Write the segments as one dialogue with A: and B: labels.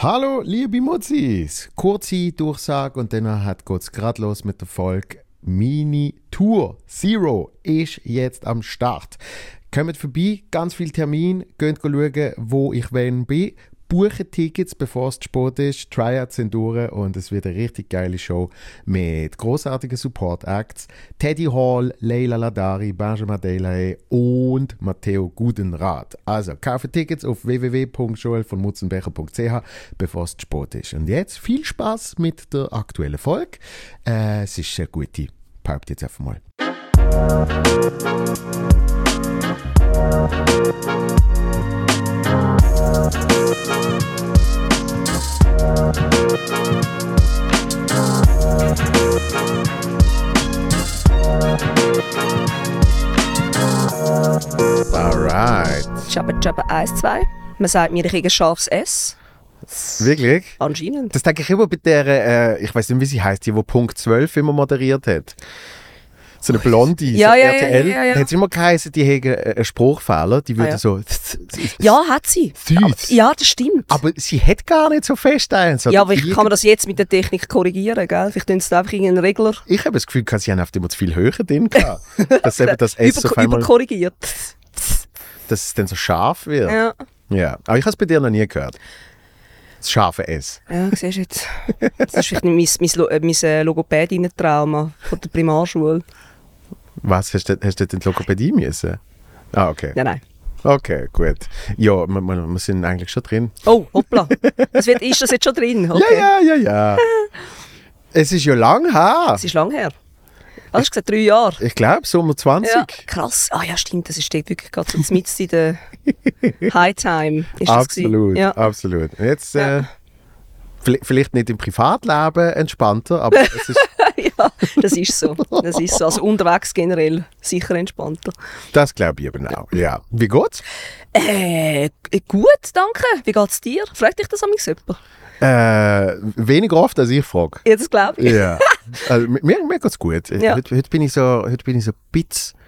A: Hallo, liebe Mutzis! Kurze Durchsage und dann hat geht's grad los mit der Folge. Mini Tour Zero ist jetzt am Start. Kommt vorbei, ganz viel Termin, geht schauen, wo ich wann bin. Buchen Tickets, bevor es zu spät ist. Tryouts sind durch und es wird eine richtig geile Show mit großartigen Support-Acts. Teddy Hall, Leila Ladari, Benjamin Delahaye und Matteo Gudenrath. Also, kaufe Tickets auf www.joelvonmutzenbecher.ch, bevor es zu spät ist. Und jetzt viel Spaß mit der aktuellen Folge. Äh, es ist sehr gute. Paupt jetzt einfach mal. Alright.
B: Jabba Jabba 1, 2. Man sagt mir, ich kriege ein scharfes S.
A: Wirklich?
B: Anscheinend.
A: Das denke ich immer bei der, äh, ich weiß nicht, wie sie heißt, die, wo Punkt 12 immer moderiert hat. So eine Blondie,
B: Ja,
A: so
B: ja, ja,
A: RTL.
B: ja, ja, ja.
A: Hat immer geheißen, die hätte einen Spruchfehler, die würde
B: Ah, ja.
A: so.
B: Ja, hat sie.
A: Süß.
B: Aber, ja, das stimmt.
A: Aber sie hat gar nicht so fest eins.
B: ja,
A: oder?
B: aber ich kann mir das jetzt mit der Technik korrigieren, gell? Vielleicht tun sie da einfach irgendeinen Regler
A: Ich habe das Gefühl, gehabt, sie haben auf dem zu viel höher drin gehabt. Dass eben das S
B: über,
A: auf einmal,
B: überkorrigiert.
A: dass es dann so scharf wird. Ja.
B: Ja.
A: Aber ich habe es bei dir noch nie gehört. Das scharfe S.
B: Ja, siehst du jetzt. Das ist vielleicht nicht mein, mein, Lo- äh, mein äh, Logopädinnen-Trauma von der Primarschule.
A: Was? Hast du, hast du denn die Logopädie müssen? Ah, okay.
B: Nein, nein.
A: Okay, gut. Ja, wir, wir wir sind eigentlich schon drin.
B: Oh, hoppla. Das wird, ist das jetzt schon drin? Okay.
A: Ja, ja, ja, ja. es ist ja lang her.
B: Das ist lang her. Ah, hast du gesagt, drei Jahre?
A: Ich um glaube, Sommer 20.
B: Ja, krass. Ah ja, stimmt, das ist dort wirklich gerade so mitten in der High Time. Ist das gewesen.
A: absolut,
B: Ja.
A: absolut. Jetzt,
B: Ja.
A: äh, vle- vielleicht nicht im Privatleben entspannter, aber es ist,
B: ja, das ist so. Das ist so. Also unterwegs generell sicher entspannter.
A: das glaube ich eben auch. Ja. Wie geht's?
B: Äh, gut, danke. Wie geht's dir? Fragt dich das an mich jemand?
A: Äh, weniger oft, als ich frage.
B: Ja, das glaube ich.
A: Ja. Also, mi- mir, mir geht's gut.
B: Ja.
A: Heute, heute bin ich so, heute bin ich so ein bisschen,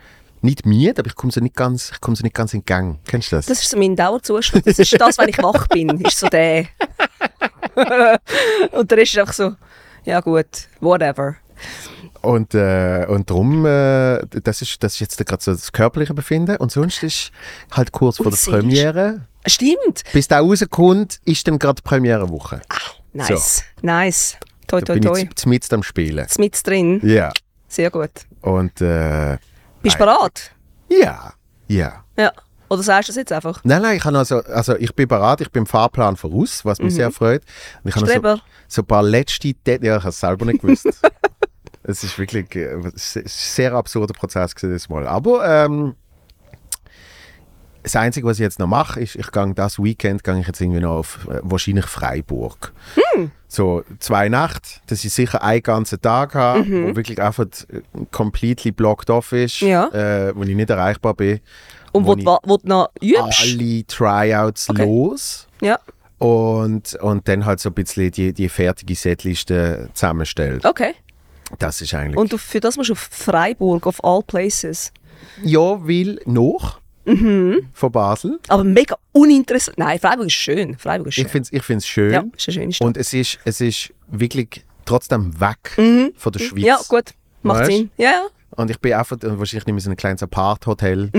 A: nicht müde, aber ich komme so nicht ganz, ich komme so nicht ganz in Gang. Kennst du das?
B: Das ist so mein Dauerzustand. Das ist das, wenn ich wach bin, ist so der. Und der Rest ist einfach so, ja gut, whatever.
A: Und, äh, und darum, äh, das, ist, das ist jetzt gerade so das körperliche Befinden. Und sonst ist halt kurz vor
B: Und
A: der
B: seelisch.
A: Premiere.
B: Stimmt. Ah,
A: Bis der rauskommt, ist dann gerade Premierewoche.
B: Nice, nice. Toi,
A: Da
B: toi,
A: bin
B: toi.
A: ich mit am Spielen.
B: Ist mit drin.
A: Ja.
B: Sehr gut.
A: Und, äh,
B: Bist du bereit?
A: ja. Ja.
B: Ja. Oder sagst du das jetzt einfach?
A: Nein, nein, ich, habe also, also ich bin bereit, ich bin im Fahrplan voraus, was
B: Mhm.
A: mich sehr freut. Und ich habe noch
B: Streber.
A: so, so ein paar letzte Details, ja, ich habe es selber nicht gewusst. es ist wirklich äh, es ist ein sehr absurder Prozess gewesen das Mal. Aber ähm, das Einzige, was ich jetzt noch mache, ist, ich gehe das Weekend gehe ich jetzt irgendwie noch auf äh, wahrscheinlich Freiburg.
B: Hm.
A: So zwei Nacht, dass ich sicher einen ganzen Tag habe, wo wirklich einfach äh, completely blocked off ist,
B: Mhm. Ja.
A: äh, wo ich nicht erreichbar bin
B: Und
A: Wo
B: wo,
A: ich-
B: du wa- wo du noch übst?
A: alle Tryouts
B: Okay.
A: los
B: Ja.
A: und, und dann halt so ein bisschen die, die fertige Setliste zusammenstellt.
B: Okay.
A: Das ist eigentlich.
B: Und du, für das musst du auf Freiburg, auf all places.
A: ja, will noch
B: Mhm.
A: von Basel.
B: Aber mega uninteressant. Nein, Freiburg ist schön. Freiburg ist schön.
A: Ich finde es ich find's schön.
B: ja, ist eine schöne Stadt.
A: und es ist, es ist wirklich trotzdem weg von der Schweiz.
B: Mhm. Ja, gut. Macht
A: Weißt?
B: Sinn. Ja, ja.
A: Und ich bin einfach, und wahrscheinlich nehme ich so ein kleines Apart-Hotel.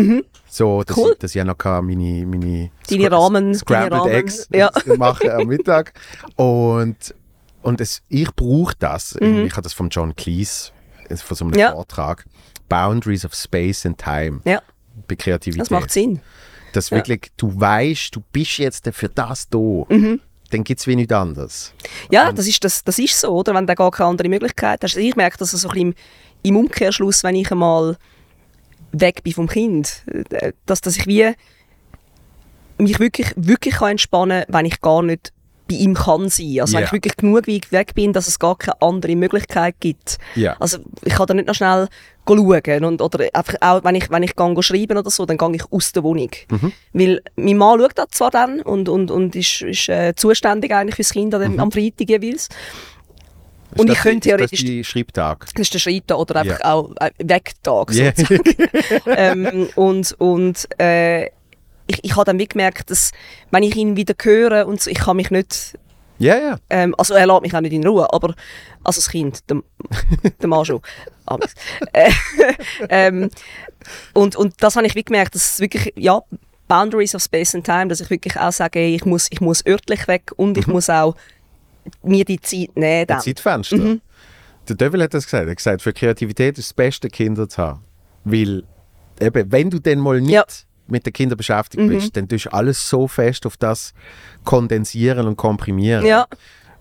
A: So, dass,
B: Mhm. Cool.
A: ich, dass ich auch noch kann, meine, meine
B: Deine
A: Scra-
B: Ramen,
A: Scrambled
B: deine Ramen,
A: Eggs
B: ja.
A: mache am Mittag. Und, und es, ich brauche das. Ich habe das von John Cleese, also von so einem
B: Mhm. Ja.
A: Vortrag. Boundaries of Space and Time.
B: Ja,
A: Bei Kreativität.
B: das macht Sinn.
A: Dass wirklich, du weißt, du bist jetzt für das da.
B: Mhm.
A: Dann gibt es wie nichts anderes.
B: Ja, das ist, das, das ist so, oder? Wenn du gar keine andere Möglichkeit hast. Also Ich merke das so ein bisschen im, im Umkehrschluss, wenn ich einmal weg bin vom Kind, äh, dass, dass ich wie mich wirklich, wirklich kann entspannen kann, wenn ich gar nicht bei ihm kann sein. Also wenn
A: Ja.
B: ich wirklich genug weit weg bin, dass es gar keine andere Möglichkeit gibt.
A: Ja.
B: Also ich kann da nicht noch schnell schauen und, oder einfach auch, wenn ich, wenn ich gehe schreiben oder so, dann gehe ich aus der Wohnung.
A: Mhm.
B: Weil mein Mann schaut das zwar dann und, und, und ist, ist äh, zuständig eigentlich fürs Kind an dem, am Freitag jeweils.
A: Mhm. Ist
B: Und
A: das
B: ich
A: die-
B: könnte
A: ist
B: theoretisch-
A: Das ist die Schreibtag.
B: Das ist der Schreibtag oder einfach
A: Ja.
B: auch äh, Wegtag
A: Yeah.
B: ähm, und und äh, ich, ich habe dann wie gemerkt, dass wenn ich ihn wieder höre und so, ich kann mich nicht
A: Ja, ja.
B: Ähm, also er lässt mich auch nicht in Ruhe, aber also das Kind, der, der Mann schon. Alex. Äh, ähm, und, und das habe ich wie gemerkt, dass es wirklich, ja, Boundaries of Space and Time, dass ich wirklich auch sage, ey, ich muss, ich muss örtlich weg und
A: Mhm.
B: ich muss auch mir die Zeit nehmen.
A: Ein
B: Dann.
A: Zeitfenster.
B: Mhm.
A: Der Döbel hat das gesagt. Er hat gesagt, für Kreativität ist es Beste, Kinder zu haben. Weil, eben, wenn du dann mal nicht
B: Ja. Mhm.
A: mit den Kindern beschäftigt bist, dann tust du alles so fest auf das kondensieren und komprimieren.
B: Ja.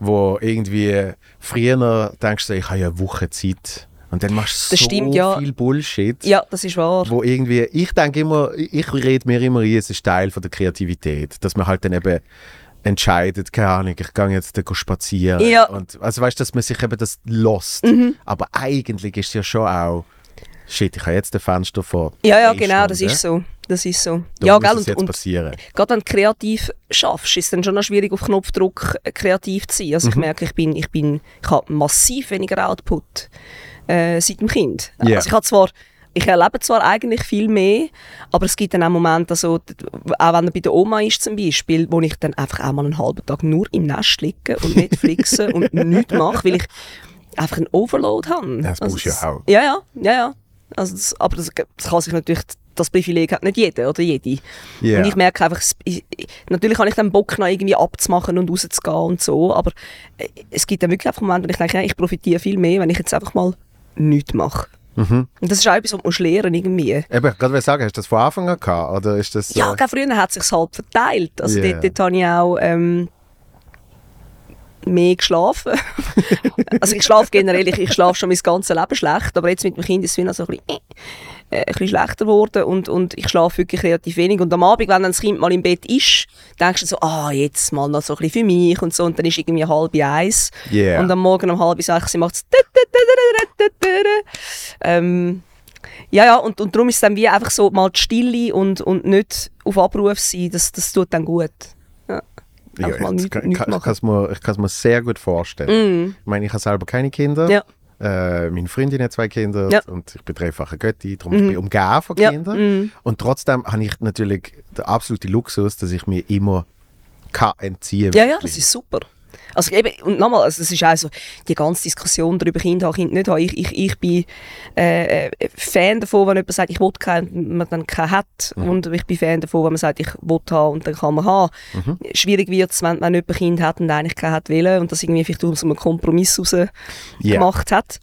A: Wo irgendwie früher denkst du, ich habe ja eine Woche Zeit. Und dann machst du
B: Das
A: so
B: stimmt, ja.
A: viel Bullshit.
B: Ja, das ist wahr.
A: Wo irgendwie, ich denke immer, ich rede mir immer ein, es ist Teil von der Kreativität, dass man halt dann eben entscheidet, keine Ahnung, ich gehe jetzt da spazieren.
B: Ja. Mhm.
A: Und, also weißt du, dass man sich eben das lost. Aber eigentlich ist es ja schon auch, shit, ich habe jetzt ein Fenster vor.
B: Ja, ja,
A: drei
B: genau, das
A: Stunden.
B: ist so. Das ist so.
A: Da
B: ja,
A: muss
B: gell,
A: es
B: und,
A: jetzt
B: und
A: passieren.
B: gerade wenn du kreativ schaffst, ist es dann schon noch schwierig, auf Knopfdruck äh, kreativ zu sein. Also
A: Mhm.
B: ich merke, ich bin, ich bin, ich habe massiv weniger Output äh, seit dem Kind.
A: Ja.
B: Also ich habe zwar, ich erlebe zwar eigentlich viel mehr, aber es gibt dann auch Momente, also, d- auch wenn er bei der Oma ist zum Beispiel, wo ich dann einfach auch mal einen halben Tag nur im Nest liege und Netflixen und nichts mache, weil ich einfach einen Overload habe. Also
A: Das brauchst du ja auch.
B: Ja, ja, ja, ja. Also das, aber das, das kann sich natürlich, das Privileg hat nicht jeder oder jede.
A: Ja.
B: Und ich merke einfach, es- ich, ich, natürlich habe ich dann Bock, noch irgendwie abzumachen und rauszugehen und so, aber äh, es gibt dann wirklich einfach Momente, wo ich denke, nein, ich profitiere viel mehr, wenn ich jetzt einfach mal nichts mache.
A: Mhm.
B: Und das ist auch etwas, was man lernen muss irgendwie.
A: Eben, ich wollte sagen, hast du das von Anfang an gehabt? Oder ist das so?
B: Ja, gell, früher hat es sich halb verteilt. Also
A: Ja.
B: dort, dort habe ich auch ähm, mehr geschlafen. also ich schlafe generell, ich, ich schlafe schon mein ganzes Leben schlecht, aber jetzt mit dem Kind ist es wieder so ein bisschen, äh, ein bisschen schlechter geworden und, und ich schlafe wirklich relativ wenig. Und am Abend, wenn dann das Kind mal im Bett ist, denkst du so, ah, jetzt mal noch so ein bisschen für mich und so und dann ist irgendwie um halb eins
A: Yeah.
B: und am Morgen um halb sechs macht es ähm, ja, ja, und, und darum ist es dann wie einfach so mal die Stille und, und nicht auf Abruf sein, das, das tut dann gut. Ja,
A: Ja,
B: einfach mal
A: jetzt
B: nichts
A: kann,
B: nichts
A: kann, ich
B: machen. Mm.
A: kann es mir, ich kann's mir sehr gut vorstellen. Ich meine, ich habe selber keine Kinder.
B: Ja.
A: Äh, meine Freundin hat zwei Kinder
B: Ja. Mhm.
A: und ich bin dreifache Götti, darum ich bin ich umgeben von
B: Ja, Mm.
A: Kindern. Und trotzdem habe ich natürlich den absoluten Luxus, dass ich mir immer kann entziehen
B: Ja, ja,
A: wirklich.
B: das ist super. Also eben, und nochmal, also das ist auch so, die ganze Diskussion darüber, Kinder haben, Kinder nicht haben. Ich, ich, ich bin äh, äh, Fan davon, wenn jemand sagt, ich will keinen, und man dann keinen hat.
A: Mhm.
B: Und ich bin Fan davon, wenn man sagt, ich will haben und dann kann man haben.
A: Mhm.
B: Schwierig wird es, wenn, wenn jemand Kind hat und eigentlich keinen hat will und das irgendwie vielleicht aus einem Kompromiss raus
A: Ja.
B: gemacht hat.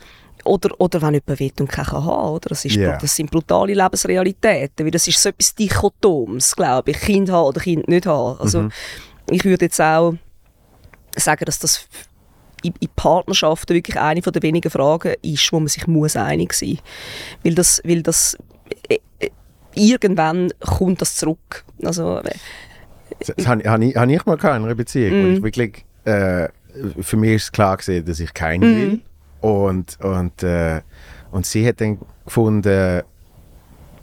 B: Oder, oder wenn jemand will und keinen kann haben. Oder? Das, ist,
A: Ja.
B: das sind brutale Lebensrealitäten. Weil das ist so etwas Dichotoms, glaube ich. Kind haben oder Kind nicht haben. Also,
A: Mhm.
B: Ich würde jetzt auch sagen, dass das in, in Partnerschaften wirklich eine von der wenigen Fragen ist, wo man sich muss einig sein muss. Weil das, weil das äh, äh, irgendwann kommt das zurück. Also, äh,
A: Das, das habe hab ich, hab ich mal gehabt in einer Beziehung.
B: Mhm.
A: wo Ich wirklich, äh, für mich ist klar gesehen, dass ich keinen
B: Mhm.
A: will. Und, und, äh, und sie hat dann gefunden,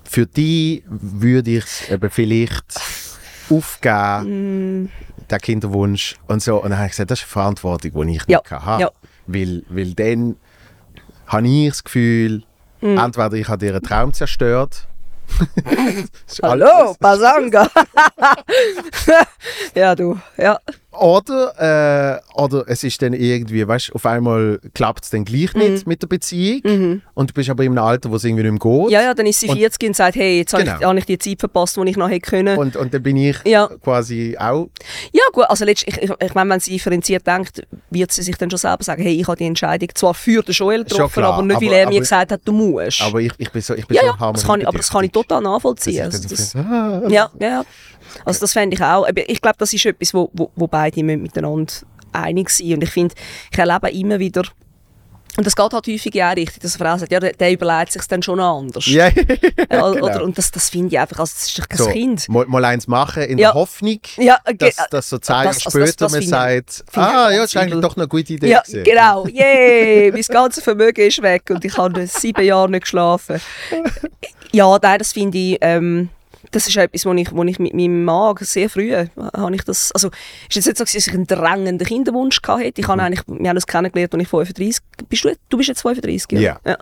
A: für die würde ich es eben vielleicht aufgeben,
B: Mhm.
A: den Kinderwunsch und so. Und dann habe ich gesagt, das ist eine Verantwortung, die ich
B: Ja,
A: nicht kann haben
B: ja.
A: Weil, weil dann habe ich das Gefühl,
B: Mhm.
A: entweder ich habe ihren Traum zerstört. Das ist
B: Hallo, Basanga! ja, du. Ja.
A: Oder, äh, oder es ist dann irgendwie, weißt du, auf einmal klappt es dann gleich
B: Mhm.
A: nicht mit der Beziehung und du bist aber in einem Alter, wo es irgendwie nicht mehr geht.
B: ja, ja, dann ist sie
A: Und-
B: 40 und, sagt, hey, jetzt habe ich,
A: Genau.
B: habe ich die Zeit verpasst, die ich noch hätte können.
A: Und, und dann bin ich
B: Ja.
A: quasi auch.
B: Ja, gut, also letztlich, ich, ich meine, wenn sie differenziert denkt, wird sie sich dann schon selber sagen, hey, ich habe die Entscheidung zwar für den Joel getroffen,
A: klar,
B: aber nicht, weil
A: aber-
B: er mir
A: aber-
B: gesagt hat, du musst.
A: Aber ich, ich bin so, ich bin
B: ja,
A: so
B: ja, das kann ich, aber das kann ich total nachvollziehen. Also, das, ja, ja, ja. Also das fände ich auch. Aber Ich glaube, das ist etwas, wo, wo, wo beide müssen miteinander einig sein müssen. Und ich finde, ich erlebe immer wieder, und das geht halt häufig in eine Richtung, dass eine Frau sagt, ja, der, der überlegt sich dann schon noch anders.
A: Ja,
B: Äh, oder,
A: genau.
B: und das, das finde ich einfach, also das ist doch kein
A: so,
B: Kind.
A: Mal, mal eins machen in
B: Ja.
A: der Hoffnung,
B: Ja, äh, ge-
A: dass, dass so zwei Jahre
B: das- also
A: später
B: das- das
A: man
B: finde
A: sagt,
B: finde ich
A: ah,
B: ganz
A: ja, ist eigentlich
B: übel.
A: doch eine gute Idee.
B: Ja,
A: gewesen.
B: genau. Yay! mein ganzes Vermögen ist weg und ich habe sieben Jahre nicht geschlafen. Ja, nein, das finde ich, ähm, das ist etwas, wo ich, wo ich mit meinem Mann sehr früh, äh, habe ich das, also ist jetzt nicht so, gewesen, dass ich einen drängenden Kinderwunsch gehabt hätte. Ich habe eigentlich, wir haben uns kennengelernt, als ich 35, bist du, du bist jetzt 35,
A: Ja.
B: ja.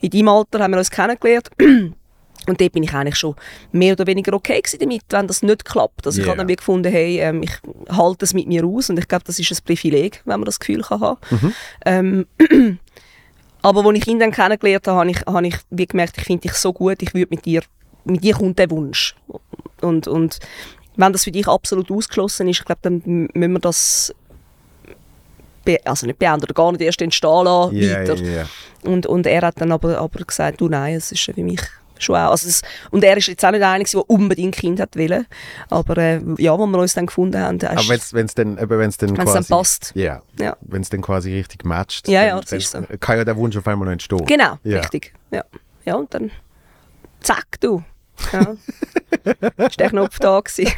B: In deinem Alter haben wir uns kennengelernt. Und dort bin ich eigentlich schon mehr oder weniger okay gewesen damit, wenn das nicht klappt. Also ich
A: Ja.
B: habe dann wie gefunden, hey, ähm, ich halte es mit mir aus und ich glaube, das ist ein Privileg, wenn man das Gefühl kann haben
A: Mhm.
B: ähm, Aber als ich ihn dann kennengelernt habe, habe ich, habe ich wie gemerkt, ich finde dich so gut, ich würde mit dir, mit dir kommt der Wunsch. Und, und wenn das für dich absolut ausgeschlossen ist, ich glaube, dann m- müssen wir das be also nicht beenden oder gar nicht erst entstehen lassen,
A: Ja,
B: weiter.
A: ja, ja.
B: Und, und er hat dann aber, aber gesagt, du nein, es ist ja für mich schon auch. Also es, und er ist jetzt auch nicht einer, gewesen, der unbedingt Kind hat wollen. Aber äh, ja, wo wir uns dann gefunden haben, da
A: Aber
B: ist,
A: wenn es dann, eben wenn's dann
B: Wenn's
A: quasi...
B: dann passt.
A: Ja,
B: Ja.
A: wenn es dann quasi richtig matcht,
B: Ja,
A: dann,
B: ja, das
A: dann
B: ist so.
A: kann ja der Wunsch auf einmal noch entstehen.
B: genau,
A: Ja.
B: richtig. Ja. ja, und dann zack, du. Ja. ist der Knopf da gewesen.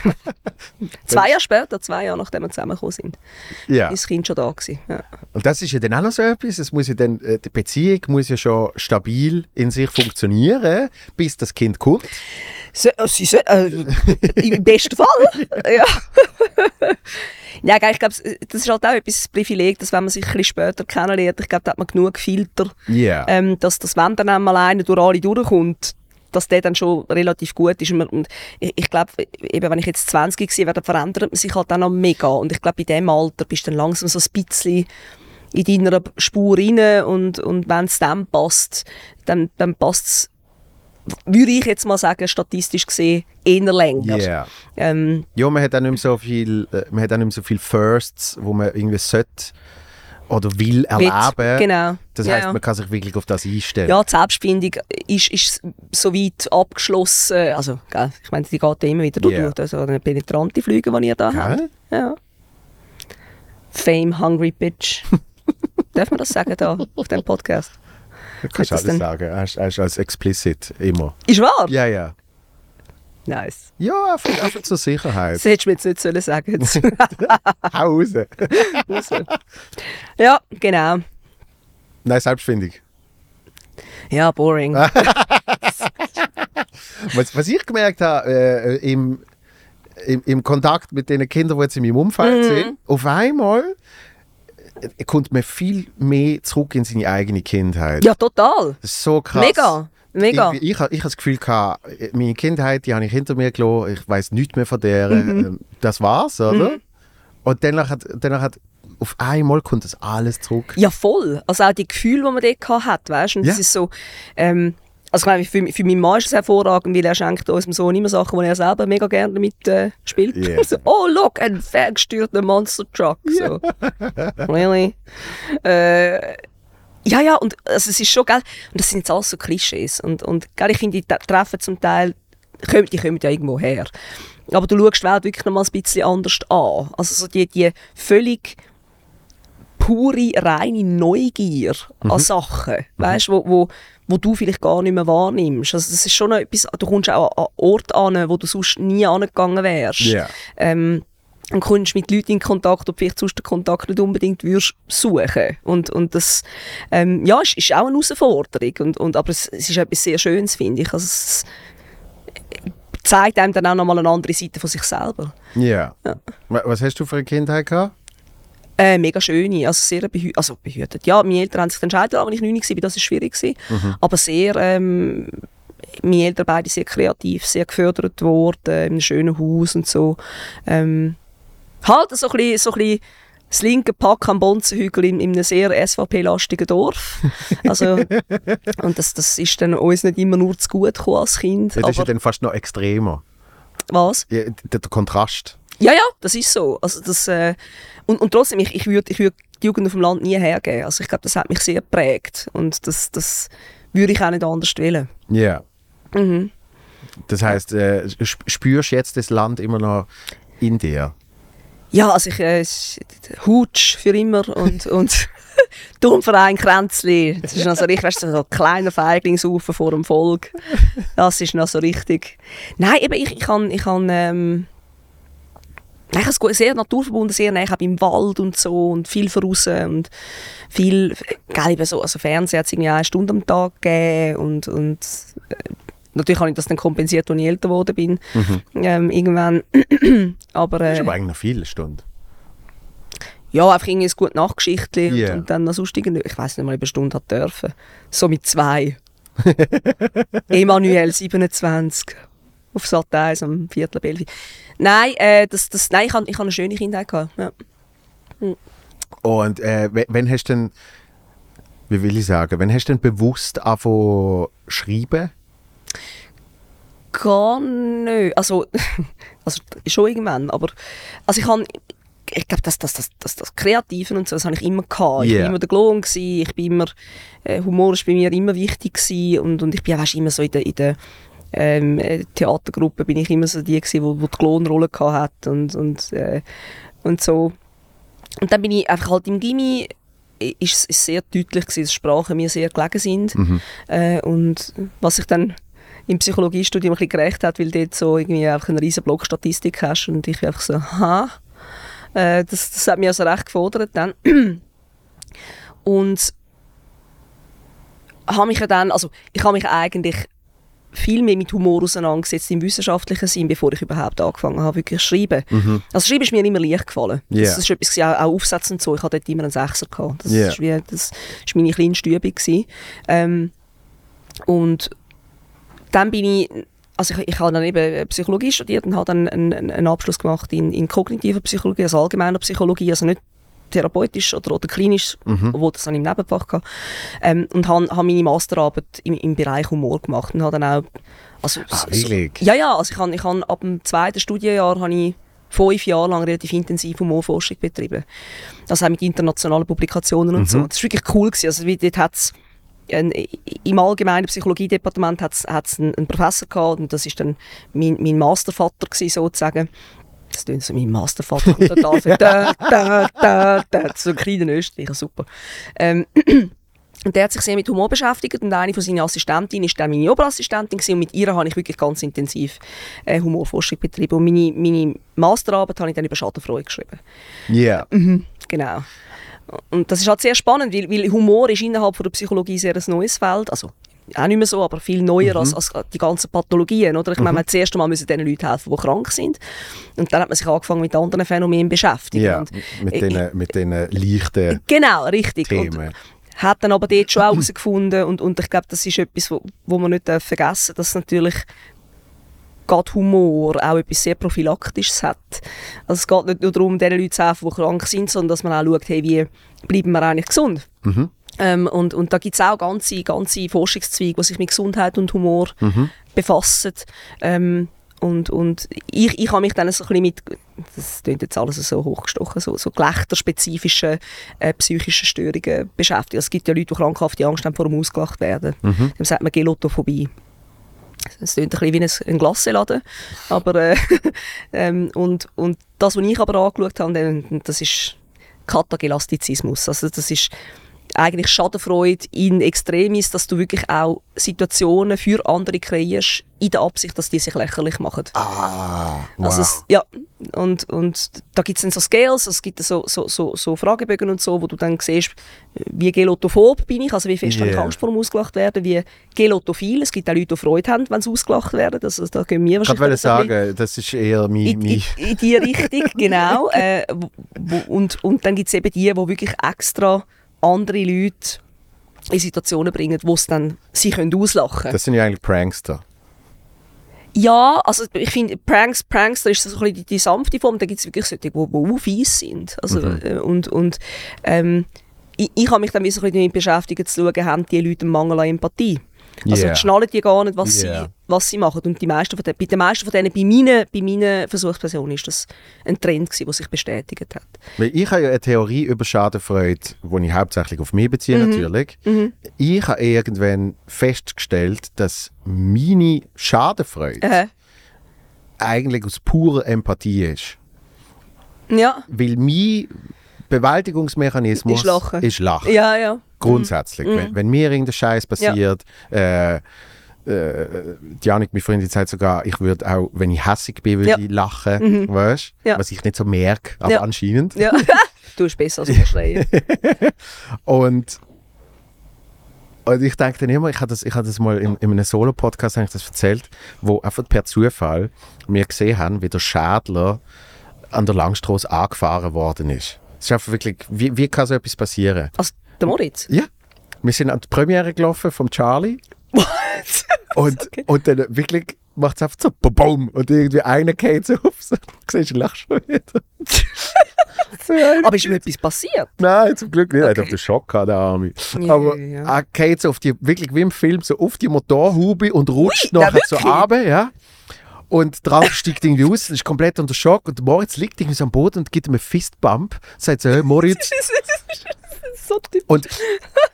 B: zwei Jahre später, zwei Jahre nachdem wir zusammengekommen sind,
A: Ja.
B: ist das Kind schon da gewesen. Ja.
A: Und das ist ja dann auch noch so etwas, es muss ja dann, äh, die Beziehung muss ja schon stabil in sich funktionieren, bis das Kind kommt.
B: So, äh, sie so, äh, Im besten Fall. ja. ja, gell, ich glaube, das ist halt auch etwas ein Privileg, dass wenn man sich ein bisschen später kennenlernt, ich glaube, da hat man genug Filter,
A: Ja.
B: ähm, dass das, wenn dann einmal einer durch alle durchkommt, dass der dann schon relativ gut ist. Und man- Und ich, ich glaube, eben, wenn ich jetzt 20 gewesen wäre, dann verändert man sich halt auch noch mega. Und ich glaube, in diesem Alter bist du dann langsam so ein bisschen in deiner Spur rein und, und wenn es dann passt, dann, dann passt es, würde ich jetzt mal sagen, statistisch gesehen, eher länger.
A: Ja.
B: Ähm,
A: Ja, man hat auch nicht mehr so viel, äh, man hat auch nicht mehr so viel Firsts, wo man irgendwie sollte oder will
B: wird-
A: erleben.
B: Genau.
A: Das
B: Ja,
A: heißt,
B: ja.
A: man kann sich wirklich auf das einstellen.
B: Ja, die Selbstfindung ist, ist so weit abgeschlossen. Also, gell, ich meine, die geht ja immer wieder durch.
A: Ja.
B: Also, eine penetrante Flüge, die ihr da habt.
A: Gell?
B: Ja. Fame Hungry Bitch. Darf man das sagen da auf dem Podcast?
A: Du kannst
B: Hat
A: alles
B: das denn-
A: sagen. Er ist, er ist als explicit immer.
B: Ist wahr?
A: Ja, ja.
B: Nice.
A: Ja, einfach, einfach zur Sicherheit.
B: Das hättest du mir jetzt nicht sollen sagen jetzt.
A: Hau raus.
B: Also. ja, genau.
A: Nein, selbstfindig.
B: Ja, boring.
A: Ah. Was, was ich gemerkt habe äh, im, im, im Kontakt mit den Kindern, die jetzt in meinem Umfeld
B: Mhm.
A: sind, auf einmal äh, kommt man viel mehr zurück in seine eigene Kindheit.
B: Ja, total.
A: Das ist so krass.
B: Mega, mega.
A: Ich, ich, ha- ich habe das Gefühl, gehabt, äh, meine Kindheit, die habe ich hinter mir gelassen, ich weiß nichts mehr von der.
B: Mhm.
A: ähm, Das war's, oder? Und danach hat, danach hat auf einmal kommt das alles zurück.
B: Ja, voll. Also auch die Gefühle, die man dort gehabt hat, weißt du? Und
A: Ja.
B: das ist so, ähm, also ich meine, für, für meinen Mann ist es hervorragend, weil er schenkt unserem Sohn immer Sachen, die er selber mega gerne mit äh, spielt.
A: Yeah.
B: So, oh, look, ein ferngesteuerter Monster Truck. So. really? Äh, ja, ja, und also es ist schon, gell, und das sind jetzt alles so Klischees. Und, und gell, ich finde, die t- Treffen zum Teil, kommen- die kommen ja irgendwo her. Aber du schaust die Welt wirklich noch mal ein bisschen anders an. Also so die, die völlig pure, reine Neugier an Sachen, weißt, wo, wo, wo du vielleicht gar nicht mehr wahrnimmst. Also das ist schon noch etwas, du kommst auch an- an Orte an, wo du sonst nie angegangen wärst.
A: Ja.
B: Ähm, dann kommst du mit Leuten in Kontakt, ob vielleicht sonst den Kontakt nicht unbedingt würdest suchen. Und, und das ähm, ja, ist, ist auch eine Herausforderung. Und, und, aber es, es ist etwas sehr Schönes, finde ich. Also es zeigt einem dann auch nochmal eine andere Seite von sich selber.
A: Ja.
B: Ja.
A: Wa- Was hast du für eine Kindheit gehabt?
B: Äh, mega schöne, also sehr behü also behütet. Ja, meine Eltern haben sich entscheiden lassen, als ich 9 war, das war schwierig. gewesen.
A: Mhm.
B: Aber sehr, ähm, meine Eltern beide sehr kreativ, sehr gefördert worden, in einem schönen Haus und so. Ähm, halt so ein bisschen, so ein bisschen das linke Pack am Bonzenhügel in, in einem sehr SVP-lastigen Dorf. Also, und das, das ist dann uns nicht immer nur zu gut gekommen als Kind.
A: Ja, das ist ja
B: aber
A: dann fast noch extremer.
B: was?
A: Ja, d- der Kontrast.
B: Ja, ja, das ist so. Also das, äh, und, und trotzdem, ich, ich würde ich würd die Jugend auf dem Land nie hergeben. Also ich glaube, das hat mich sehr geprägt. Und das, das würde ich auch nicht anders wählen.
A: Ja. Das heißt, äh, sp- spürst du jetzt das Land immer noch in dir?
B: Ja, also ich, äh, es- Hutsch für immer und, und Turnverein Kränzli. Das ist noch so richtig, weißt du, so ein kleiner Feiglingshaufen vor dem Volk. Das ist noch so richtig. Nein, eben, ich, ich kann, ich kann, ähm, nein, ich habe es sehr naturverbunden, sehr nah, ich habe im Wald und so und viel voraus und viel, geil, eben so, also Fernsehen hat es irgendwie eine Stunde am Tag gegeben und, und äh, natürlich habe ich das dann kompensiert, als ich älter geworden bin, ähm, irgendwann, aber...
A: Das
B: Äh,
A: ist aber eigentlich noch viele Stunden.
B: ja, einfach irgendwie ein gutes Nachtgeschichtli
A: Ja.
B: und, und dann noch sonst irgendwie, ich weiß nicht mal, ob ich eine Stunde hat dürfen. So mit zwei. Emanuel 27 auf Sat 1 am Viertel Belfi. Nein, äh, das, das, nein ich hatte ich hab eine schöne Kindheit. Gehabt. Ja.
A: Und äh, we- wann hast du denn, wie will ich sagen, wann hast du denn bewusst angefangen schreiben?
B: Gar nicht. Also, also schon irgendwann, aber also ich habe ich glaube, das, das, das, das, das Kreativen und so, das habe ich immer gehabt. Ich
A: Yeah.
B: war immer der Clown, gewesen, ich bin immer, äh, Humor war bei mir immer wichtig gewesen und, und ich bin auch weißt, immer so in der, in der ähm, äh, Theatergruppe bin ich immer so die gewesen, wo, wo die Clownrolle gehabt hat und, und, äh, und so. Und dann bin ich einfach halt im Gimmi, i- ist es sehr deutlich gewesen, dass Sprachen mir sehr gelegen sind. Äh, und was ich dann im Psychologiestudium ein bisschen gerecht hat, weil du dort so irgendwie einfach einen riesen Block Statistik hast und ich einfach so, ha, äh, das, das hat mich also recht gefordert dann. Und habe mich ja dann, also ich habe mich eigentlich viel mehr mit Humor auseinandergesetzt im wissenschaftlichen Sinn, bevor ich überhaupt angefangen habe, wirklich zu schreiben. Also schreiben ist mir immer leicht gefallen.
A: Yeah.
B: Das, das ist etwas, gewesen, auch, auch Aufsätze und so, ich hatte dort immer einen Sechser. Gehabt. Das,
A: Yeah.
B: ist wie, das ist meine kleinste Übung. gewesen. Ähm, und dann bin ich, also ich, ich habe dann eben Psychologie studiert und habe dann einen, einen- einen Abschluss gemacht in, in kognitiver Psychologie, also allgemeiner Psychologie, also nicht therapeutisch oder, oder klinisch, obwohl das dann im Nebenfach hatte. Ähm, und habe habe meine Masterarbeit im, im Bereich Humor gemacht und habe dann auch... Also,
A: Ah,
B: so-
A: wirklich?
B: So, ja, ja, also ich habe ich habe ab dem zweiten Studienjahr habe ich fünf Jahre lang relativ intensiv Humorforschung betrieben. Das auch mit internationalen Publikationen und so. Das war wirklich cool. Gewesen. Also, wie, dort hat's ein, Im allgemeinen Psychologiedepartement hat es einen, einen Professor gehabt und das ist dann mein, mein Mastervater gewesen, sozusagen. Das klingt so, mein Mastervater kommt total für da, da, da, da. So ein kleiner Österreicher, super. Ähm, und der hat sich sehr mit Humor beschäftigt und eine von seinen Assistentinnen ist dann meine Oberassistentin gewesen. und mit ihr habe ich wirklich ganz intensiv äh, Humorforschung betrieben. Und meine, meine Masterarbeit habe ich dann über Schadenfreude geschrieben.
A: Ja.
B: Genau. Und das ist halt sehr spannend, weil, weil Humor ist innerhalb von der Psychologie sehr ein neues Feld. Also auch nicht mehr so, aber viel neuer
A: Mhm.
B: als, als die ganzen Pathologien. Oder? Ich meine, man hat zuerst einmal müssen den Leuten helfen, die krank sind. Und dann hat man sich angefangen mit anderen Phänomenen beschäftigen.
A: Ja,
B: Und,
A: mit
B: äh,
A: diesen mit denen leichten
B: Genau, richtig.
A: Themen.
B: Und hat dann aber dort schon auch herausgefunden und, und ich glaube, das ist etwas, wo, wo man nicht äh, vergessen darf, dass natürlich gerade Humor auch etwas sehr Prophylaktisches hat. Also es geht nicht nur darum, den Leuten zu helfen, die krank sind, sondern dass man auch schaut, hey, wie bleiben wir eigentlich gesund. Ähm, und, und da gibt es auch ganze, ganze Forschungszweige, die sich mit Gesundheit und Humor befassen. Ähm, und, und ich, ich habe mich dann so ein bisschen mit, das klingt jetzt alles so hochgestochen, so, so gelächterspezifischen äh, psychischen Störungen beschäftigt. Also es gibt ja Leute, die krankhafte Angst haben, vor dem ausgelacht werden. Dem sagt man Gelotophobie. Es klingt ein bisschen wie ein, ein Glasseladen. Aber, äh, ähm, und, und das, was ich aber angeschaut habe, dann- das ist Katagelastizismus. Also das ist eigentlich Schadenfreude in Extremis, dass du wirklich auch Situationen für andere kreierst, in der Absicht, dass die sich lächerlich machen.
A: Ah, wow.
B: Also es, ja, und, und da gibt es dann so Scales, also es gibt so, so, so, so Fragebögen und so, wo du dann siehst, wie gelotophob bin ich, also wie fest habe ich
A: Yeah.
B: Angst vor dem ausgelacht werden, wie gelotophil, es gibt auch Leute, die Freude haben, wenn sie ausgelacht werden, also da gehen wir
A: ich
B: wahrscheinlich...
A: wollte
B: ein bisschen-
A: sagen, das ist eher mein.
B: in, in,
A: mein
B: in die Richtung, genau. Äh, wo, wo- und, und dann gibt es eben die, die wirklich extra andere Leute in Situationen bringen, wo sie dann sie können auslachen können.
A: das sind ja eigentlich Prankster.
B: Ja, also ich finde, Pranks, Prankster ist so ein bisschen die, die sanfte Form, da gibt es wirklich solche, die, die auch fies sind. Also,
A: Mhm.
B: äh, Und, und ähm, ich, ich habe mich dann wie so ein bisschen damit beschäftigt, zu schauen, haben die Leute einen Mangel an Empathie? Also
A: Yeah.
B: schnallen die gar nicht, was,
A: Yeah.
B: sie, was sie machen. Und die meisten von den, bei den meisten von denen, bei meinen, bei meinen Versuchspersonen, ist das ein Trend gewesen, der sich bestätigt hat.
A: Weil ich habe ja eine Theorie über Schadenfreude, die ich hauptsächlich auf mich beziehe
B: Mhm.
A: natürlich. Ich habe irgendwann festgestellt, dass meine Schadenfreude
B: Aha.
A: eigentlich aus purer Empathie ist.
B: Ja,
A: Weil mein Bewältigungsmechanismus
B: Ist Lachen.
A: ist Lachen.
B: ja, Mhm. ja.
A: Grundsätzlich. Wenn, wenn mir irgendein Scheiß passiert, äh, äh, Janik, meine Freundin, sagt sogar, ich würde auch, wenn ich hässig bin, würde
B: Ja. Mhm.
A: ich lachen. Weißt?
B: Ja.
A: Was ich nicht so merke, aber
B: Ja.
A: anscheinend.
B: ja. du bist besser als wir schreien.
A: Und, und ich denke dann immer, ich habe das, ich habe das mal in, in einem Solo-Podcast habe ich das erzählt, wo einfach per Zufall wir gesehen haben, wie der Schädler an der Langstrasse angefahren worden ist. Es ist einfach wirklich, wie, wie kann so etwas passieren?
B: Also, der Moritz.
A: Ja. Wir sind an die Premiere gelaufen vom Charlie
B: What?
A: Und,
B: Okay.
A: und dann wirklich macht es einfach so, boom, und irgendwie einer geht so auf, so, siehst du, lachst schon wieder. so, ja,
B: Aber ist ihm etwas passiert?
A: Nein, zum Glück nicht. Er hat
B: Okay.
A: auf den Schock gehabt, der Arme.
B: Ja,
A: Aber
B: ja, ja.
A: er geht so auf die, wirklich wie im Film, so auf die Motorhaube und rutscht
B: Ui, ja,
A: nachher so
B: wirklich?
A: runter, ja. Und Drang steigt irgendwie aus, ist komplett unter Schock. Und Moritz liegt irgendwie so am Boden und gibt ihm einen Fistbump. Sagt so, hey, Moritz.
B: Das ist- das ist so typisch.
A: Und,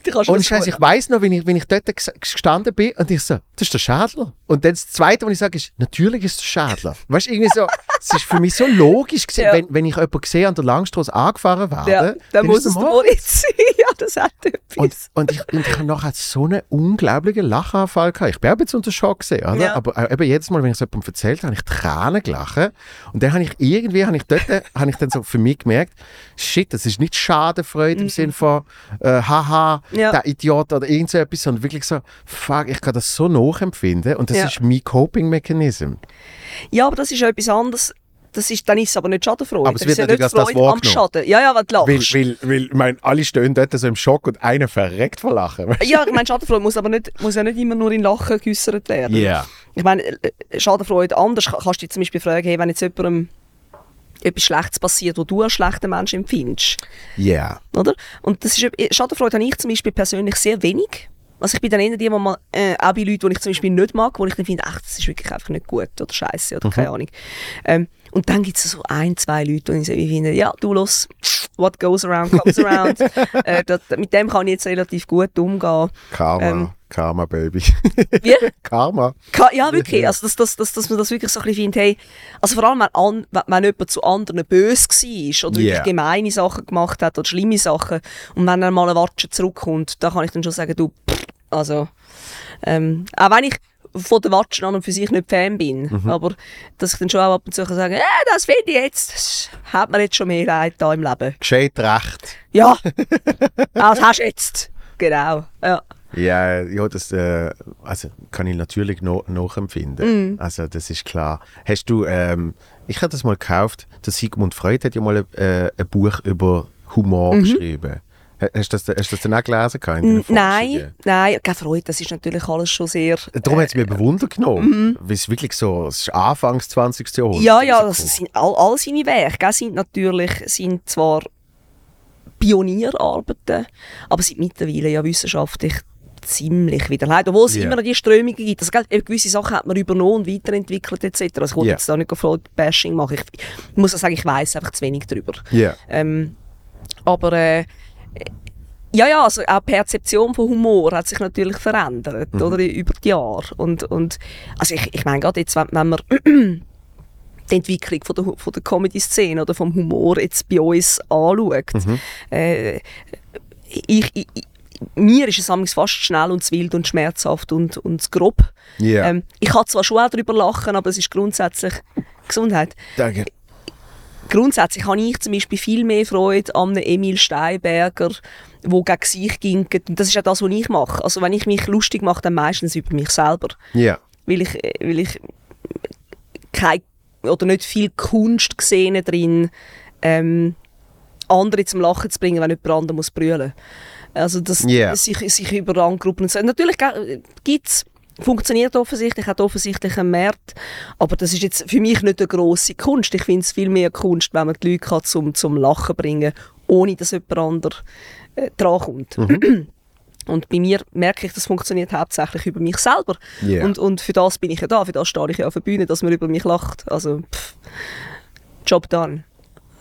B: Du kannst
A: und
B: das
A: Scheiße, ich weiß noch, wenn ich, wenn ich dort ges- gestanden bin und ich so, das ist der Schädler. Und dann das Zweite, was ich sage, ist, natürlich ist es der Schädler. Weißt du, irgendwie so, es ist für mich so logisch gewesen,
B: Ja.
A: wenn, wenn ich jemanden sehe an der Langstrasse angefahren werde,
B: Ja, dann muss
A: ist
B: es
A: der
B: der Moritz sein. Ja, das hat etwas.
A: Und, und ich, und ich habe nachher so einen unglaublichen Lachanfall gehabt. Ich bin auch jetzt unter Schock gesehen, oder?
B: Ja.
A: Aber äh, eben jedes Mal, wenn ich es jemandem erzählt habe, habe ich Tränen gelacht. Und dann habe ich irgendwie, habe ich dort, äh, habe ich dann so für mich gemerkt, shit, das ist nicht Schadenfreude im Sinn von, äh, haha,
B: Mhm. Ja.
A: der Idiot oder irgend so etwas, sondern wirklich so, fuck, ich kann das so nachempfinden. Und das
B: Ja.
A: ist mein Coping-Mechanism.
B: Ja, aber das ist etwas anderes. Das ist, dann ist es aber nicht Schadenfreude.
A: Aber es wird
B: ist ja
A: natürlich
B: nicht
A: als das
B: Freude am
A: wahrgenommen.
B: Schaden. Ja, ja, wenn du
A: Weil,
B: lachst.
A: weil, weil, ich meine, alle stehen dort so im Schock und einer verreckt vor Lachen. weißt
B: Ja, ich meine, Schadenfreude muss aber nicht, muss ja nicht immer nur in Lachen geäussert
A: du?
B: werden. Ich meine, äh, Schadenfreude anders Ka- kannst du dich zum Beispiel fragen, hey, wenn jetzt jemandem etwas Schlechtes passiert, wo du als schlechter Mensch empfindest,
A: Yeah.
B: oder? Und das ist, eh, Schadenfreude habe ich zum Beispiel persönlich sehr wenig. Also ich bin dann eher die, die mal, äh, auch bei Leuten, die ich zum Beispiel nicht mag, wo ich dann finde, ach, das ist wirklich einfach nicht gut oder scheiße oder keine Ahnung. Ähm, und dann gibt es so ein, zwei Leute, die ich so wie finde, ja, du los, what goes around comes around. äh, das, mit dem kann ich jetzt relativ gut umgehen.
A: Karma.
B: Ähm.
A: Karma, Baby.
B: Wie?
A: Karma.
B: Ka- Ja, wirklich. Also, dass, dass, dass, dass man das wirklich so ein bisschen findet, hey, also vor allem, wenn, an, wenn- wenn jemand zu anderen böse war oder
A: Yeah.
B: wirklich gemeine Sachen gemacht hat oder schlimme Sachen und wenn er mal eine Watsche zurückkommt, da kann ich dann schon sagen, du, pff, also, ähm, auch wenn ich von der Watschen an und für sich nicht Fan bin, aber dass ich dann schon auch ab und zu kann sagen kann, äh, das finde ich jetzt, das hat mir jetzt schon mehr leid da im Leben.
A: Gescheit recht.
B: Ja, das hast du jetzt. Genau, ja.
A: Ja, ja, das äh, also kann ich natürlich no nachempfinden.
B: Mm.
A: Also das ist klar. Hast du, ähm, ich habe das mal gekauft, der Sigmund Freud hat ja mal äh, ein Buch über Humor
B: Mhm.
A: geschrieben. Ha- Hast du das, hast du das dann auch gelesen? gehabt in deinen
B: Nein,
A: Forschungen?
B: nein, keine Freude, das ist natürlich alles schon sehr... äh,
A: Darum hat es mir bewundert genommen, weil es wirklich so, es ist Anfangs 20. Jahrhundert.
B: mhm.
A: Also,
B: Ja, ja,
A: rausgekommen.
B: das sind all, all seine Werke gell, sind natürlich sind zwar Pionierarbeiten, aber sind mittlerweile ja wissenschaftlich ziemlich widerlegt. Obwohl es
A: Ja.
B: immer noch die Strömungen gibt. Also, gell, eben gewisse Sachen hat man übernommen und weiterentwickelt etc. Also ich wollte
A: Ja.
B: jetzt da nicht auf Bashing machen. Ich, ich muss auch sagen, ich weiß einfach zu wenig darüber.
A: Ja.
B: Ähm, aber äh, ja, ja, also auch die Perzeption von Humor hat sich natürlich verändert oder, über die Jahre. Und, und, also ich, ich meine, gerade jetzt, wenn, wenn man die Entwicklung von der, Hu- von der Comedy-Szene oder vom Humor jetzt bei uns anschaut, äh, ich, ich, ich, mir ist es manchmal fast zu schnell und zu wild und schmerzhaft und, und zu grob.
A: Ja.
B: Ähm, ich kann zwar schon auch darüber lachen, aber es ist grundsätzlich Gesundheit
A: Danke.
B: grundsätzlich habe ich zum Beispiel viel mehr Freude an einem Emil Steinberger, wo gegen sich ginkt. Und das ist auch das, was ich mache. Also wenn ich mich lustig mache, dann meistens über mich selber.
A: Ja.
B: Weil ich, äh, weil ich keine oder nicht viel Kunst gesehen drin, ähm, andere zum Lachen zu bringen, wenn jemand anderes muss brüllen. Also das
A: Ja.
B: sich, sich über Angruppen und so. Natürlich gibt es funktioniert offensichtlich, hat offensichtlich einen Markt, aber das ist jetzt für mich nicht eine grosse Kunst. Ich finde es viel mehr Kunst, wenn man die Leute kann zum, zum Lachen bringen ohne dass jemand anderer äh, drankommt. Und bei mir merke ich, das funktioniert hauptsächlich über mich selber.
A: Ja.
B: Und, und für das bin ich ja da, für das stehe ich ja auf der Bühne, dass man über mich lacht. Also, pff, Job done,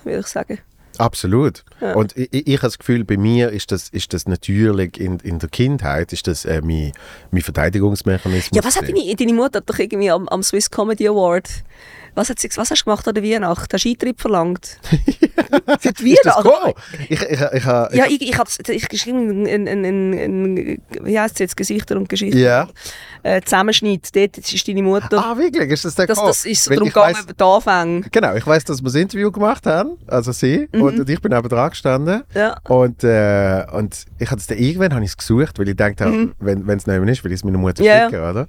B: würde ich sagen.
A: Absolut.
B: Ja.
A: Und ich, ich, ich habe das Gefühl, bei mir ist das, ist das natürlich in, in der Kindheit ist das äh, mein, mein Verteidigungsmechanismus.
B: Ja, was hat
A: gewesen.
B: deine, deine Mutter hat doch irgendwie am, am Swiss Comedy Award, was, hat sie, was hast du gemacht an der Weihnacht? Hast du Eintritt verlangt? für die
A: Ist das
B: Weihnacht?
A: gekommen? Ich, ich, ich, ha-
B: Ja, ich, ich habe ich geschrieben, ein, ein, ein, ein, wie heisst es jetzt, Gesichter und Geschichten.
A: Ja.
B: Äh, Zusammenschnitt, dort ist deine Mutter.
A: Ah, wirklich? Ist das der
B: das, das ist so
A: Weil
B: darum
A: ich weiss-
B: gegangen, die Anfänge.
A: Genau, ich weiß, dass wir das Interview gemacht haben, also sie. Und Und, und ich bin eben dran gestanden.
B: Mhm. Ja.
A: Und, äh, und ich hatte es dann irgendwann habe ich es gesucht, weil ich gedacht habe, wenn wenn es nicht mehr ist, will ich es meiner Mutter
B: Mhm. Ja, ja.
A: schicken, oder?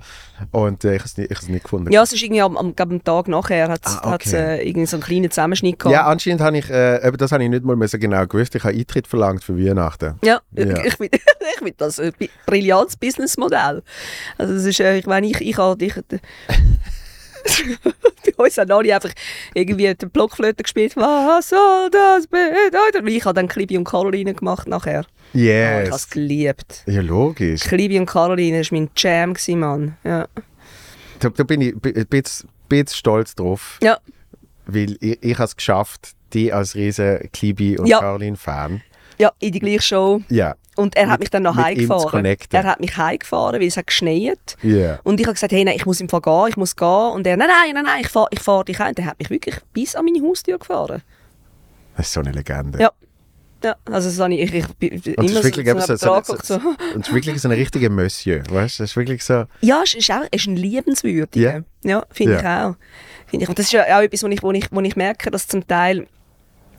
A: Und äh, ich habe es nicht, ich habe es nicht gefunden.
B: Ja, es ist irgendwie am, am, glaub, am Tag nachher hat es
A: Ah, okay.
B: äh, irgendwie so einen kleinen Zusammenschnitt gehabt.
A: Ja, anscheinend habe ich, äh, eben das habe ich nicht mal mehr so genau gewusst. Ich habe Eintritt verlangt für Weihnachten.
B: Ja,
A: Ja.
B: ich finde ich find das ein bi- brillantes Businessmodell. Also es ist, äh, ich meine, ich, ich habe ich, bei uns haben alle einfach irgendwie den Blockflöte gespielt. Was soll das bedeuten? Weil Ich habe dann Klibi und Caroline gemacht nachher. Ah, Ich habe
A: Yes.
B: es geliebt.
A: Ja, logisch.
B: Klibi und Caroline war mein Jam, gewesen, Mann. Ja.
A: Da, da bin ich bi- ein bisschen, bisschen stolz drauf,
B: ja.
A: weil ich, ich habe es geschafft, die als riesen Klibi und
B: Ja.
A: Caroline-Fan.
B: Ja, in die gleiche Show.
A: Ja.
B: Und er hat mich dann noch
A: mit ihm zu
B: heimgefahren.
A: connecten.
B: Er hat mich heimgefahren, weil es hat geschneit.
A: Ja.
B: Und ich habe gesagt, hey, nein, ich muss im Fall gehen, ich muss gehen. Und er, nein, nein, nein, nein ich fahre ich fahr dich heim. Und er hat mich wirklich bis an meine Haustür gefahren.
A: Das ist so eine Legende.
B: Ja. Ja, also das habe ich, ich, ich bin
A: Und
B: immer
A: es ist wirklich
B: so,
A: eben
B: so,
A: so,
B: einen Betrag
A: so,
B: geguckt,
A: so,
B: so.
A: so, und es ist wirklich so ein richtiger Monsieur, weißt du? Es ist wirklich so,
B: Ja, es ist, auch, es ist ein liebenswürdiger.
A: Ja.
B: Ja,
A: Ja.
B: finde ich auch. Finde ich. Und das ist ja auch etwas, wo ich, wo, ich, wo ich merke, dass zum Teil,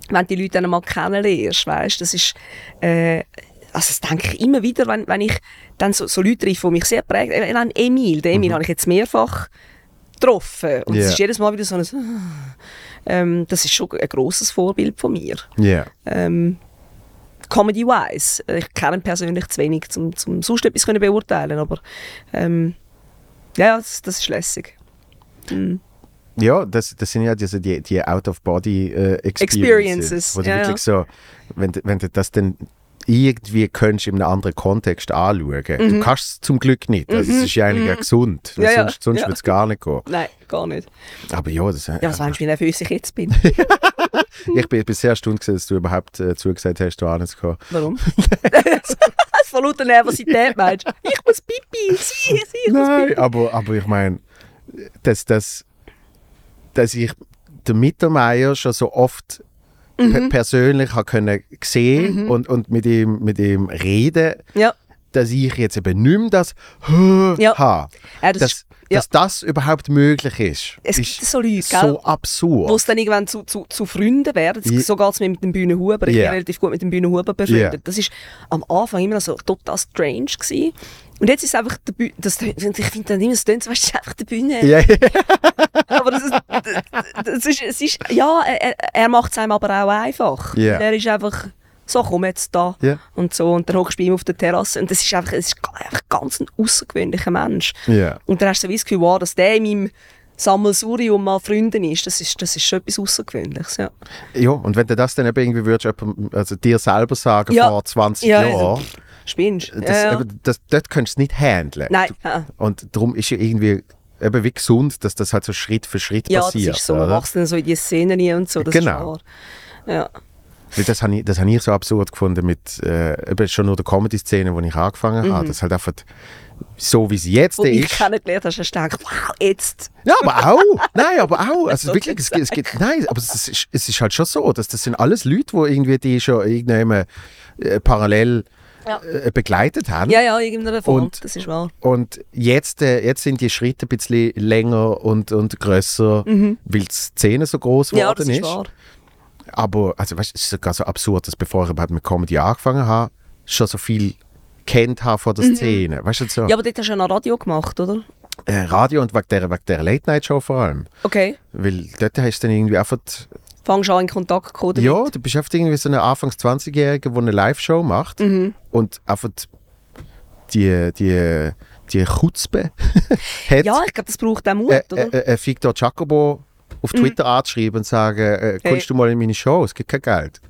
B: wenn du die Leute dann mal kennenlernst, weißt, das ist... Äh, also das denke ich immer wieder, wenn, wenn ich dann so, so Leute treffe, die mich sehr prägen. Eben auch Emil, den Emil habe ich jetzt mehrfach getroffen. Und
A: Mhm. Ja.
B: es ist jedes Mal wieder so ein... Ähm, das ist schon ein grosses Vorbild von mir.
A: ja.
B: ähm, Comedy-wise. Äh, Ich kenne ihn persönlich zu wenig, um zum sonst etwas können beurteilen aber ähm, ja, ja, das, das ist lässig.
A: Ja, das, das sind ja diese, die, die Out-of-Body-Experiences.
B: Experiences,
A: wo du
B: ja,
A: wirklich so, wenn, du- wenn du das dann irgendwie könntest in einem anderen Kontext anschauen. Du kannst es zum Glück nicht. Also, es ist ja eigentlich auch gesund. weil
B: Mhm. Ja, ja,
A: sonst sonst
B: ja.
A: würde es gar nicht gehen.
B: Nein, gar nicht.
A: Aber ja, das,
B: Ja, was meinst du, wie nervös ich jetzt bin?
A: ich bin, ich bin sehr erstaunt, gewesen, dass du überhaupt äh, zugesagt hast, da hinzukommen.
B: Warum? das von lauter Nervosität meinst du? Ich muss pipi, sie, sie, ich muss
A: Nein, aber, aber ich meine, dass, dass, dass ich den Mittermeier schon so oft
B: Mhm.
A: pe- persönlich habe können sehen und, und mit ihm, mit ihm reden
B: pipi. Ja,
A: dass ich jetzt eben nicht mehr das ja. habe.
B: ja das,
A: Dass,
B: ist, ja.
A: dass das überhaupt möglich ist,
B: es gibt
A: ist
B: so Leute, gell?
A: so absurd.
B: wo es dann irgendwann zu, zu, zu Freunden werden.
A: Ja.
B: Das- So geht es mir mit dem Bühnenhuber. Ich
A: Ja.
B: bin relativ gut mit dem Bühnenhuber befreundet.
A: Ja.
B: Das ist am Anfang immer noch so total strange. Gewesen. Und jetzt ist es einfach der Bühne. Das, ich finde dann immer, es tönt so, weißt du, es ist einfach der Bühne.
A: Ja, ja.
B: Aber das ist, das ist, es ist, ja, er, er macht es einem aber auch einfach.
A: Ja.
B: Er ist einfach so, komm jetzt da
A: Ja.
B: und so. Und dann hockst du bei ihm auf der Terrasse. Und das ist einfach, es ist einfach ganz ein außergewöhnlicher Mensch.
A: Ja.
B: Und dann hast du so wie das Gefühl, wow, dass der in meinem Sammelsurium mal Freundin ist, das ist, das ist schon etwas Außergewöhnliches. Ja.
A: ja, und wenn du das dann eben irgendwie würdest, jemandem- also dir selber sagen
B: Ja.
A: vor 20
B: Ja,
A: Jahren,
B: also, Spinnst
A: das,
B: Ja, ja.
A: Eben, das, dort könntest du es nicht handeln.
B: Nein,
A: Du-
B: ah.
A: Und darum ist ja irgendwie eben wie gesund, dass das halt so Schritt für Schritt
B: ja das
A: passiert.
B: ist so. Man
A: oder?
B: wächst dann so in die Szenen rein und so. Das
A: Genau.
B: Ist wahr. Ja.
A: Weil das habe ich, das hab ich so absurd gefunden mit äh, eben schon nur der Comedy-Szene, wo ich angefangen habe. Das halt einfach so, wie es jetzt
B: Mhm. Wo ich
A: ist.
B: kennengelernt hast, hast du gedacht, wow, jetzt.
A: Ja, aber auch. Nein, aber auch. Also
B: soll
A: wirklich, es,
B: ich
A: gibt- es gibt, nein, aber es ist, es ist halt schon so, dass das sind alles Leute, die irgendwie die schon irgendjemand äh, parallel
B: Ja.
A: äh, begleitet haben.
B: Ja, ja, irgendeiner Form.
A: Und-
B: das ist wahr.
A: Und jetzt, äh, jetzt sind die Schritte ein bisschen länger und, und grösser, weil die Szene so groß
B: Mhm. Ja,
A: geworden
B: das ist wahr.
A: Aber also, weißt, es ist sogar so absurd, dass bevor ich überhaupt mit Comedy angefangen habe, schon so viel kennt habe von der Szene. Weißt du, so
B: Mhm. Ja, aber dort hast du ja noch Radio gemacht, oder?
A: äh, Radio und wegen der, wegen der Late-Night-Show vor allem.
B: Okay.
A: Weil dort hast du dann irgendwie einfach.
B: Fangst du an in Kontakt zu kommen damit?
A: Ja, du bist einfach irgendwie so ein Anfangs 20-Jähriger, der eine Live-Show macht
B: Mhm.
A: und einfach die, die, die Chutzpe hat.
B: Ja, ich glaube, das braucht auch Mut,
A: äh,
B: oder?
A: äh, äh, Fick dort Jacobo auf Twitter anzuschreiben und sagen, äh, kommst
B: Mhm. Hey.
A: du mal in meine Show, es gibt kein Geld.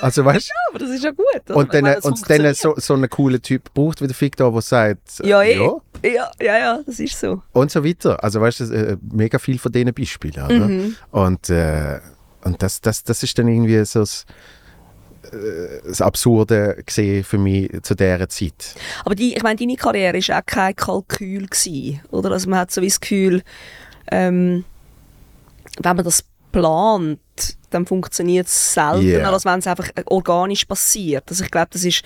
A: Also weißt
B: ja, aber das ist ja gut. Oder?
A: du? Und
B: Ich
A: dann,
B: meine,
A: äh,
B: das
A: und dann
B: funktioniert.
A: so, so einen coolen Typ braucht wie der Fick da, der sagt, äh,
B: Ja, eh. Ja. ja, ja, das ist so.
A: und so weiter. Also weißt du, äh, mega viel von diesen Beispielen. Oder?
B: Mhm.
A: Und, äh, und das, das, das ist dann irgendwie so das, äh, das Absurde gesehen für mich zu dieser Zeit.
B: Aber die, ich meine, deine Karriere war auch kein Kalkül, gewesen, oder? Also man hat so wie das Gefühl, ähm, wenn man das plant, dann funktioniert es seltener,
A: Yeah.
B: als wenn es einfach äh, organisch passiert. Also ich glaube, das ist,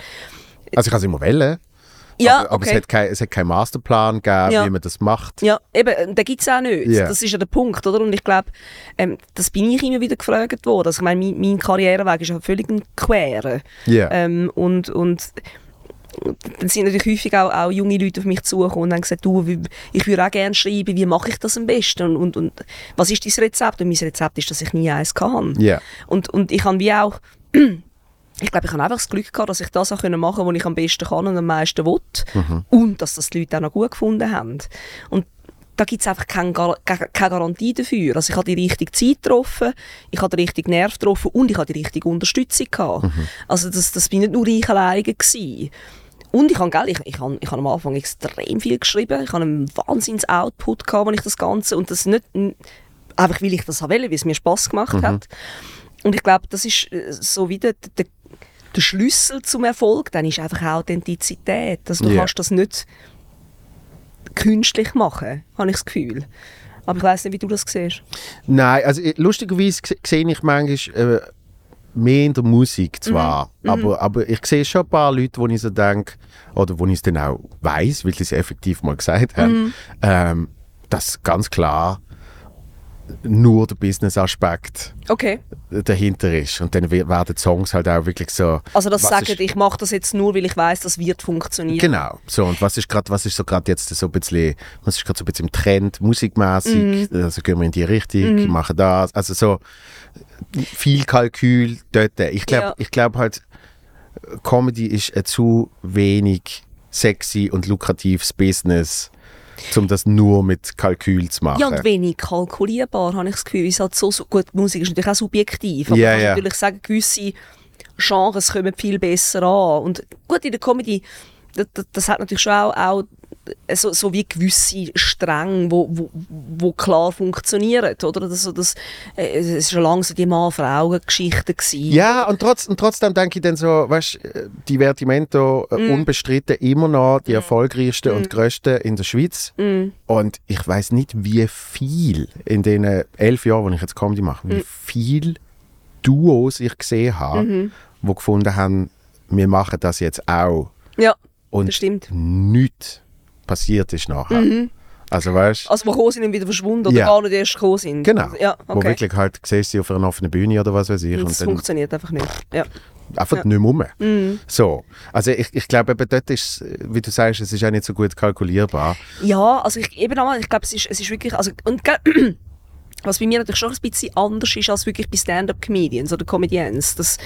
A: Also ich kann es immer wählen.
B: Ja,
A: aber, aber es,
B: okay.
A: hat kein, es hat keinen Masterplan gegeben,
B: Ja.
A: wie man das macht.
B: Ja, eben, äh, den gibt es auch nicht.
A: Ja.
B: Das ist ja der Punkt, oder? Und ich glaube, ähm, das bin ich immer wieder gefragt worden. Also ich meine, mein, mein Karriereweg ist ja völlig ein Quere.
A: Ja.
B: Ähm, und, und dann sind natürlich häufig auch, auch junge Leute auf mich zugekommen und haben gesagt, du, wie- ich würde auch gerne schreiben, wie mache ich das am besten? Und, und, und was ist dein Rezept? Und mein Rezept ist, dass ich nie eins kann.
A: Ja.
B: Und, und ich habe wie auch, ich glaube, ich habe einfach das Glück gehabt, dass ich das auch können machen konnte, was ich am besten kann und am meisten will. Und dass das die Leute auch noch gut gefunden haben. Und da gibt es einfach keine, Gar keine Garantie dafür. Also ich habe die richtige Zeit getroffen, ich habe den richtigen Nerv getroffen und ich habe die richtige Unterstützung gehabt. Also das, das bin nicht nur ich alleine gewesen. Und ich habe, gell, ich, ich, habe, ich habe am Anfang extrem viel geschrieben. Ich habe einen Wahnsinns-Output gehabt, wenn ich das Ganze, und das nicht, n- einfach weil ich das wollte, weil es mir Spass gemacht hat. Und ich glaube, das ist äh, so wie der, der, der Schlüssel zum Erfolg, dann ist einfach Authentizität. Also du
A: Ja.
B: kannst das nicht künstlich machen, habe ich das Gefühl. Aber ich weiß nicht, wie du das siehst.
A: Nein, also ich- lustigerweise g- sehe ich manchmal äh, mehr in der Musik zwar,
B: Mhm,
A: aber, aber ich sehe schon ein paar Leute, wo ich so denke, oder wo ich es dann auch weiß, weil sie es effektiv mal gesagt haben,
B: Mhm.
A: ähm, dass ganz klar nur der Business-Aspekt
B: Okay.
A: dahinter ist. Und dann we- werden die Songs halt auch wirklich so...
B: Also das
A: was
B: sagen,
A: ist-
B: ich mache das jetzt nur, weil ich weiß, das wird funktionieren.
A: Genau. So, und was ist gerade, was ist so gerade jetzt so ein bisschen, was ist gerade so ein bisschen im Trend, musikmäßig,
B: Mhm.
A: also gehen wir in die Richtung, machen das, also so viel Kalkül dort. Ich glaube,
B: Ja.
A: ich glaube halt, Comedy ist ein zu wenig sexy und lukratives Business, um das nur mit Kalkül zu machen.
B: Ja, und wenig kalkulierbar, habe ich das Gefühl. Weil es halt so, so, gut, die Musik ist natürlich auch subjektiv, aber
A: Ja,
B: man kann
A: ja.
B: natürlich sagen, gewisse Genres kommen viel besser an. Und gut, in der Comedy, das, das hat natürlich schon auch, auch äh, so, so wie gewisse Stränge, wo, wo, wo klar funktionieren, oder? Das, so das, äh, es war lange so die Mann-Frau-Geschichte. gewesen.
A: Ja, und, trotz, und trotzdem denke ich dann so, weißt du, Divertimento
B: Mm.
A: äh, unbestritten immer noch die erfolgreichsten und größten in der Schweiz.
B: Mm.
A: Und ich weiß nicht, wie viel in den elf Jahren, wo ich jetzt Comedy mache,
B: Mm.
A: wie viel Duos ich gesehen habe,
B: Mhm.
A: wo gefunden haben, wir machen das jetzt auch.
B: ja
A: Und
B: das stimmt. Mhm.
A: nichts passiert ist nachher. Also weißt
B: Also, wo gekommen sind, dann wieder verschwunden oder
A: Ja.
B: gar nicht erst gekommen sind.
A: Genau.
B: Ja,
A: Wo
B: okay.
A: wirklich halt siehst du sie auf einer offenen Bühne oder was weiß ich.
B: das
A: und dann
B: funktioniert einfach nicht. Ja.
A: einfach
B: Ja. Mhm.
A: nicht mehr rum. So. Also ich, ich glaube, eben dort ist, es, wie du sagst, es ist auch nicht so gut kalkulierbar.
B: Ja, also ich, eben einmal, ich glaube, es ist, es ist wirklich, also, und gell, was bei mir natürlich schon ein bisschen anders ist als wirklich bei Stand-Up-Comedians oder Comedians, das,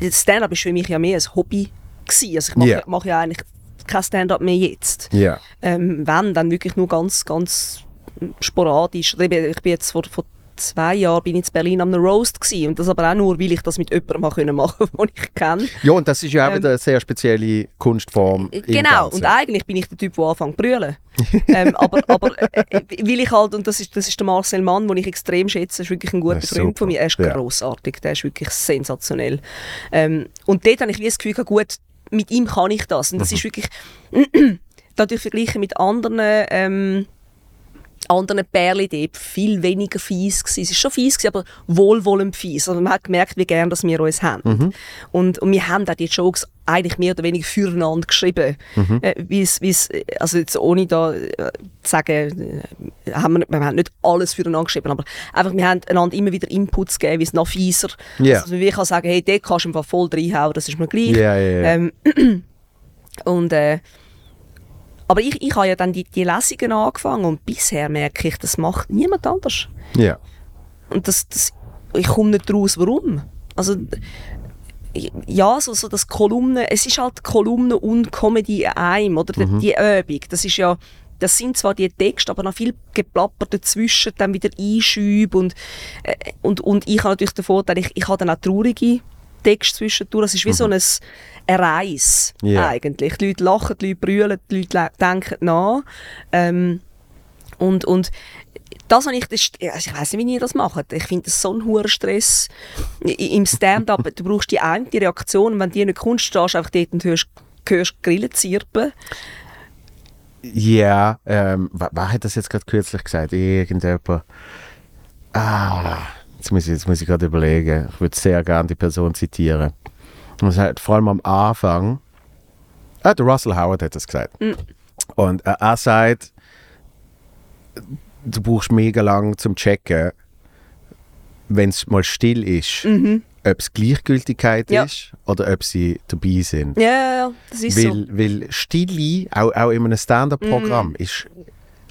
B: das Stand-Up ist für mich ja mehr ein Hobby gewesen. also ich mache
A: Ja.
B: mache ja eigentlich kein Stand-Up mehr jetzt.
A: Ja.
B: Ähm, wenn, dann wirklich nur ganz, ganz sporadisch. Oder eben, Ich bin jetzt vor, vor zwei Jahren bin ich in Berlin am Roast gewesen, und das aber auch nur, weil ich das mit jemandem machen können machen, den ich kenne.
A: Ja, und das ist ja auch wieder eine sehr spezielle Kunstform. im
B: Ähm, Genau,
A: Ganzen.
B: und eigentlich bin ich der Typ, der anfängt zu brüllen. ähm, aber aber äh, weil ich halt, und das ist, das ist der Marcel Mann, den ich extrem schätze, ist wirklich ein guter
A: Das ist
B: Freund
A: super,
B: von mir. Er ist
A: ja.
B: grossartig, der ist wirklich sensationell. Ähm, und dort habe ich wie das Gefühl gehabt, gut, mit ihm kann ich das. Und das
A: Mhm.
B: ist wirklich, dadurch verglichen mit anderen, ähm, anderen Pärchen dort viel weniger fies gewesen. Es war schon fies, gewesen, aber wohlwollend fies. Also man hat gemerkt, wie gern dass wir uns haben.
A: Mhm.
B: Und, und wir haben auch die Jokes eigentlich mehr oder weniger füreinander geschrieben.
A: Mhm.
B: Äh, wie's, wie's, äh, also jetzt ohne da äh, zu sagen, äh, haben wir, wir haben nicht alles füreinander geschrieben, aber einfach, wir haben einander immer wieder Inputs gegeben, wie es noch fieser.
A: Ja.
B: Also wie ich kann sagen, hey, den kannst du im Fall voll reinhauen, das ist mir gleich.
A: Ja, ja, ja.
B: Ähm, und äh, aber ich, ich habe ja dann die, die Lesungen angefangen und bisher merke ich, das macht niemand anders.
A: Ja.
B: Und das, das, ich komme nicht raus, warum. Also, ja, so, so das Kolumne, es ist halt Kolumne und Comedy in einem, oder? Die- Die Übung, das ist ja, das sind zwar die Texte, aber noch viel geplapper dazwischen, dann wieder Einschübe und, äh, und, und ich habe natürlich den Vorteil, ich, ich habe dann auch traurige Texte zwischendurch, es ist wie so ein eine Reise
A: Ja.
B: eigentlich. Die Leute lachen, die Leute brüllen, die Leute le- denken nach. Ähm, und, und das habe ich, das, ist- also ich weiß nicht, wie ihr das macht. Ich finde das so ein hoher Stress I- im Stand-up. du brauchst die eine Reaktion, und wenn die nicht kommst, stehst du einfach dort und hörst, hörst Grillen zirpen.
A: Ja, ähm, wer, wer hat das jetzt gerade kürzlich gesagt? Irgendjemand. Ah, jetzt muss ich, jetzt muss ich gerade überlegen. Ich würde sehr gerne die Person zitieren. Und es hat vor allem am Anfang Ah, der Russell Howard hat das gesagt. Und äh, er sagt, du brauchst mega lang zum Checken, wenn es mal still ist, ob es Gleichgültigkeit
B: Ja.
A: ist oder ob sie dabei sind.
B: Ja, ja, ja, das ist so.
A: Weil, weil Stille, auch, auch in einem Stand-up-Programm,
B: Mhm.
A: ist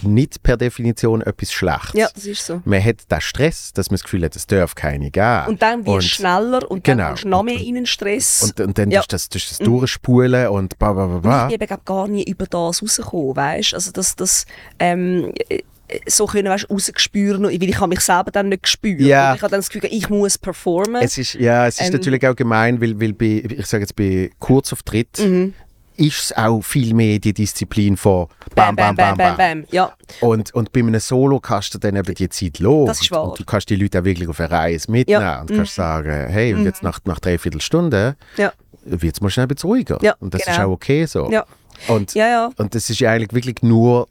A: nicht per Definition etwas Schlechtes.
B: Ja, das ist so.
A: Man hat den Stress, dass man das Gefühl hat, es darf keine geben.
B: Und dann wirst du schneller und
A: genau.
B: dann kommst du noch mehr in den Stress.
A: Und, und dann
B: Ja. Mhm.
A: tust du das, tust du das durchspulen und ba, ba, ba, ba.
B: ich bin eben gar nie über das rausgekommen, weißt? Also das, das ähm, äh, so können, weißt, rausgespüren, weil ich habe mich selber dann nicht gespürt.
A: Ja.
B: Und ich habe dann das Gefühl, ich muss performen.
A: Es ist, ja,
B: Ähm.
A: es ist natürlich auch gemein, weil, weil bei, ich sage jetzt bei Kurzauftritt
B: Mhm.
A: ist es auch viel mehr die Disziplin von bam, bam, bam, bam.
B: Ja,
A: Und, und bei einem Solo kannst du dann eben die Zeit los.
B: Das ist
A: Und-
B: wahr.
A: Und du kannst die Leute auch wirklich auf eine Reise mitnehmen
B: Ja. Mhm.
A: und kannst sagen, hey, und jetzt nach, nach dreiviertel Stunde
B: ja,
A: wird es mal schnell ein bisschen ruhiger.
B: Ja,
A: und das ist
B: genau.
A: auch okay so.
B: Ja.
A: Und,
B: ja, ja.
A: und das ist ja eigentlich wirklich nur,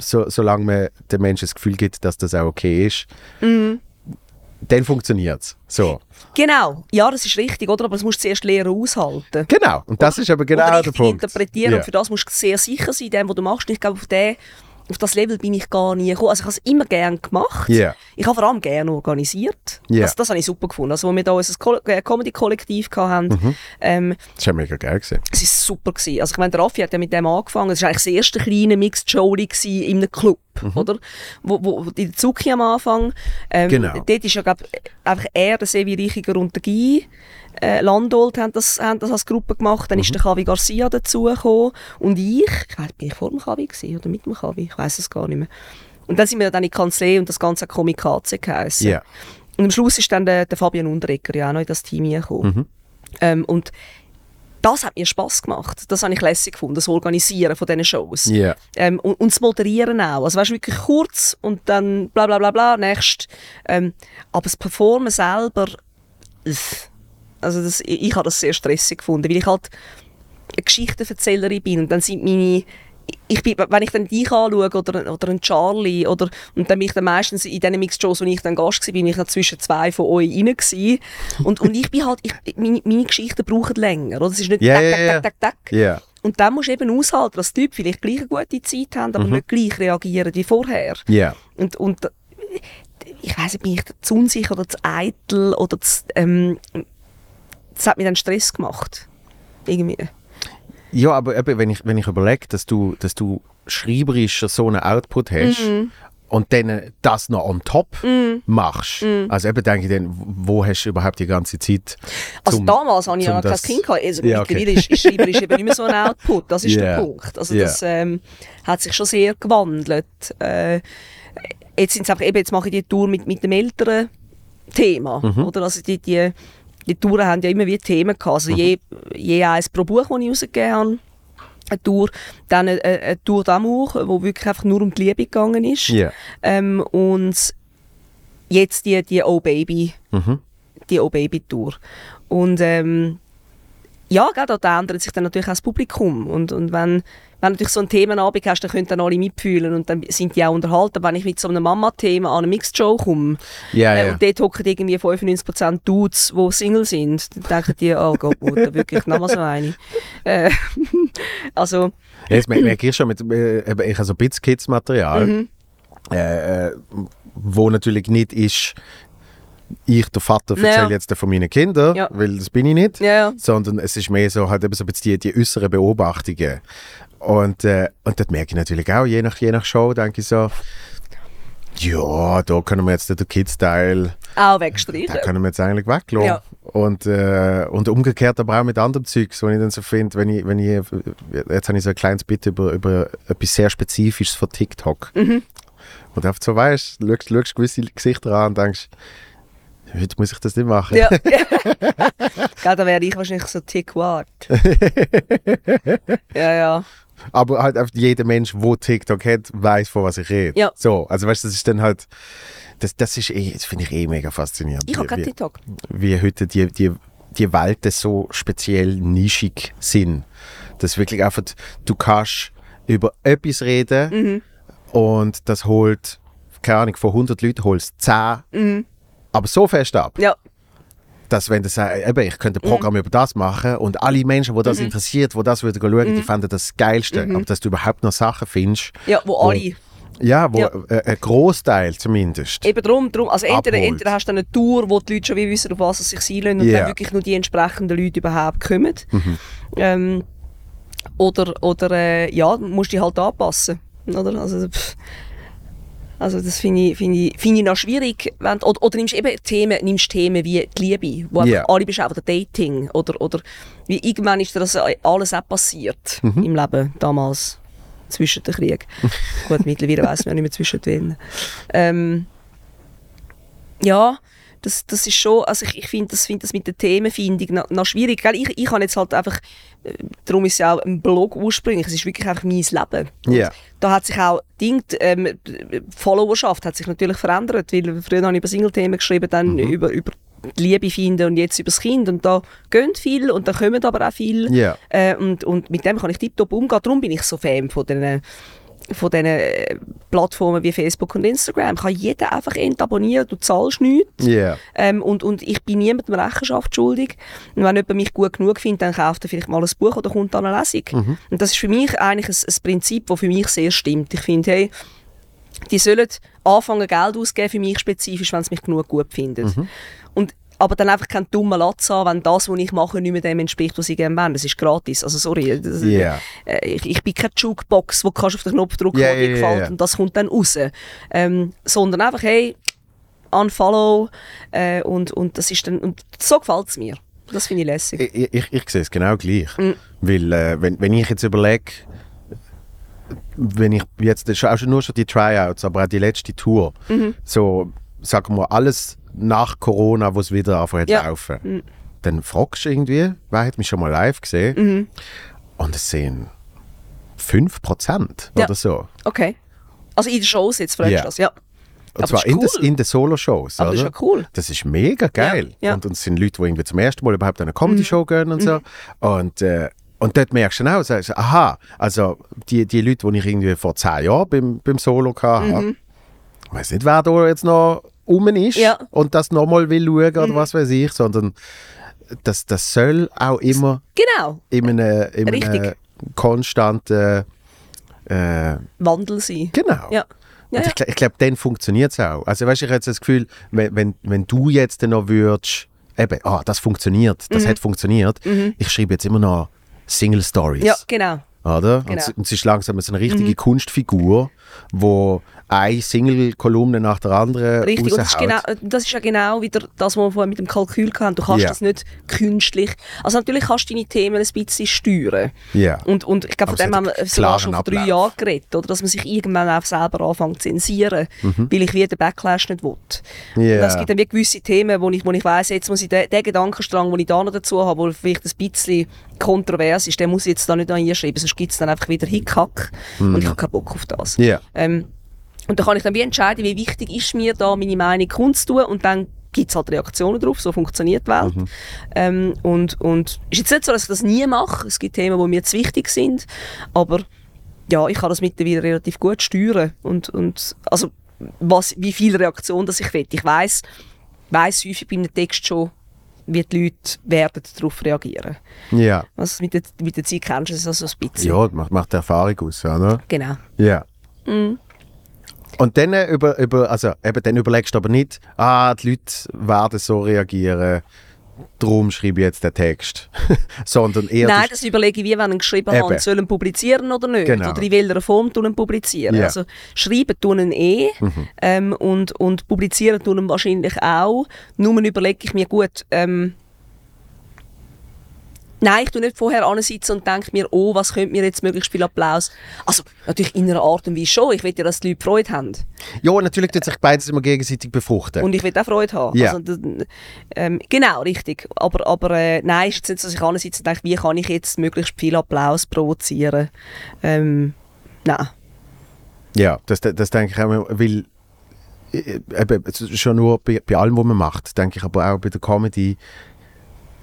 A: so, solange man den Menschen das Gefühl gibt, dass das auch okay ist,
B: Mhm.
A: dann funktioniert es. So.
B: Genau. Ja, das ist richtig, oder? Aber das musst du zuerst lernen aushalten.
A: Genau, und das ist aber
B: Oder
A: genau der
B: richtig
A: Punkt.
B: interpretieren
A: Ja.
B: und für das musst du sehr sicher sein, dem, was du machst. Und ich glaube, auf, den, auf das Level bin ich gar nie gekommen. Also ich habe es immer gerne gemacht.
A: Ja.
B: Ich habe vor allem gerne organisiert.
A: Ja.
B: Das, das habe ich super gefunden. Also, als wir da unser Ko- äh, Comedy-Kollektiv hatten,
A: Mhm.
B: ähm,
A: Das war mega geil. Gewesen.
B: es war super. Gewesen. Also ich meine, der Raffi hat ja mit dem angefangen. Es war eigentlich das erste kleine Mixed Showli gewesen in einem Club, oder? Wo, wo, wo die Zuki am Anfang. Ähm,
A: Genau.
B: Dort ist ja, glaub, einfach er, der Sevi Richiger und der Guy äh, Landolt haben das, haben das als Gruppe gemacht. Dann ist der Kavi Garcia dazugekommen und ich. Ich weiß, bin ich vor dem Kavi gewesen oder mit dem Kavi? Ich weiß es gar nicht mehr. Und dann sind wir dann in die Kanzlei und das Ganze hat Comic KC geheissen.
A: Ja.
B: Und am Schluss ist dann der, der Fabian Unterrecker ja auch noch in das Team gekommen. Ähm, und das hat mir Spaß gemacht. Das habe ich lässig gefunden, das Organisieren von diesen Shows.
A: Ja.
B: Ähm, und, und das Moderieren auch. Also weißt, wirklich kurz und dann bla bla bla bla, nächst. Ähm, aber das Performen selber, uff. also das, ich, ich habe das sehr stressig gefunden, weil ich halt eine Geschichtenverzählerin bin und dann sind meine ich bin, wenn ich dann dich anschaue oder, oder einen Charlie oder, und dann bin ich dann meistens in diesen Mix-Shows, wo ich dann Gast war, bin ich dann zwischen zwei von euch rein gewesen. und, und ich bin halt, ich, meine, meine Geschichten brauchen länger, oder? Es ist nicht
A: Ja,
B: tack,
A: ja,
B: tack,
A: ja.
B: tack, tack, tack.
A: Ja.
B: Und dann musst du eben aushalten, dass die Leute vielleicht gleich eine gute Zeit haben,
A: Mhm.
B: aber nicht gleich reagieren wie vorher.
A: Ja.
B: Und, und ich weiß nicht, bin ich zu unsicher oder zu eitel oder zu, ähm, das hat mir dann Stress gemacht. Irgendwie.
A: Ja, aber eben, wenn ich, wenn ich überlege, dass du, dass du schreiberischer so einen Output hast
B: Mhm.
A: und dann äh, das noch on top machst,
B: Mhm.
A: also eben denke ich dann, wo hast du überhaupt die ganze Zeit
B: Also
A: zum-
B: damals hatte ich ja
A: zum
B: noch kein
A: das-
B: Kind. Gehabt. Also
A: Ja, okay.
B: Mittlerweile ist, ist Schreiber ist eben nicht mehr so ein Output. Das ist
A: Yeah.
B: der Punkt. Also
A: Yeah.
B: das ähm, hat sich schon sehr gewandelt. Äh, jetzt, sind's einfach, eben, jetzt mache ich die Tour mit, mit dem älteren Thema.
A: Mhm.
B: Oder? Also die, die, die Touren haben ja immer wie Themen gehabt. Also
A: Mhm.
B: je, je eins pro Buch, das ich rausgegeben habe. Eine Tour, dann eine, eine eine Tour d'amour, wo wirklich einfach nur um die Liebe gegangen ist.
A: Ja.
B: Ähm, und jetzt die, die Oh Baby,
A: Mhm.
B: die Oh Baby Tour. Und ähm, ja, gell, da ändert sich dann natürlich auch das Publikum. Und, und wenn, wenn du natürlich so einen Themenabend hast, dann können dann alle mitfühlen und dann sind die auch unterhalten. Wenn ich mit so einem Mama-Thema an eine Mixed-Show komme
A: Ja,
B: äh,
A: ja.
B: und dort hocken irgendwie 95% Dudes, die Single sind, dann denken die, oh Gott, Mutter, wirklich, nochmal so eine. Äh, also,
A: Ja, Jetzt mer- merke ich schon, mit, äh, eben, ich habe so ein bisschen Kids-Material,
B: Mhm.
A: äh, äh, wo natürlich nicht ist, ich, der Vater,
B: Ja.
A: erzähle jetzt von meinen Kindern,
B: Ja.
A: weil das bin ich nicht,
B: Ja, ja.
A: sondern es ist mehr so halt eben so ein bisschen die, die äußeren Beobachtungen. Und, äh, und das merke ich natürlich auch, je nach, je nach Show denke ich so, ja, da können wir jetzt den Kids-Teil
B: auch
A: da
B: wegstreichen.
A: können wir jetzt eigentlich weglassen.
B: Ja.
A: Und, äh, und umgekehrt aber auch mit anderem Zeugs, wo ich dann so finde, wenn ich, wenn ich, jetzt habe ich so ein kleines Bit über, über etwas sehr Spezifisches von TikTok.
B: Mhm.
A: Und einfach so weißt, schaust, schaust gewisse Gesichter an und denkst, heute muss ich das nicht machen.
B: Ja. Gell, da wäre ich wahrscheinlich so tick wart. ja, ja.
A: Aber halt einfach jeder Mensch, wo TikTok hat, weiß, von was ich rede.
B: Ja.
A: So, also weißt du, das ist dann halt, das, das ist eh, das finde ich eh mega faszinierend.
B: Ich habe
A: Wie-
B: gerade
A: wie-
B: TikTok.
A: wie heute die, die, die Welten so speziell nischig sind. Dass wirklich einfach, du kannst über etwas reden
B: Mhm.
A: und das
B: Mhm.
A: holt, keine Ahnung, von 100 Leuten holst 10, aber so fest ab.
B: Ja.
A: dass wenn du sagst, eben, ich könnte
B: Mhm.
A: ein Programm über das machen und alle Menschen, die das interessiert, die das würden schauen, die fänden das das Geilste. Aber dass du überhaupt noch Sachen findest,
B: Mhm. Ja, wo alle.
A: ja, wo
B: Ja.
A: Äh, ein Großteil zumindest.
B: Eben drum, drum. Also entweder,
A: Abholt.
B: entweder hast du eine Tour, wo die Leute schon wie wissen, auf was sie sich einlösen und
A: Ja. Mhm.
B: dann wirklich nur die entsprechenden Leute überhaupt kommen. Ähm, oder oder äh, ja, musst dich halt anpassen. Oder? Also, pff. also das finde ich, find ich, find ich noch schwierig. Wenn, oder, oder nimmst eben Themen, nimmst Themen wie die Liebe, wo
A: Ja.
B: einfach alle beschäftigt, Dating. Oder, oder wie irgendwann ist dir das alles auch passiert
A: Mhm.
B: im Leben damals. Zwischen den Krieg. Gut, mittlerweile weiß man ja nicht mehr zwischen den. Ähm, ja, das, das ist schon, also ich, ich finde das, find das mit der Themenfindung noch, noch schwierig. Gell? Ich, ich habe jetzt halt einfach, äh, darum ist ja auch ein Blog ursprünglich, es ist wirklich einfach mein Leben. Und
A: Ja.
B: Da hat sich auch Ding, die, ähm, die Followerschaft hat sich natürlich verändert, weil früher habe ich über Single-Themen geschrieben, dann über, über die Liebe finden und jetzt über das Kind und da gehen viel und da kommen aber auch viel
A: Ja.
B: äh, und, und mit dem kann ich tiptop umgehen, darum bin ich so Fan von diesen von diesen äh, Plattformen wie Facebook und Instagram kann jeder einfach abonnieren, du zahlst nichts.
A: Ja.
B: Ähm, und, und ich bin niemandem Rechenschaft schuldig. Und wenn jemand mich gut genug findet, dann kauft er vielleicht mal ein Buch oder kommt an eine Lesung.
A: Mhm.
B: Und das ist für mich eigentlich ein, ein Prinzip, das für mich sehr stimmt. Ich finde, hey, die sollen anfangen, Geld auszugeben für mich spezifisch, wenn sie mich genug gut finden.
A: Mhm.
B: Und, aber dann einfach keinen dummen Latz haben, wenn das, was ich mache, nicht mehr dem entspricht, was ich gerne wollen. Das ist gratis. Also sorry, das,
A: Ja.
B: äh, ich, ich bin keine Jukebox, wo du kannst auf den Knopf drücken
A: Ja,
B: der dir
A: ja, ja,
B: gefällt
A: ja.
B: und das kommt dann raus. Ähm, sondern einfach, hey, unfollow äh, und, und das ist dann, und so gefällt es mir. Das finde ich lässig.
A: Ich, ich, ich sehe es genau gleich.
B: Mm.
A: Weil, äh, wenn, wenn ich jetzt überlege, wenn ich jetzt schon- auch schon- nur schon die Tryouts, aber auch die letzte Tour,
B: Mhm.
A: so sagen wir alles nach Corona, wo es wieder anfängt
B: Ja. Mm.
A: zu laufen, dann fragst du irgendwie, wer hat mich schon mal live gesehen?
B: Mhm.
A: Und es sind 5%
B: Ja.
A: oder so.
B: Okay. Also in den Shows jetzt fragst
A: Ja.
B: du das, ja.
A: Und
B: Aber
A: zwar
B: ist
A: in, des,
B: cool.
A: in den Solo-Shows.
B: Aber das
A: oder?
B: ist ja cool.
A: Das ist mega geil.
B: Ja, Mhm. ja.
A: Und, und es sind Leute, die irgendwie zum ersten Mal überhaupt an eine Comedy-Show gehen und so. Und, äh, und dort merkst du dann auch, sagst, du, aha, also die, die Leute, die ich irgendwie vor zehn Jahren beim, beim Solo hatte,
B: Mhm.
A: ich weiß nicht, wer da jetzt noch rum ist
B: Ja. Mhm.
A: und das nochmal will schauen oder was weiß ich, sondern das, das soll auch immer
B: Genau,
A: in einem, in einem
B: Richtig.
A: konstanten. Äh,
B: Wandel sein.
A: genau.
B: Ja. Ja,
A: Und
B: ja.
A: ich, gl- ich glaube, dann funktioniert es auch. Also, weißt du, ich habe jetzt das Gefühl, wenn, wenn, wenn du jetzt dann noch würdest, eben, ah, das funktioniert,
B: Mhm.
A: das hat funktioniert, ich schreibe jetzt immer noch Single Stories.
B: ja, genau.
A: Oder? Und,
B: Genau. Mhm.
A: s- und es ist langsam so eine richtige Kunstfigur, wo eine Single-Kolumne nach der anderen
B: Richtig, und das ist,
A: raushaut.
B: genau, das ist ja genau wieder das, was wir vorhin mit dem Kalkül hatten. Du kannst
A: Ja.
B: das nicht künstlich. Also natürlich kannst du deine Themen ein bisschen steuern.
A: Ja.
B: Und, und ich glaube,
A: Aber
B: von dem
A: es hat
B: haben wir
A: einen
B: sogar schon
A: klaren
B: vor drei
A: Ablauf.
B: Jahren geredet, oder? dass man sich irgendwann auch selber anfängt zu zensieren, weil ich wieder Backlash nicht will.
A: Mhm. Ja.
B: Und es gibt dann wie gewisse Themen, wo ich, wo ich weiss, jetzt muss ich den, den Gedankenstrang, den ich da noch dazu habe, der vielleicht ein bisschen kontrovers ist, den muss ich jetzt da nicht einschreiben, sonst gibt es dann einfach wieder Hickhack und ich habe keinen Bock auf das.
A: Mhm. Ja.
B: Ähm, und da kann ich dann wie entscheiden, wie wichtig ist mir da meine Meinung kundzutun und dann gibt es halt Reaktionen drauf, so funktioniert die Welt. Ähm, und, und ist jetzt nicht so, dass ich das nie mache, es gibt Themen, die mir zu wichtig sind, aber ja, ich kann das mittlerweile relativ gut steuern und, und also was, wie viel Reaktion das ich will. Ich weiß weiß häufig bei einem Text schon, wie die Leute werden darauf reagieren.
A: Ja.
B: Also mit, der, mit der Zeit kennst du es also ein bisschen.
A: Ja, macht, macht Erfahrung aus, oder?
B: Genau.
A: Ja.
B: Mhm.
A: Und dann, äh, über, über, also, eben, dann überlegst du aber nicht, ah, die Leute werden so reagieren, darum schreibe ich jetzt den Text. Sondern eher,
B: Nein,
A: du-
B: das überlege ich, wie wenn ich geschrieben
A: Eben.
B: habe, und soll ihn publizieren oder nicht.
A: Genau.
B: Oder in welcher Form tun ihn publizieren.
A: Ja. Mhm.
B: Also schreiben tun ihn eh ähm, und, und publizieren tun ihn wahrscheinlich auch. Nur überlege ich mir gut, ähm, Nein, ich tu nicht vorher ansitzen und denke mir, oh, was könnte mir jetzt möglichst viel Applaus. Also natürlich in einer Art und Weise schon. Ich will ja, dass die Leute Freude haben.
A: ja, natürlich tut sich beides immer gegenseitig befruchten.
B: Und ich will auch Freude haben.
A: Äh. Ja.
B: Also, das- ähm, genau, richtig. Aber, aber äh, nein, ist jetzt nicht so, dass ich einerseits denke, wie kann ich jetzt möglichst viel Applaus provozieren. Ähm, nein.
A: ja, das, das denke ich auch, immer, weil, äh, eben, es ist schon nur bei, bei allem, was man macht, denke ich aber auch bei der Comedy,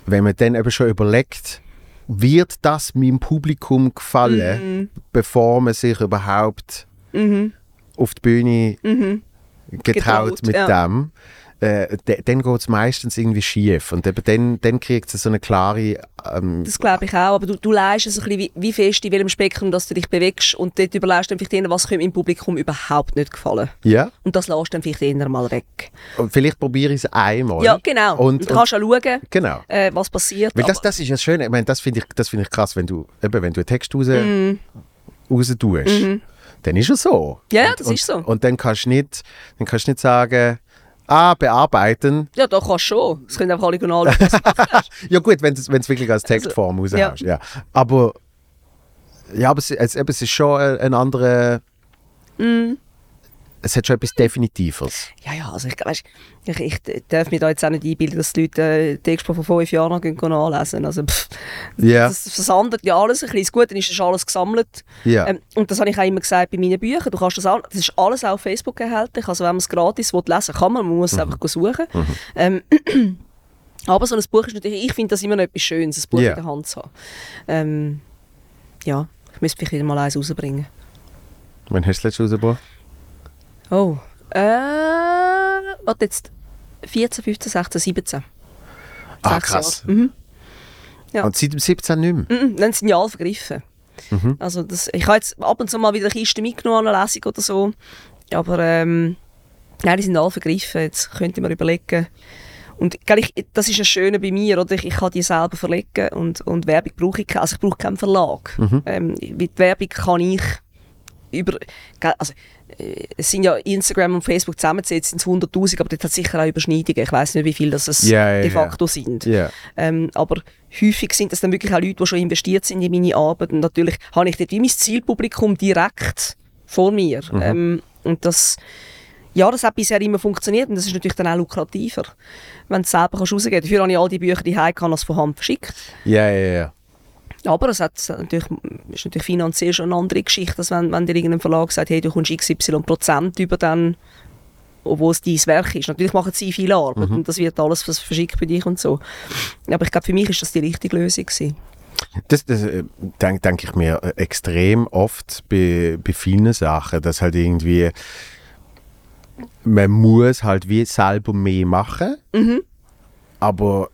A: wenn man dann eben schon überlegt, wird das meinem Publikum gefallen,
B: Mhm.
A: bevor man sich überhaupt auf die Bühne getraut,
B: Mhm. Getraut,
A: mit
B: ja.
A: dem, äh, de, dann geht es meistens irgendwie schief. Und eben dann, dann kriegt es so eine klare. Ähm,
B: Das glaube ich auch, aber du, du leist es ein bisschen, wie, wie fest in welchem Spektrum dass du dich bewegst und dort überlegst du dann vielleicht eher, was könnte im Publikum überhaupt nicht gefallen.
A: ja.
B: Und das lässt dann vielleicht eher mal weg.
A: Und vielleicht probiere ich es einmal.
B: Ja, genau.
A: Und,
B: Und,
A: und,
B: du kannst auch schauen,
A: genau.
B: äh, was passiert.
A: Weil das,
B: Aber-
A: das ist ja schön. Ich meine, das finde ich, das finde ich krass, wenn du, eben, wenn du einen Text raus,
B: Mhm.
A: raus tust, dann ist er so.
B: Ja, ja,
A: Und-
B: das
A: und,
B: ist so.
A: Und dann kannst du nicht, dann kannst du nicht sagen, ah, bearbeiten.
B: ja, da kannst du schon. Das können einfach alle genau schauen.
A: Ja gut, wenn du es wenn du es wirklich als Textform
B: Also,
A: raushaust. Ja. Aber, ja, aber es, es, eben, es ist schon ein, ein anderer,
B: Mhm.
A: es hat schon etwas Definitives.
B: Ja, ja, also ich, weißt, ich, ich darf mir da jetzt auch nicht einbilden, dass die Leute äh, Texte von vor fünf Jahren noch gehen, gehen anlesen. Also, pff,
A: Ja.
B: das versandert ja alles ein bisschen. Das Gute ist, es ist alles gesammelt.
A: Ja.
B: Ähm, und das habe ich auch immer gesagt bei meinen Büchern. Du kannst das, auch, das ist alles auch auf Facebook erhältlich. Also wenn man es gratis will, lesen kann man, man muss
A: Mhm.
B: es einfach suchen. Ähm, aber so ein Buch ist natürlich, ich finde das immer noch etwas Schönes, ein Buch
A: Ja.
B: in der Hand zu haben. Ähm, ja, ich müsste vielleicht wieder mal eins rausbringen.
A: Wann hast du das letzte rausgebracht?
B: Oh, Eh, äh, warte jetzt, 14, 15, 16, 17.
A: Ah,
B: Sechs
A: krass.
B: Jahre. Mhm. Ja.
A: Und seit dem 17 nicht mehr?
B: Mhm, dann sind ja alle vergriffen.
A: Mhm.
B: Also das, ich habe jetzt ab und zu mal wieder eine Kiste mitgenommen, eine Lesung oder so. Aber ähm, nein, die sind alle vergriffen. Jetzt könnte ich mir überlegen. Und gell, ich, das ist das Schöne bei mir, oder? Ich, ich kann die selber verlegen und, und Werbung brauche ich keine. Also ich brauche keinen Verlag.
A: Mhm.
B: Ähm, weil die Werbung kann ich über... Gell, also, äh, es sind ja Instagram und Facebook zusammengesetzt, sind es 100'000, aber dort hat es sicher auch Überschneidungen. Ich weiß nicht, wie viel das es
A: Ja, ja,
B: de
A: ja.
B: facto sind.
A: Ja.
B: Ähm, aber häufig sind das dann wirklich auch Leute, die schon investiert sind in meine Arbeit. Und natürlich habe ich dort wie mein Zielpublikum direkt vor mir. Ähm, und das, ja, das hat bisher immer funktioniert und das ist natürlich dann auch lukrativer, wenn du es selber kannst rausgeben kannst. Dafür habe ich all die Bücher, die ich kann, als von Hand verschickt.
A: Ja, ja, ja.
B: Aber es hat es hat natürlich, ist natürlich finanziell schon eine andere Geschichte, als wenn, wenn dir irgendein Verlag sagt, hey, du kommst XY Prozent über dann, obwohl es dein Werk ist. Natürlich machen sie viel Arbeit und das wird alles vers- verschickt bei dich und so. Aber ich glaube, für mich ist das die richtige Lösung gewesen.
A: Das, das denke denk ich mir äh, extrem oft bei, bei vielen Sachen, dass halt irgendwie man muss halt wie selber mehr machen, aber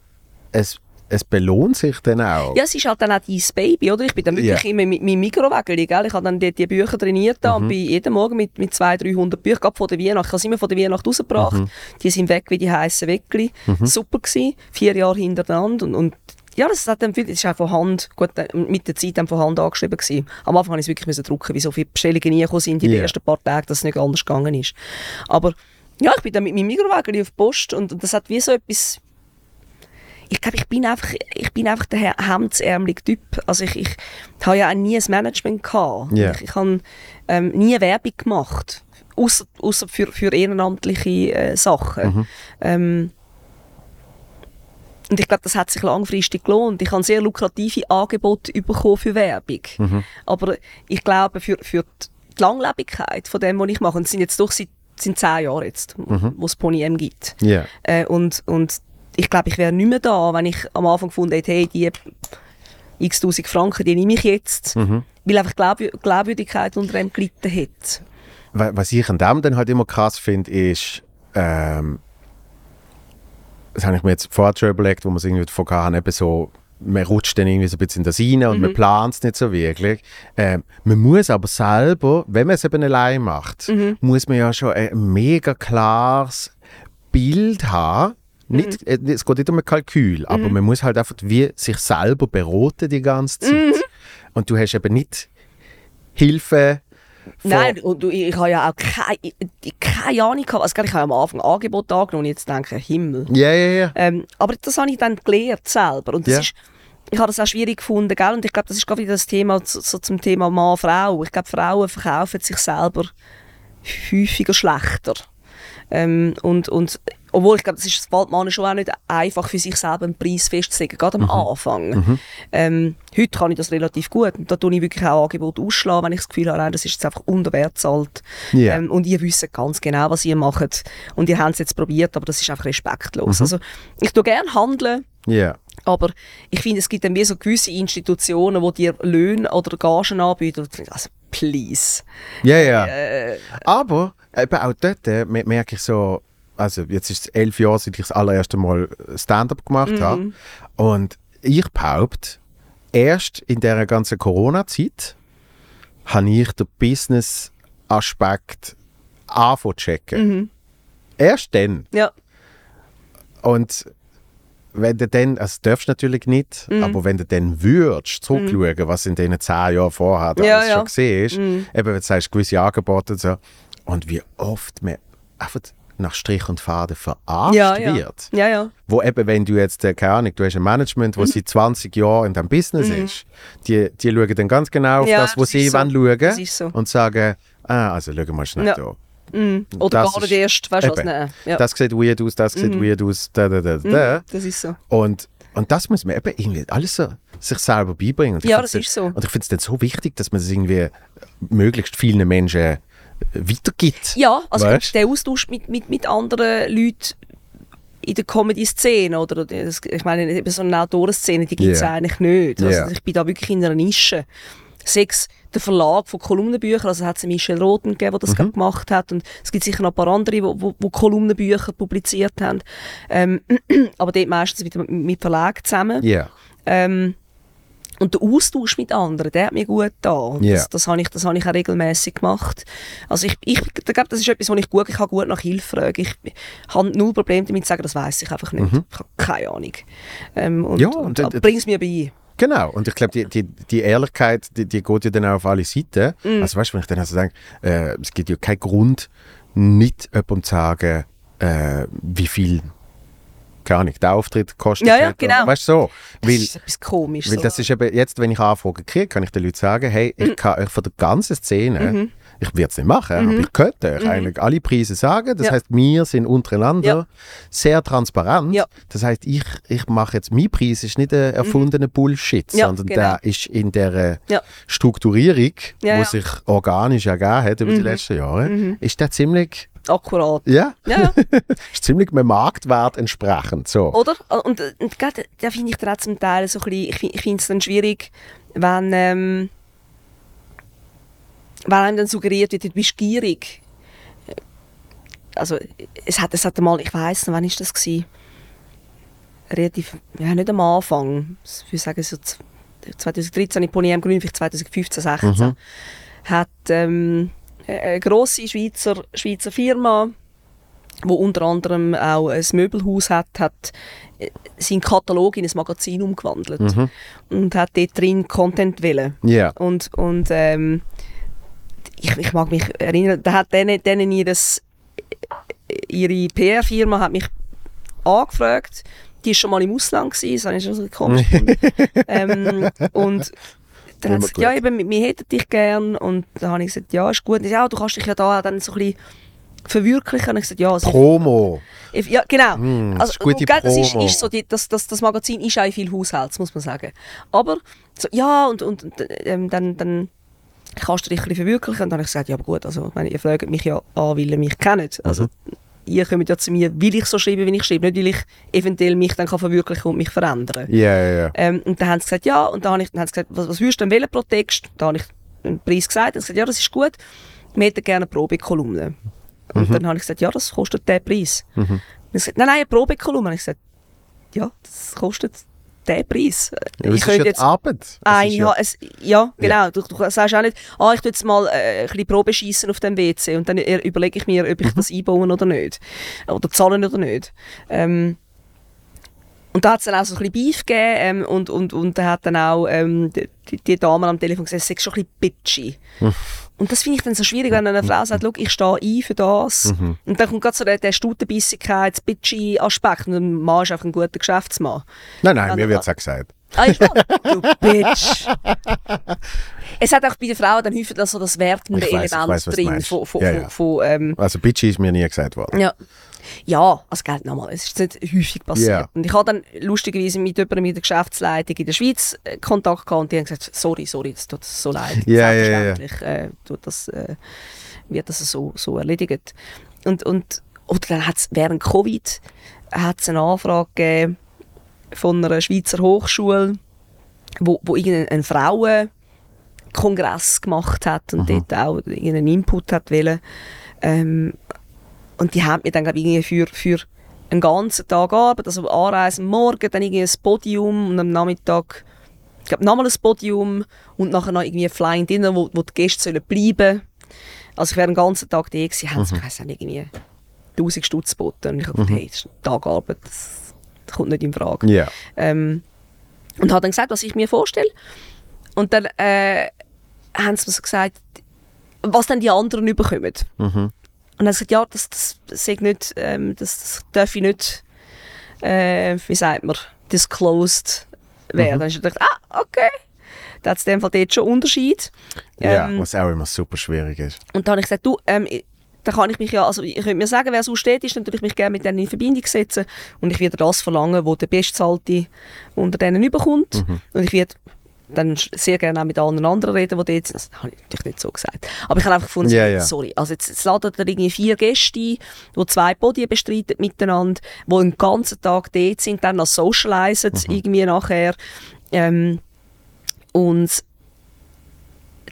A: es, es belohnt sich dann auch.
B: Ja, es ist halt dann auch dein Baby, oder? Ich bin dann wirklich
A: Genau. Ja. Mhm.
B: immer mit meinem Mikrowägel, gell? Ich habe dann dort die Bücher trainiert da und bin jeden Morgen mit, mit 200, 300 Büchern, gerade vor der Weihnacht, ich habe sie immer vor der Weihnacht rausgebracht.
A: Mhm.
B: Die sind weg wie die heißen Weckli. Super gewesen, vier Jahre hintereinander und, und ja, das hat dann viel, das ist auch von Hand, gut, äh, mit der Zeit dann von Hand angeschrieben gewesen. Am Anfang musste ich es wirklich müssen drucken, weil so viele Bestellungen reingekommen sind in den
A: Ja.
B: ersten paar Tagen, dass es nicht anders gegangen ist. Aber ja, ich bin dann mit meinem Mikrowägel auf die Post und, und das hat wie so etwas ich glaube, ich bin einfach, ich bin einfach der Her- hemdsärmelige Typ. Also ich, ich habe ja auch nie ein Management gehabt.
A: Ja.
B: Ich, ich habe ähm, nie Werbung gemacht, außer, außer für, für ehrenamtliche äh, Sachen. Ähm, und ich glaube, das hat sich langfristig gelohnt. Ich habe sehr lukrative Angebote bekommen für Werbung. Aber ich glaube, für, für die Langlebigkeit von dem, was ich mache, und es sind jetzt doch seit, sind zehn Jahre jetzt, wo es Pony M gibt.
A: Ja.
B: Äh, und, und ich glaube, ich wäre nicht mehr da, wenn ich am Anfang gefunden hätte, hey, die x tausend Franken, die nehme ich jetzt, weil einfach Glaub Glaubwürdigkeit unter dem gelitten hat.
A: Wa- Was ich an dem dann halt immer krass finde, ist, ähm, das habe ich mir jetzt vorher schon überlegt, wo wir es irgendwie davon hatten, eben so, man rutscht dann irgendwie so ein bisschen in das rein und man plant es nicht so wirklich. Ähm, man muss aber selber, wenn man es eben allein macht, muss man ja schon ein mega klares Bild haben. Nicht, äh, Es geht nicht um ein Kalkül, aber man muss halt einfach wie sich selber beraten die ganze Zeit. Und du hast eben nicht Hilfe von-
B: Nein, und du, ich habe ja auch keine, ich- ich- keine Ahnung gehabt. Also, gell, ich habe am Anfang Angebot angenommen und jetzt denke ich, Himmel.
A: Ja, ja, ja.
B: Ähm, aber das habe ich dann gelernt selber. Und das
A: Ja.
B: ist, ich habe das auch schwierig gefunden. Gell? Und ich glaube, das ist gerade wieder das Thema zu- so zum Thema Mann-Frau. Ich glaube, Frauen verkaufen sich selber häufiger schlechter. Ähm, und, und, obwohl, ich glaube, das ist das fällt Männern schon auch nicht einfach für sich selber einen Preis festzulegen, gerade am Anfang. Ähm, heute kann ich das relativ gut und da tue ich wirklich auch Angebote ausschlagen, wenn ich das Gefühl habe, nein, das ist jetzt einfach unter Wert zahlt.
A: Ja.
B: Ähm, und ihr wisst ganz genau, was ihr macht und ihr habt es jetzt probiert, aber das ist einfach respektlos. Also ich tue gerne handeln,
A: Ja.
B: aber ich finde, es gibt dann wie so gewisse Institutionen, die dir Löhne oder Gagen anbieten. Und ich finde, Also please.
A: Ja, ja. Aber eben auch dort äh, me- merke ich so, also jetzt ist es elf Jahre, seit ich das allererste Mal äh, Stand-up gemacht habe. Und ich behaupte, erst in der ganzen Corona-Zeit habe ich den Business-Aspekt angefangen zu checken. Erst dann.
B: Ja,
A: Und wenn du dann, also das darfst du natürlich nicht,
B: Mhm.
A: aber wenn du dann würdest, zurückschauen, was in diesen zehn Jahren vorher du
B: Ja,
A: alles
B: ja. Mhm.
A: schon gesehen ist, eben wenn du sagst, gewisse Angebote und so, und wie oft man einfach nach Strich und Faden verarscht
B: ja, ja.
A: wird.
B: Ja, ja.
A: Wo eben, wenn du jetzt, äh, keine Ahnung, du hast ein Management,
B: Mhm.
A: das seit 20 Jahren in deinem Business ist, die, die schauen dann ganz genau auf
B: Ja,
A: das, was
B: das
A: sie
B: ist so.
A: wollen schauen
B: Das ist so.
A: und sagen, ah, also schau mal schnell
B: Ja.
A: da.
B: Oder
A: Das
B: gar nicht
A: ist-
B: erst, weißt du was?
A: eben.
B: Nein. Ja. Mhm.
A: Das sieht weird aus, das sieht weird aus, da, da, da, da.
B: das ist so.
A: Und, und das muss man eben irgendwie alles so sich selber beibringen. Und ich
B: Ja,
A: find's
B: das ist
A: dann-
B: so.
A: Und ich finde es dann so wichtig, dass man es irgendwie möglichst vielen Menschen äh, weitergibt.
B: Ja, also
A: Weißt?
B: der Austausch mit, mit, mit anderen Leuten in der Comedy-Szene, oder das, ich meine, eben so eine Autorenszene, die gibt es
A: Ja.
B: eigentlich nicht.
A: Ja.
B: Also ich bin da wirklich in einer Nische. Sechs, der Verlag von Kolumnenbüchern, also hat es Michel Roten gegeben,
A: Mhm.
B: der das gerade gemacht hat, und es gibt sicher noch ein paar andere, die wo, wo, wo Kolumnenbücher publiziert haben, ähm, aber dort meistens mit, mit Verlag zusammen.
A: Ja.
B: Ähm, und der Austausch mit anderen, der hat mir gut getan.
A: Ja.
B: Das, das habe ich, das habe ich auch regelmäßig gemacht. Also ich, ich glaube, das ist etwas, wo ich gut, ich kann gut nach Hilfe fragen. Ich habe null Probleme damit zu sagen, das weiß ich einfach nicht. Ich habe keine Ahnung. Ähm, und,
A: Mhm. Ja,
B: und,
A: und-
B: und, bring es mir bei.
A: Genau. Und ich glaube, die, die, die Ehrlichkeit, die, die geht ja dann auch auf alle Seiten.
B: Mm.
A: Also weißt du, wenn ich dann also denke, äh, es gibt ja keinen Grund, nicht jemandem zu sagen, äh, wie viel, keine Ahnung, der Auftritt kostet.
B: Ja, ja,
A: hat.
B: genau.
A: Weißt du, so.
B: Das
A: Weil-
B: ist etwas komisch.
A: Weil
B: so. Mhm.
A: das ist eben, jetzt, wenn ich Anfragen kriege, kann ich den Leuten sagen, hey, ich kann euch von der ganzen Szene, ich werde es nicht machen, aber ich könnte euch eigentlich alle Preise sagen. Das
B: Mhm. Ja.
A: heißt, wir sind untereinander
B: Ja.
A: sehr transparent.
B: Ja. Mhm.
A: Das heißt, ich, ich mache jetzt, mein Preis ist nicht ein erfundener Bullshit,
B: Ja,
A: sondern
B: genau.
A: der ist in der äh,
B: Ja.
A: Strukturierung,
B: Ja, Mhm.
A: die
B: ja.
A: sich organisch ergeben hat über die letzten Jahre, ist der ziemlich,
B: akkurat.
A: ja,
B: Ja, ja.
A: ist ziemlich dem Marktwert entsprechend. So.
B: Oder? Äh, Und, und, und gerade da finde ich dann auch zum Teil so ein bisschen, ich, find- ich finde es dann schwierig, wenn, ähm, wenn einem dann suggeriert wird, du bist gierig. Äh, Also es hat, es hat einmal, ich weiß nicht, wann ist das gewesen? Relativ, ja nicht am Anfang, ich würde sagen so z- 2013 in Pony am Grün, vielleicht 2015, 16 hat ähm, eine grosse Schweizer, Schweizer Firma, wo unter anderem auch ein Möbelhaus hat, hat äh, seinen Katalog in ein Magazin umgewandelt
A: Mhm.
B: und hat dort drin Content wählen.
A: Ja.
B: Und, und ähm, ich, ich mag mich erinnern, da hat denen, denen ihres, ihre PR-Firma hat mich angefragt, die ist schon mal im Ausland gewesen, das habe ich schon so komisch gefunden. ähm, und dann
A: Immer
B: hat sie gesagt,
A: gut.
B: ja eben, wir- wir hätten dich gern und dann habe ich gesagt, ja ist gut, Und sie, ja, du kannst dich ja da dann so ein bisschen verwirklichen und ich gesagt, ja, also ich-
A: Promo.
B: If- Ja, genau.
A: Mm, das ist gute
B: und, gell, das ist,
A: Promo.
B: ist so, die, das, das, das Magazin ist auch in vielen Haushalts, muss man sagen. Aber so, ja, und, und und, ähm, dann, dann kannst du dich ein bisschen verwirklichen. Und dann habe ich gesagt, ja, aber gut, also, ich meine, ihr fragt mich ja an, weil ihr mich kennt. Also,
A: Mhm.
B: ihr kommt ja zu mir, weil ich so schreibe, wie ich schreibe, nicht weil ich eventuell mich dann kann verwirklichen und mich verändern
A: Ja, ja, ja.
B: ähm, und dann haben sie gesagt, ja. Und dann habe ich dann haben sie gesagt, was, was würdest du denn wählen pro Text? Da habe ich einen Preis gesagt. Dann haben sie gesagt, ja, das ist gut. Wir hätten gerne eine Probekolumne. Und
A: Mhm.
B: dann habe ich gesagt, ja, das kostet den Preis. Mhm. Dann haben sie gesagt, nein, nein, eine Probekolumne. Dann habe ich gesagt, ja, das kostet den Preis.
A: Ja, aber es ist ja die Arbeit. Es
B: Ein
A: ist
B: Jahr, es, Ah, ja, genau. Du, du sagst auch nicht, ah, ich tu jetzt mal äh, ein bisschen Probe schiessen auf dem WC und dann äh, überlege ich mir, ob ich das einbauen oder nicht. Oder zahlen oder nicht. Ähm, und da hat es dann auch so ein bisschen Beef gegeben ähm, und, und, und da hat dann auch ähm, die, die- die Dame am Telefon gesagt, sie ist schon ein bisschen bitchy. Und das finde ich dann so schwierig, wenn eine Frau sagt, «Schau, ich stehe ein für das. Und dann kommt gerade so der, der Stutenbissigkeits bitchy Aspekt und ein Mann ist einfach ein guter Geschäftsmann.
A: Nein, nein,
B: Dann-
A: mir wird es auch gesagt.
B: Ah, ist wahr? du Bitch. Es hat auch bei den Frauen dann häufig also das wertende
A: Ich weiss, ich
B: Element
A: weiss, was du
B: drin.
A: meinst.
B: Von, von,
A: Ja,
B: von,
A: ja.
B: von, ähm,
A: Also Bitchy ist mir nie gesagt worden.
B: ja. ja, also Geld nochmal, es ist nicht häufig passiert.
A: Ja.
B: Und ich habe dann lustigerweise mit jemandem in der Geschäftsleitung in der Schweiz äh, Kontakt gehabt und die haben gesagt, sorry, sorry, das tut so leid.
A: Ja, ja, ja.
B: Selbstverständlich äh, tut das, äh, wird das so, so erledigt. Und, und oder dann hat es während Covid hat's eine Anfrage gegeben von einer Schweizer Hochschule, wo, wo irgendein Frauen Kongress gemacht hat und dort auch irgendeinen Input hat wollen. Ähm, Und die haben mir dann glaub, ich, irgendwie für, für einen ganzen Tag Arbeit, also anreisen am Morgen, dann irgendwie ein Podium und am Nachmittag ich glaube, nochmal ein Podium und nachher noch irgendwie ein Flying Dinner, wo, wo die Gäste sollen bleiben Also ich wäre den ganzen Tag da gewesen, haben sie, ich weiss auch nicht, irgendwie 1000 Stutz geboten. Und ich habe gedacht, hey, das ist ein Tag Arbeit, das, das kommt nicht in Frage.
A: Ja.
B: Ähm, und habe dann gesagt, was ich mir vorstelle. Und dann äh, haben sie mir so gesagt, was dann die anderen überkommen. Und dann gesagt, ja, das, das, sei nicht, ähm, das, das darf ich nicht, äh, wie sagt man, disclosed werden. Dann habe ich gedacht, ah, okay. Da hat es in dem Fall dort schon Unterschied.
A: Ja,
B: Ähm,
A: was auch immer super schwierig ist.
B: und dann habe ich gesagt, du, ähm, ich- da kann ich mich ja, also ich könnte mir sagen, wer so steht, ist, dann würde ich mich gerne mit denen in Verbindung setzen und ich werde das verlangen, wo der Bestzahlte unter denen überkommt
A: Mhm.
B: und ich werde dann sch- sehr gerne auch mit allen anderen reden, die dort sind. Das habe ich natürlich nicht so gesagt. Aber ich habe einfach gefunden,
A: Ja, ja.
B: sorry, also jetzt, jetzt laden da irgendwie vier Gäste ein, die zwei Podien bestreiten miteinander, die einen ganzen Tag dort sind, dann noch socialisen
A: Mhm.
B: irgendwie nachher. Ähm, und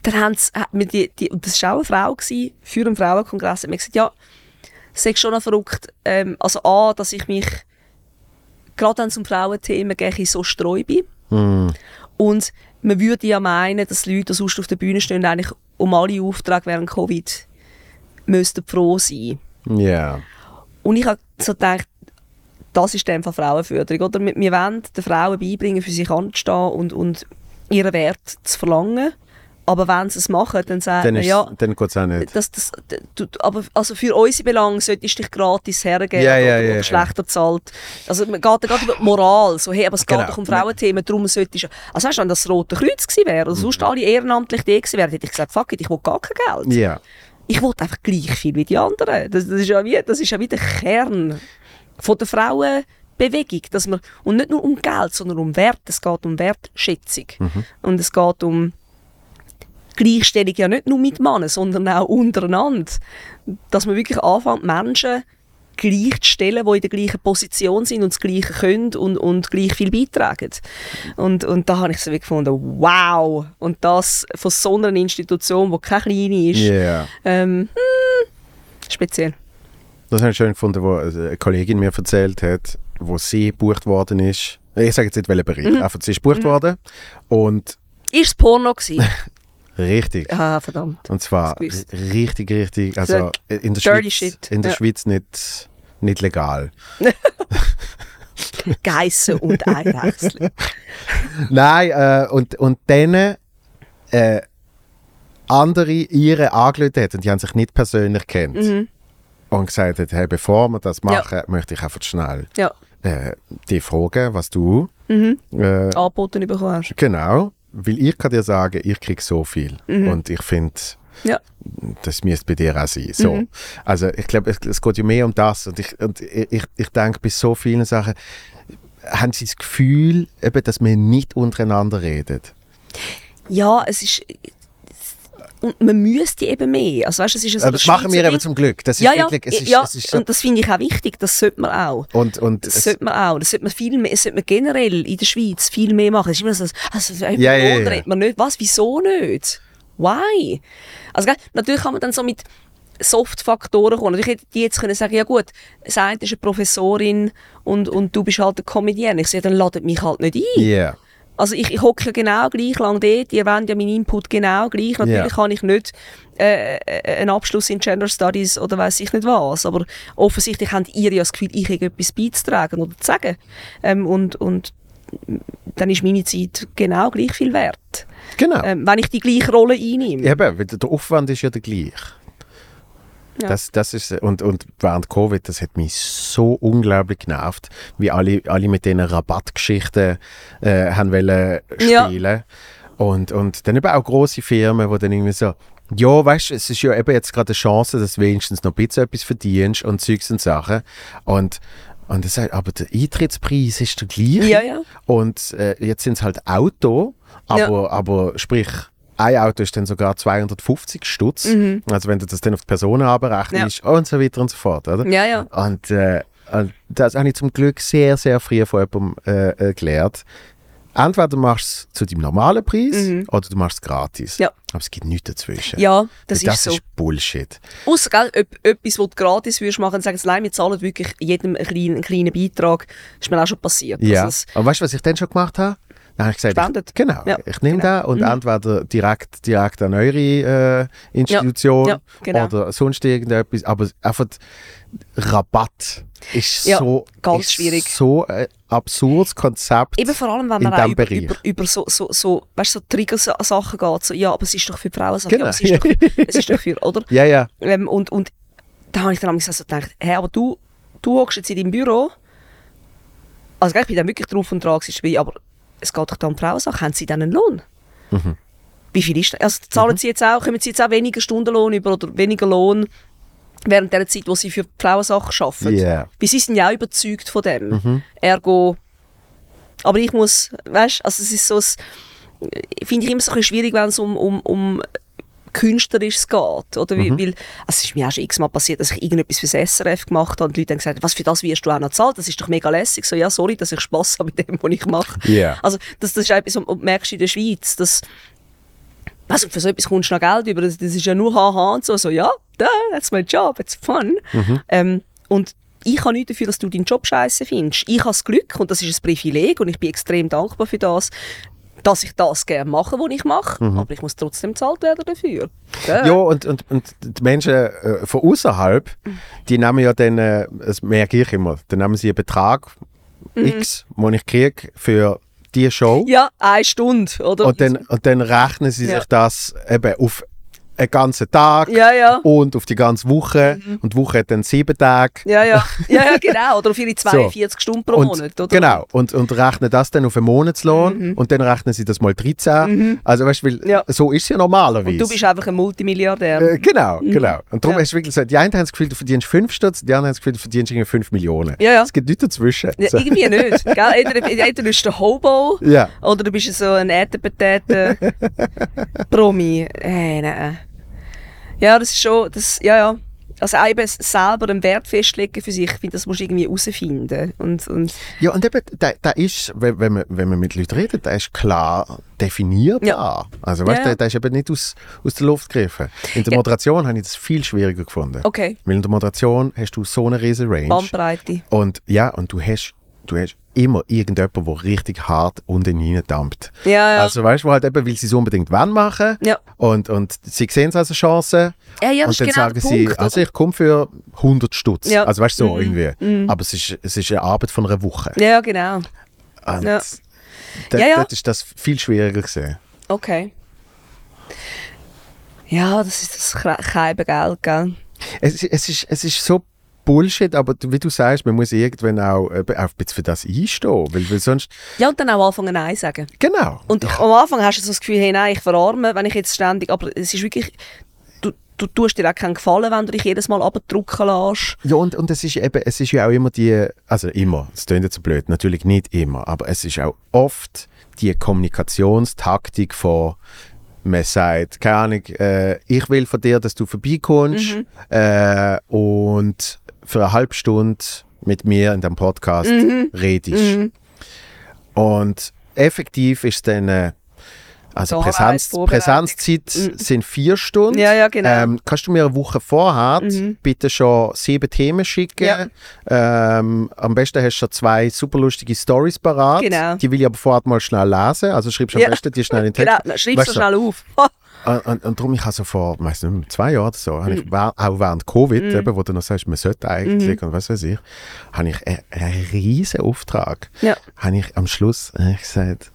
B: dann haben sie, hat mir die, die, und das war auch eine Frau, gewesen, für einen Frauenkongress, hat mir gesagt, ja, sei schon noch verrückt, ähm, also A, dass ich mich gerade an zum Frauenthema gehe ich so streu bin. Und man würde ja meinen, dass die Leute, die sonst auf der Bühne stehen, eigentlich um alle Aufträge während Covid müssten froh sein.
A: Ja.
B: Und ich habe so gedacht, das ist dann von Frauenförderung, oder? Wir wir wollen den Frauen beibringen, für sich anzustehen und, und ihren Wert zu verlangen. Aber wenn sie es machen, dann sagt
A: Dann,
B: man,
A: ist-
B: ja,
A: dann geht es auch nicht.
B: das, das, d- du, aber also für unsere Belange solltest du dich gratis hergeben
A: Ja, ja, ja,
B: oder,
A: ja.
B: oder schlechter zahlt. Also man geht gerade über die Moral, so, hey, aber es
A: Genau.
B: geht doch um Frauenthemen, darum solltest du... Also weißt du, wenn das das Rote Kreuz gewesen wäre
A: Mhm.
B: oder sonst alle ehrenamtlich da gewesen wären, hätte ich gesagt, fuck it, ich will gar kein Geld.
A: Ja.
B: Ich will einfach gleich viel wie die anderen. Das, das, ist, ja wie, das ist ja wie der Kern von der Frauenbewegung. Dass man, und nicht nur um Geld, sondern um Wert. Es geht um Wertschätzung. Und es geht um Gleichstellung ja nicht nur mit Männern, sondern auch untereinander. Dass man wirklich anfängt, Menschen gleich zu stellen, die in der gleichen Position sind und das Gleiche können und, und gleich viel beitragen. Und, und da habe ich so wie gefunden, wow! Und das von so einer Institution, die keine kleine ist,
A: Ja.
B: ähm, hm, speziell.
A: Das habe ich schön gefunden, wo äh, eine Kollegin mir erzählt hat, wo sie gebucht worden ist. Ich sage jetzt nicht welchen Bereich.
B: Mhm.
A: Einfach, sie ist gebucht worden und
B: Ist es Porno gewesen?
A: richtig.
B: ah, verdammt.
A: Und zwar
B: Das gewusst.
A: r- richtig, richtig. Also in der Schweiz,
B: dirty shit.
A: In der
B: Ja.
A: Schweiz nicht, nicht legal.
B: Geissen und Einwechseln.
A: Nein, äh, und, und dann äh, andere ihre angelötet hat und die haben sich nicht persönlich kennt und gesagt hat, hey, bevor wir das machen, möchte ich einfach schnell
B: ja,
A: äh, die fragen, was du äh,
B: angeboten bekommen hast.
A: genau, weil ich kann dir sagen, ich krieg so viel und ich finde
B: Ja.
A: das müsste bei dir auch sein. So. Also ich glaube, es, es geht ja mehr um das. Und ich, und ich, ich- ich denke, bei so vielen Sachen haben sie das Gefühl, eben, dass man nicht untereinander redet.
B: ja, es ist... Und man müsste eben mehr. Also, weißt, du, es ist ja so
A: Aber
B: das
A: das machen wir
B: Schweizer
A: eben
B: Ding.
A: zum Glück. Das ist
B: ja, ja,
A: wirklich, es ist,
B: ja
A: es ist so,
B: und das finde ich auch wichtig, das sollte man auch.
A: und, und
B: Das
A: es,
B: sollte man auch. Das sollte man, viel mehr, das sollte man generell in der Schweiz viel mehr machen. Es ist immer so, also, über
A: Ja, ja,
B: Lohn
A: ja.
B: redet man nicht. Was, wieso nicht? Why? Also, gell, natürlich kann man dann so mit Soft-Faktoren kommen. Natürlich hätte die jetzt können sagen, ja gut, das eine ist eine Professorin und, und du bist halt eine Comedienne. Ich sage, dann ladet mich halt nicht ein.
A: yeah.
B: Also ich, ich hocke ja genau gleich lang dort, ihr wollt ja meinen Input genau gleich. Natürlich
A: Ja.
B: habe ich nicht äh, äh, einen Abschluss in Gender Studies oder weiß ich nicht was, aber offensichtlich haben ihr ja das Gefühl, ich habe etwas beizutragen oder zu sagen. Ähm, und, und dann ist meine Zeit genau gleich viel wert,
A: Genau.
B: ähm, wenn ich die gleiche Rolle einnehme.
A: Eben, weil der Aufwand ist ja der gleiche.
B: Ja.
A: Das, das ist, und, und während Covid, das hat mich so unglaublich genervt, wie alle, alle mit diesen Rabattgeschichten äh, haben wollen
B: Ja.
A: spielen. Und, und dann eben auch große Firmen, die dann irgendwie so, ja, weißt du, es ist ja eben jetzt gerade eine Chance, dass du wenigstens noch ein bisschen etwas verdienst und Zeugs und Sachen. Und, und das sagt, aber der Eintrittspreis ist der gleiche.
B: Ja, ja.
A: Und äh, jetzt sind es halt Auto, aber, aber sprich, ein Auto ist dann sogar 250 Stutz.
B: Mhm.
A: Also wenn du das dann auf die Personen abrechnest und so weiter und so fort, oder?
B: Ja, ja.
A: Und, äh, und das habe ich zum Glück sehr, sehr früh von jemandem äh, äh, gelernt. Entweder machst du es zu deinem normalen Preis
B: Mhm.
A: oder du machst es gratis.
B: Ja.
A: Aber es gibt nichts dazwischen.
B: Ja, das,
A: Und das
B: ist so.
A: ist Bullshit.
B: Außer gell, ob, etwas, was du gratis würdest machen, sagen sie, nein, wir zahlen wirklich jedem einen kleinen, einen kleinen Beitrag. Ist mir auch schon passiert.
A: Ja.
B: Also,
A: Aber weißt du, was ich dann schon gemacht habe? Dann habe ich gesagt,
B: Spendet.
A: ich, genau,
B: Ja,
A: ich nehme
B: genau.
A: das und
B: Mhm.
A: entweder direkt, direkt an eure äh, Institution
B: Ja, ja, genau.
A: oder sonst irgendetwas. Aber einfach Rabatt ist
B: Ja,
A: so,
B: ganz
A: ist
B: schwierig.
A: so ein absurdes Konzept.
B: Eben vor allem, wenn
A: in
B: man auch
A: diesem
B: über,
A: Bereich.
B: über, über so, so, so, weißt, du, so Trigger-Sachen geht. So, ja, aber es ist doch für Frauen. Genau.
A: Genau.
B: Ja, aber es, ist doch, es ist doch für, oder?
A: ja, ja.
B: Ähm, und, und da habe ich dann manchmal so gedacht, hä, aber du, du hockst jetzt in deinem Büro. Also gell, ich bin dann wirklich drauf und dran gewesen, aber es geht doch da um die Frauensache. Haben sie dann einen Lohn? Wie viel ist das? Also zahlen sie jetzt auch, kommen sie jetzt auch weniger Stundenlohn über oder weniger Lohn während der Zeit, wo sie für die Frauensache arbeiten?
A: Ja.
B: Weil sie sind ja auch überzeugt von dem. Ergo, aber ich muss, weißt du, also es ist so ein, finde ich immer so ein bisschen schwierig, wenn es um, um, um Künstlerisches geht, oder? Weil, weil, also es ist mir auch schon x-mal passiert, dass ich irgendetwas fürs SRF gemacht habe und die Leute haben gesagt, was für das wirst du auch noch zahlt? Das ist doch mega lässig. So, ja, sorry, dass ich Spass habe mit dem, was ich mache.
A: Ja.
B: Also, das, das ist auch etwas, was du merkst in der Schweiz, dass, also für so etwas kommst du noch Geld über, das, das ist ja nur haha und so, so, ja, da, that's my job, it's fun.
A: Mhm.
B: Ähm, und ich habe nichts dafür, dass du deinen Job scheiße findest. Ich habe das Glück, und das ist ein Privileg, und ich bin extrem dankbar für das, dass ich das gerne mache, was ich mache,
A: Mhm.
B: aber ich muss trotzdem bezahlt werden dafür. Da.
A: Ja, und, und, und die Menschen äh, von außerhalb, die nehmen ja dann, äh, das merke ich immer, dann nehmen sie einen Betrag
B: Mhm.
A: X, den ich kriege für die Show.
B: Ja, eine Stunde, oder?
A: Und dann, und dann rechnen sie
B: Ja.
A: sich das eben auf einen ganzen Tag
B: ja, ja. Mhm.
A: und auf die ganze Woche. Und die Woche hat dann sieben Tage.
B: Ja, ja. ja, ja, genau. Oder auf ihre 42 Stunden pro
A: und,
B: Monat, oder? Mhm.
A: Genau, und, und rechnen das dann auf einen Monatslohn und dann rechnen sie das mal 13. Also weißt du, weil
B: Ja.
A: so ist es ja normalerweise.
B: Und du bist einfach ein Multimilliardär.
A: Äh, genau, genau. Und darum
B: Ja.
A: hast du wirklich gesagt, die einen haben das Gefühl, du verdienst 5 Stutz, die anderen haben das Gefühl, du verdienst irgendwie 5 Millionen.
B: Ja, ja.
A: Es gibt nichts dazwischen.
B: Ja,
A: so.
B: Irgendwie nicht. Gell? Entweder, entweder bist du ein Hobo
A: ja.
B: oder du bist so ein ätherbetäter Promi. Hey, nein. Ja, das ist schon. Das, ja, ja. Also auch eben selber einen Wert festlegen für sich, ich finde, das musst du irgendwie herausfinden. Und, und
A: ja, und eben, da, da ist, wenn, wenn, man, wenn man mit Leuten redet, da ist klar definiert.
B: Ja.
A: Also weißt
B: Ja,
A: du,
B: ja.
A: da ist eben nicht aus, aus der Luft gegriffen. In der
B: Ja.
A: Moderation habe ich das viel schwieriger gefunden.
B: okay,
A: Weil in der Moderation hast du so eine riesen Range.
B: Bandbreite.
A: Und ja, und du hast, du hast immer irgendjemanden, der richtig hart unten rein dampft.
B: Ja, ja.
A: Also weißt du, wo halt eben, weil sie es unbedingt wollen machen
B: Ja.
A: und, und sie sehen es als eine Chance.
B: Ja, ja, das
A: und
B: ist
A: dann sagen
B: genau der
A: sie,
B: Punkt,
A: also ich komme für 100 Stutz.
B: Ja. Mhm.
A: Also weißt du, so irgendwie. Aber es ist, es ist eine Arbeit von einer Woche.
B: Ja, ja, genau.
A: Und
B: Ja.
A: Da,
B: Ja, ja.
A: Dort ist das viel schwieriger gesehen.
B: Okay. Ja, das ist das Kre- Keiben Geld, gell?
A: Es, ist- es, ist, es ist so Bullshit, aber du- wie du sagst, man muss irgendwann auch, eben auch ein bisschen für das einstehen. Weil, weil sonst,
B: Ja, und dann auch anfangen Nein sagen.
A: genau.
B: Und am Anfang hast du so das Gefühl, hey, nein, ich verarme, wenn ich jetzt ständig, aber es ist wirklich, du, du tust dir auch keinen Gefallen, wenn du dich jedes Mal abdrucken lässt.
A: Ja, und, und es, ist eben, es ist ja auch immer die, also immer, es klingt jetzt so blöd, natürlich nicht immer, aber es ist auch oft die Kommunikationstaktik von, man sagt, keine Ahnung, äh, ich will von dir, dass du vorbeikommst
B: Mhm.
A: äh, und für eine halbe Stunde mit mir in dem Podcast
B: Mhm.
A: redest. Und effektiv ist dann, äh, also
B: Vorarbeit,
A: Präsenz,
B: Vorbereitung.
A: Präsenzzeit sind vier Stunden.
B: Mhm. Ja, ja, genau.
A: Ähm, kannst du mir eine Woche vorher
B: Mhm.
A: bitte schon sieben Themen schicken?
B: Ja.
A: Ähm, am besten hast du schon zwei super lustige Stories parat.
B: Genau.
A: Die will ich aber vorher mal schnell lesen. Also schreibst du am
B: Ja.
A: besten die schnell in den Text.
B: Genau, na, schreib
A: Weißt
B: so
A: du,
B: schnell auf.
A: Und, und, und darum, ich habe so vor, weiss nicht, zwei Jahren oder so, habe
B: Mhm.
A: ich wa- auch während Covid, eben, wo du noch sagst, man sollte eigentlich und was weiß ich, habe ich einen, einen riesen Auftrag.
B: Ja.
A: Habe ich am Schluss äh, gesagt,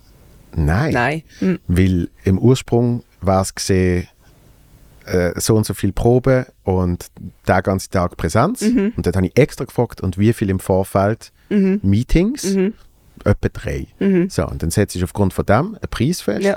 A: nein.
B: Nein. Mhm.
A: Weil im Ursprung war es gesehen, äh, so und so viel Probe und der ganze Tag Präsenz.
B: Mhm.
A: Und dort habe ich extra gefragt, und wie viel im Vorfeld Meetings?
B: Mhm.
A: Etwa drei. So, und dann setze ich aufgrund von dem einen Preis fest.
B: Ja.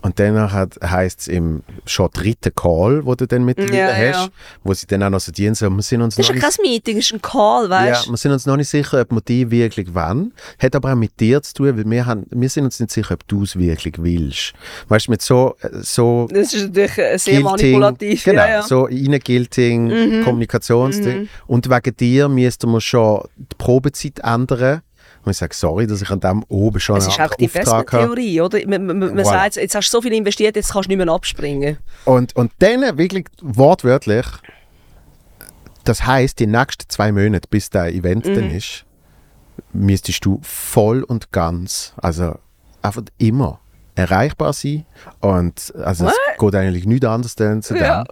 A: Und danach heißt es im schon dritten Call, wo du dann mit den
B: Ja,
A: Leuten hast,
B: ja.
A: wo sie dann auch noch so dienen, so, wir sind uns
B: Das
A: noch
B: ist ja
A: nicht,
B: kein Meeting, das ist ein Call,
A: ja,
B: weißt du?
A: wir sind uns noch nicht sicher, ob wir die wirklich wollen. Hat aber auch mit dir zu tun, weil wir, haben, wir sind uns nicht sicher, ob du es wirklich willst. Weißt du, mit so, so
B: Das ist natürlich äh, sehr
A: Guilting,
B: manipulativ.
A: Genau,
B: ja, Mhm. ja.
A: so Reingilting, Kommunikationsding. Und wegen dir müssten wir schon die Probezeit ändern. Und muss ich sagen, sorry, dass ich an dem oben schon
B: Es ist auch die
A: Auftrag habe.
B: Investmenttheorie, oder? Man, man, man
A: Voilà.
B: sagt, jetzt hast du so viel investiert, jetzt kannst du nicht mehr abspringen.
A: Und, und dann wirklich wortwörtlich, das heißt, die nächsten zwei Monate, bis der Event dann ist, müsstest du voll und ganz, also einfach immer erreichbar sein. Und also es geht eigentlich nichts anderes denn zu dem.
B: Ja.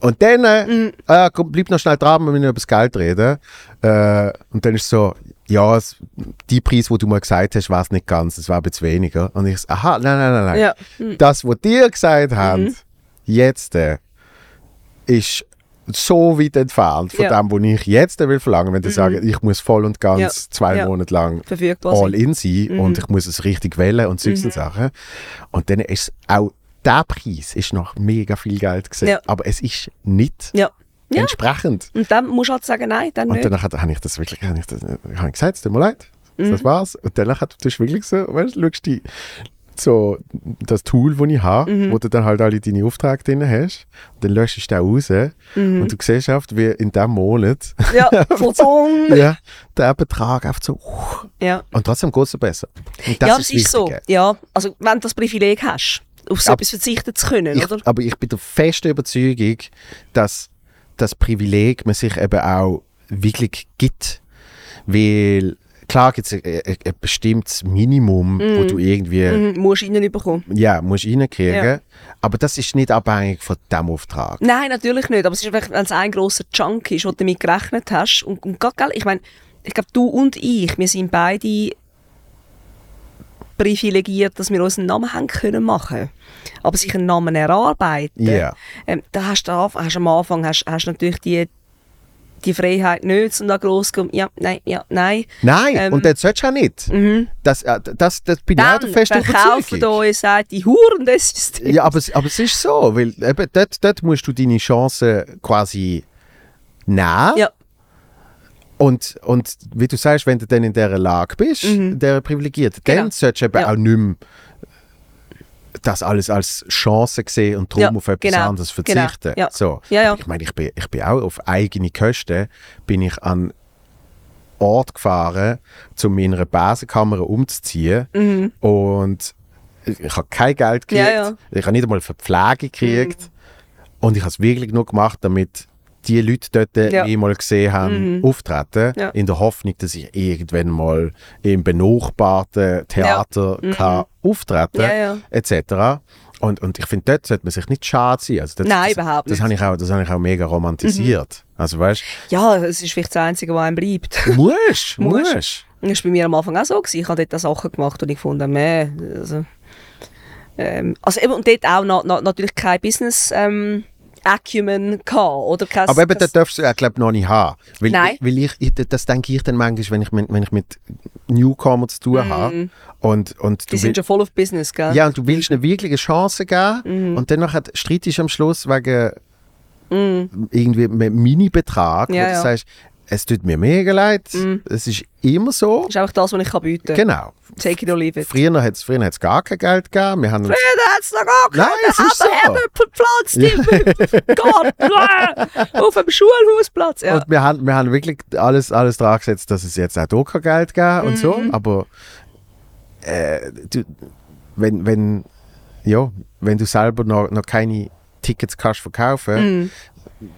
A: Und dann äh,
B: Mhm.
A: äh, komm, bleib noch schnell dran, wir müssen über das Geld reden. Äh, und dann ist so, ja, es, die Preis, wo du mal gesagt hast, war es nicht ganz, es war ein bisschen weniger. Und ich so, aha, nein, nein, nein, nein.
B: Ja. Mhm.
A: Das, was dir gesagt haben, jetzt äh, ist so weit entfernt von
B: Ja. Mhm.
A: dem, was ich jetzt äh, will verlangen, wenn die sagen, ich muss voll und ganz
B: Ja.
A: zwei
B: Ja.
A: Monate lang
B: Verfügbar
A: all
B: sein. Mhm.
A: in sein und ich muss es richtig wählen und solche Sachen. Und dann ist auch der Preis ist noch mega viel Geld gewesen,
B: Ja.
A: aber es ist nicht
B: Ja. ja.
A: entsprechend.
B: Und dann musst du halt sagen, nein, dann
A: Und
B: nicht.
A: danach habe ich das wirklich, habe ich, das, hab ich gesagt, es tut mir leid,
B: Mhm.
A: das war's. Und danach hat du wirklich so, weißt du, schaust die, so das Tool, das ich habe,
B: Mhm.
A: wo du dann halt alle deine Aufträge drin hast, und dann löschst du den raus
B: Mhm.
A: und du siehst oft, wie in diesem Monat
B: Ja, vollzogen.
A: ja, der Betrag einfach so, uh,
B: Ja.
A: und trotzdem geht es besser. Und
B: ja, es ist
A: das
B: so.
A: Wichtige.
B: Ja, also wenn du das Privileg hast, auf so
A: Ja.
B: etwas verzichten zu können, oder?
A: Ich, aber ich bin der festen Überzeugung, dass das Privileg man sich eben auch wirklich gibt. Weil klar gibt es ein, ein, ein bestimmtes Minimum, wo du irgendwie
B: Mhm, musst du ihnen bekommen.
A: ja, musst reinkriegen.
B: Ja.
A: Aber das ist nicht abhängig von dem Auftrag.
B: Nein, natürlich nicht. Aber es ist einfach, wenn es ein grosser Chunk ist, wo du damit gerechnet hast. Und, und gerade, gell, ich meine, ich glaube, du und ich, wir sind beide privilegiert, dass wir uns einen Namen haben können machen. Aber sich einen Namen erarbeiten,
A: Ja.
B: ähm, da hast du am- hast am Anfang hast, hast natürlich die, die Freiheit nicht, um da gross zu Ja, nein, ja, nein.
A: Nein,
B: Ähm, Mhm.
A: und das sollst du auch nicht. Das, äh, das, das bin ich auch der
B: Dann
A: festen
B: verkaufen
A: Überzeugung.
B: euch, sagt die Huren des Systems.
A: Ja, aber, es- aber es ist so, weil eben dort, dort musst du deine Chancen quasi nehmen.
B: Ja,
A: Und, und wie du sagst, wenn du dann in dieser Lage bist, in dieser privilegiert, dann
B: Mhm. Genau.
A: solltest du eben
B: Ja.
A: auch nicht mehr das alles als Chance sehen und drum
B: Ja,
A: auf etwas
B: genau,
A: anderes
B: genau,
A: verzichten.
B: ja.
A: So.
B: Ja, ja.
A: Aber Ich meine, ich bin, ich bin auch auf eigene Kosten bin ich an Ort gefahren, um meiner Basenkammer umzuziehen und ich- ich habe kein Geld gekriegt,
B: Mhm. Ja, ja.
A: ich habe nicht einmal für die Pflege gekriegt und ich habe es wirklich nur gemacht, damit die Leute dort
B: Ja. Mhm.
A: mich mal gesehen haben, auftreten,
B: Ja.
A: in der Hoffnung, dass ich irgendwann mal im benachbarten Theater kann auftreten
B: Mhm. Ja, ja.
A: etc. Und, und ich finde, dort sollte man sich nicht schade sein. Also das,
B: Nein,
A: das,
B: überhaupt
A: Das
B: nicht. Mhm.
A: habe ich, auch- das habe ich auch mega romantisiert. Also weißt
B: ja, es ist vielleicht das Einzige, was einem bleibt.
A: du, musst,
B: Musst.
A: musst.
B: Das war bei mir am Anfang auch so. Gewesen. Ich habe dort auch Sachen gemacht und ich fand, meh, also, ähm, also eben, und dort auch na, na, natürlich kein Business ähm, Acumen gehabt, oder? Kein,
A: Aber eben,
B: kein-
A: das darfst du, ich glaube, noch nicht haben. Weil,
B: Nein.
A: Weil ich, ich, das denke ich dann manchmal, wenn ich mit, wenn ich mit Newcomer zu tun habe. Und, und
B: Mhm. die
A: du
B: sind
A: will-
B: schon voll auf Business, gell?
A: ja, und du willst ihnen wirklich eine Chance geben
B: Mhm.
A: und dann nachher streitest du am Schluss wegen irgendwie einem Mini-Betrag,
B: Mhm. Ja,
A: wo du
B: ja. Mhm.
A: sagst, es tut mir mega leid, es ist immer so.
B: Das ist einfach das, was ich kann bieten kann.
A: Genau.
B: Take it or leave it.
A: Früher hat es früher hat's gar kein Geld gegeben. Wir haben uns
B: Früher hat es noch gar
A: Nein, es ist so.
B: gepflanzt im Garten, auf dem Schulhausplatz. Ja.
A: Und wir haben, wir haben wirklich alles, alles dran gesetzt, dass es jetzt auch da kein Geld geben und so.
B: Mhm.
A: Aber äh, du, wenn, wenn, ja, wenn du selber noch, noch keine Tickets kannst verkaufen
B: Mhm.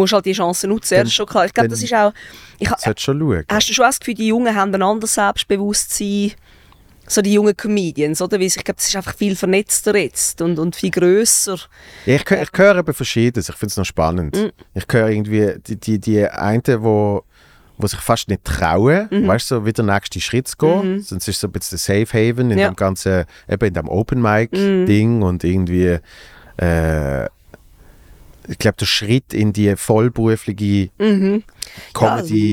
B: musst halt die Chancen nutzen, ja, das ist schon klar. Ich glaube,
A: dann-
B: das ist auch... Ich, ha-
A: solltest du schon schauen.
B: hast du schon auch das Gefühl, die Jungen haben ein anderes Selbstbewusstsein, so die jungen Comedians, oder? Weil ich glaube, es ist einfach viel vernetzter jetzt und, und viel grösser.
A: Ja, ich, hö- ich höre eben Verschiedenes, ich finde es noch spannend.
B: Mm.
A: Ich höre irgendwie die, die, die einen, die wo, wo sich fast nicht trauen,
B: Mhm.
A: weißt du, so wie der nächste Schritt zu gehen. Sonst ist so ein bisschen der Safe Haven in
B: Ja. Mm.
A: dem ganzen, eben in dem Open Mic-Ding und irgendwie, äh, ich glaube, der Schritt in die vollberufliche
B: Mhm. Ja, Brust,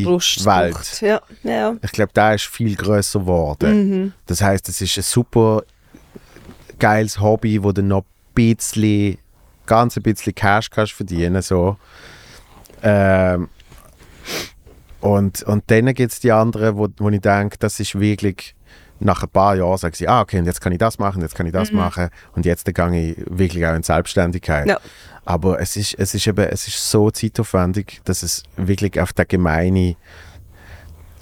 A: Comedy-Welt.
B: Brust. Ja, ja.
A: Ich glaube, da ist viel größer geworden. Das heißt, es ist ein super geiles Hobby, wo du noch ein bisschen, ganz ein bisschen Cash kannst verdienen so. Ähm, und, und dann gibt es die anderen, wo, wo ich denke, das ist wirklich nach ein paar Jahren sagen sie, ah okay, und jetzt kann ich das machen, jetzt kann ich das machen und jetzt dann gehe ich wirklich auch in die Selbstständigkeit.
B: Ja.
A: Aber es ist, es, ist eben, es ist so zeitaufwendig, dass es wirklich auf der gemeine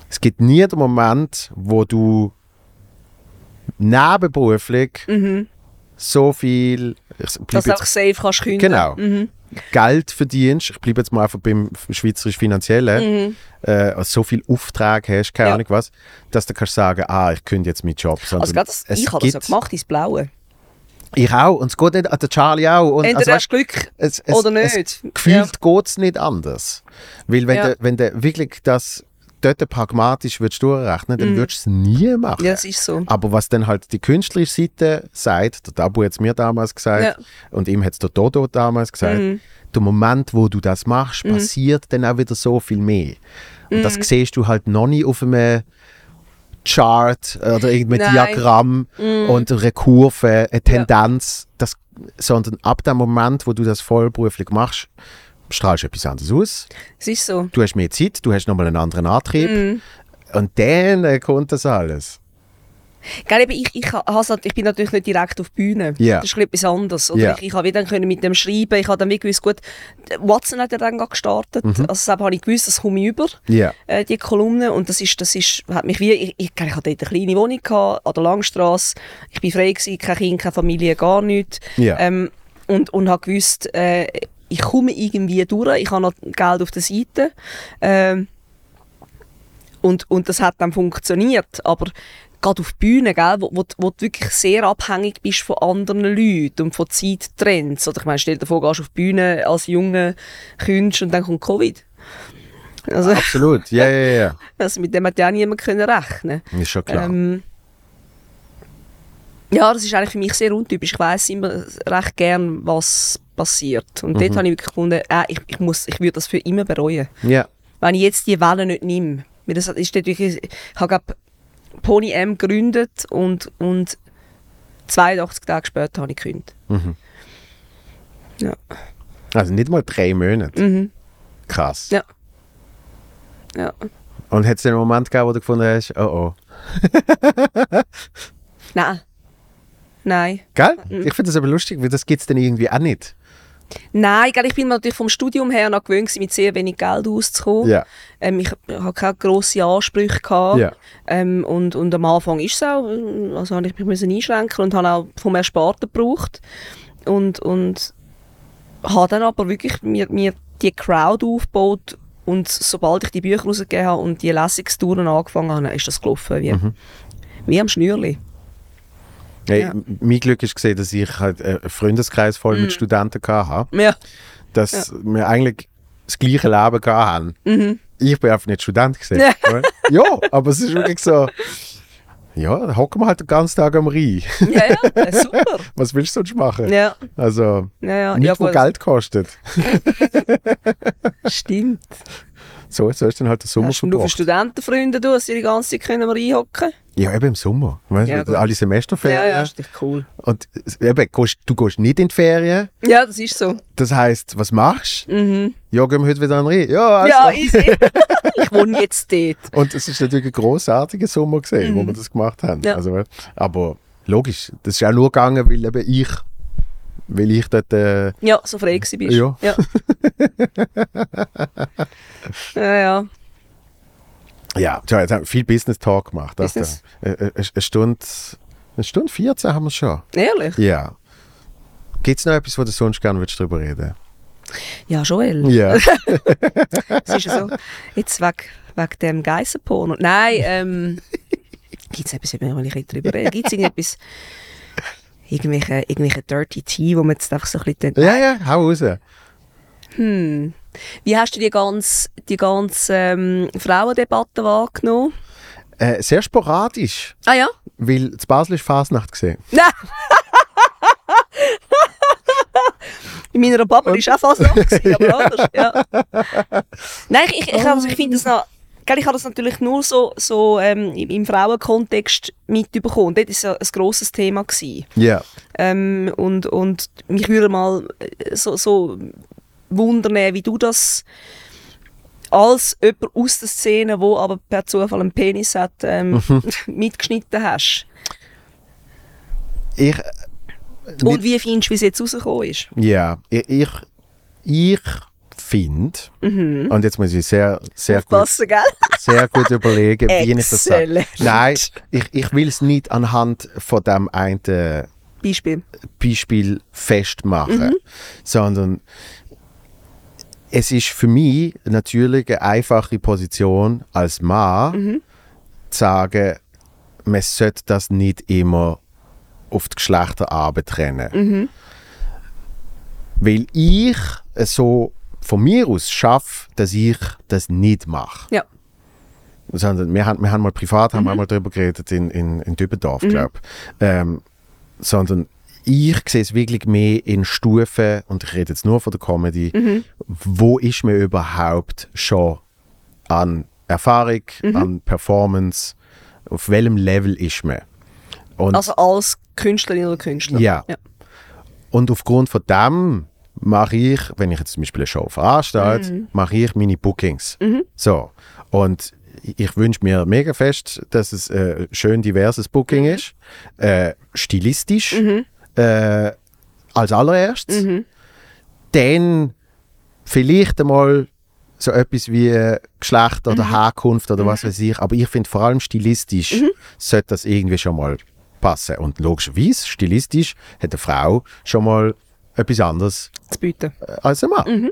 A: es gibt nie den Moment, wo du nebenberuflich so viel ich bleib
B: Mhm. Dass du auch
A: jetzt,
B: safe kannst künden.
A: Genau.
B: Mhm.
A: Geld verdienst, ich bleibe jetzt mal einfach beim schweizerisch Finanziellen, äh, also so viel Auftrag hast, keine
B: Mhm. Ja.
A: Ahnung was, dass du kannst sagen, ah, ich kündige jetzt meinen Job. sondern
B: Also, gerade das,
A: es
B: ich habe das
A: gibt-
B: ja gemacht, ins Blaue.
A: Ich auch, und es geht nicht, ah, der Charlie auch. Und,
B: Entweder
A: also,
B: hast du Glück
A: es, es,
B: oder
A: Es,
B: nicht. Ja.
A: gefühlt geht es nicht anders. Weil wenn,
B: Ja.
A: du, wenn du wirklich das dort pragmatisch würdest durchrechnen, dann würdest du es nie machen.
B: Mhm. Ja, das ist so.
A: Aber was dann halt die künstlerische Seite sagt, der Tabu hat es mir damals gesagt
B: Ja. Mhm.
A: und ihm hat es der Dodo damals gesagt, der Moment, wo du das machst, passiert dann auch wieder so viel mehr. Und das
B: Mhm.
A: siehst du halt noch nicht auf einem Chart oder irgendeinem
B: Nein. Mhm.
A: Diagramm und einer Kurve, eine Tendenz, das, sondern ab dem Moment, wo du das vollberuflich machst, strahlst du etwas anderes aus
B: Es ist so.
A: du hast mehr Zeit, du hast nochmal einen anderen Antrieb.
B: Mhm.
A: Und dann äh, kommt das alles.
B: Gell, eben, ich, ich, ha- has halt- ich bin natürlich nicht direkt auf die Bühne.
A: Ja.
B: Das ist ein bisschen etwas anderes. Oder
A: Ja.
B: ich, ich habe wieder können mit dem Schreiben, ich habe dann wie gewusst, gut, Watson hat ja dann gerade gestartet.
A: Mhm.
B: Also deshalb habe ich gewusst, das komme ich über,
A: Ja.
B: äh, die Kolumne. Und das ist, das ist, hat mich wie, ich, ich, gell, ich hatte dort eine kleine Wohnung gehabt, an der Langstrasse. Ich bin frei gewesen, kein Kind, keine Familie, gar nichts.
A: Ja.
B: Ähm, und, und habe gewusst, äh, ich komme irgendwie durch, ich habe noch Geld auf der Seite. Ähm, und, und das hat dann funktioniert. Aber gerade auf Bühnen, gell, wo, wo, wo du wirklich sehr abhängig bist von anderen Leuten und von Zeittrends. Oder ich meine, stell dir vor, du gehst auf die Bühne als junger Künstler und dann kommt Covid. Also,
A: Absolut. Ja, ja,
B: also mit dem hat ja auch niemand können rechnen
A: ja. Ist schon klar.
B: ähm, ja, das ist eigentlich für mich sehr untypisch. Ich weiß immer recht gern, was passiert. Und
A: Mhm.
B: dort habe ich wirklich gefunden, äh, ich, ich, muss, ich würde das für immer bereuen
A: ja.
B: wenn ich jetzt die Welle nicht nehme. Weil das ist dort wirklich, ich habe glaub, Pony M gegründet und, und 82 Tage später habe ich gekündigt. Ja.
A: Also nicht mal drei Monate. Krass.
B: Ja. ja.
A: Und hat es einen Moment gegeben, wo du gefunden hast, oh oh.
B: Nein. Nein.
A: Gell?
B: Mhm.
A: Ich finde das aber lustig, weil das gibt es dann irgendwie auch nicht.
B: Nein, gell, ich bin natürlich vom Studium her noch gewöhnt, gewesen, mit sehr wenig Geld auszukommen.
A: Ja.
B: Ähm, ich hatte keine grossen Ansprüche. Gehabt.
A: Ja.
B: Ähm, und, und am Anfang ist es auch, äh, also habe ich mich müssen einschränken und habe auch vom Ersparten gebraucht. Und, und habe dann aber wirklich mir, mir die Crowd aufgebaut und sobald ich die Bücher rausgegeben habe und die Lesungstouren angefangen habe, ist das gelaufen wie,
A: Mhm.
B: wie am Schnürli.
A: Hey,
B: Ja. Mhm.
A: m- Mein Glück ist gesehen, dass ich halt äh, einen Freundeskreis voll mit Studenten hatte.
B: Ja. Mhm.
A: dass wir eigentlich das gleiche Leben gehabt haben. Ich bin einfach nicht Student gesehen.
B: Ja.
A: ja, aber es ist wirklich so. Ja, dann hocken wir halt den ganzen Tag am Rhein.
B: Ja, ja, äh, super.
A: Was willst du sonst machen?
B: Ja,
A: Also,
B: ja, ja.
A: nicht,
B: ja
A: wo
B: gut.
A: Geld kostet.
B: Stimmt.
A: So, so ist dann halt der Sommer
B: Hast du nur für
A: verbracht.
B: Studentenfreunde du, dass die die ganze Zeit können wir reinhocken?
A: Ja, eben im Sommer. Weißt,
B: Ja,
A: du,
B: gut.
A: alle Semesterferien.
B: richtig cool.
A: Und eben, gehst, du gehst nicht in die Ferien.
B: Ja, das ist so.
A: Das heisst, was machst du? Ja, gehen wir heute wieder an den Rhein. Ja, also.
B: Mhm. Ja, easy. ich wohne jetzt dort.
A: Und es ist natürlich ein großartiger Sommer gesehen, wo wir das gemacht haben.
B: Mhm. Ja.
A: Also, aber logisch, das ist auch nur gegangen, weil eben ich, weil ich dort, äh,
B: Ja, so frei gewesen bist.
A: Ja.
B: Ja, ja. ja.
A: ja, tja, jetzt haben wir viel Business Talk gemacht. Das
B: Business.
A: da. Äh, äh, eine Stunde, eine Stunde 14 haben wir schon.
B: Ehrlich?
A: Ja. Gibt es noch etwas, wo du sonst gerne würdest drüber reden?
B: Ja, Joel.
A: Ja.
B: Es ist ja so. Jetzt wegen, wegen dem Geissenporno. Nein, ähm. Gibt es etwas, über das ich drüber reden Gibt es irgendetwas. Irgendwelche, irgendwelche Dirty Tea, wo man jetzt einfach so ein bisschen. hm.
A: ja, ja, hau raus.
B: Wie hast du die ganze, die ganze ähm, Frauendebatte wahrgenommen?
A: Äh, sehr sporadisch,
B: Ah ja?
A: weil zu Basel ist Fasnacht gesehen.
B: Nein! In meiner Bubble war auch fast noch, gewesen, aber anders. Ja. Nein, ich, ich, ich, also, ich finde das noch. Gell, ich habe das natürlich nur so, so ähm, im, im Frauenkontext mitbekommen. Dort war es ja ein grosses Thema. Gewesen.
A: Ja.
B: Ähm, und, und mich würde mal äh, so, so wundern, wie du das als jemand aus der Szene, wo aber per Zufall einen Penis hat, ähm, mitgeschnitten hast.
A: Ich
B: Und wie findest du, wie es jetzt rausgekommen ist?
A: Ja, ich, ich, ich finde, und jetzt muss ich sehr, sehr gut
B: Passen, gell?
A: sehr gut überlegen, wie ich das sage.
B: Exzellent.
A: Nein, ich, ich will es nicht anhand von dem einen
B: Beispiel.
A: Beispiel festmachen, sondern es ist für mich natürlich eine einfache Position als Mann, zu sagen, man sollte das nicht immer auf die Geschlechterarbeit trennen. Weil ich es so von mir aus schaffe, dass ich das nicht mache
B: Ja.
A: sondern wir haben, wir haben mal privat haben wir mal darüber geredet in, in, in Dübendorf, glaube ich. Ähm, sondern ich sehe es wirklich mehr in Stufen, und ich rede jetzt nur von der Comedy, wo ist mir überhaupt schon an Erfahrung, an Performance, auf welchem Level ist man? Und
B: Also als Künstlerin oder Künstler.
A: Ja.
B: ja.
A: und aufgrund von dem mache ich, wenn ich jetzt zum Beispiel eine Show veranstalte, mache ich meine Bookings. So. Und ich wünsche mir mega fest, dass es äh, schön diverses Booking ist, äh, stilistisch äh, als allererstes. Dann vielleicht einmal so etwas wie äh, Geschlecht
B: Mhm.
A: oder Herkunft oder was weiß ich. Aber ich finde vor allem stilistisch
B: Mhm.
A: sollte das irgendwie schon mal passen. Und logischerweise, stilistisch hat eine Frau schon mal etwas anderes
B: Zu bieten.
A: äh, als ein Mann.
B: Mhm.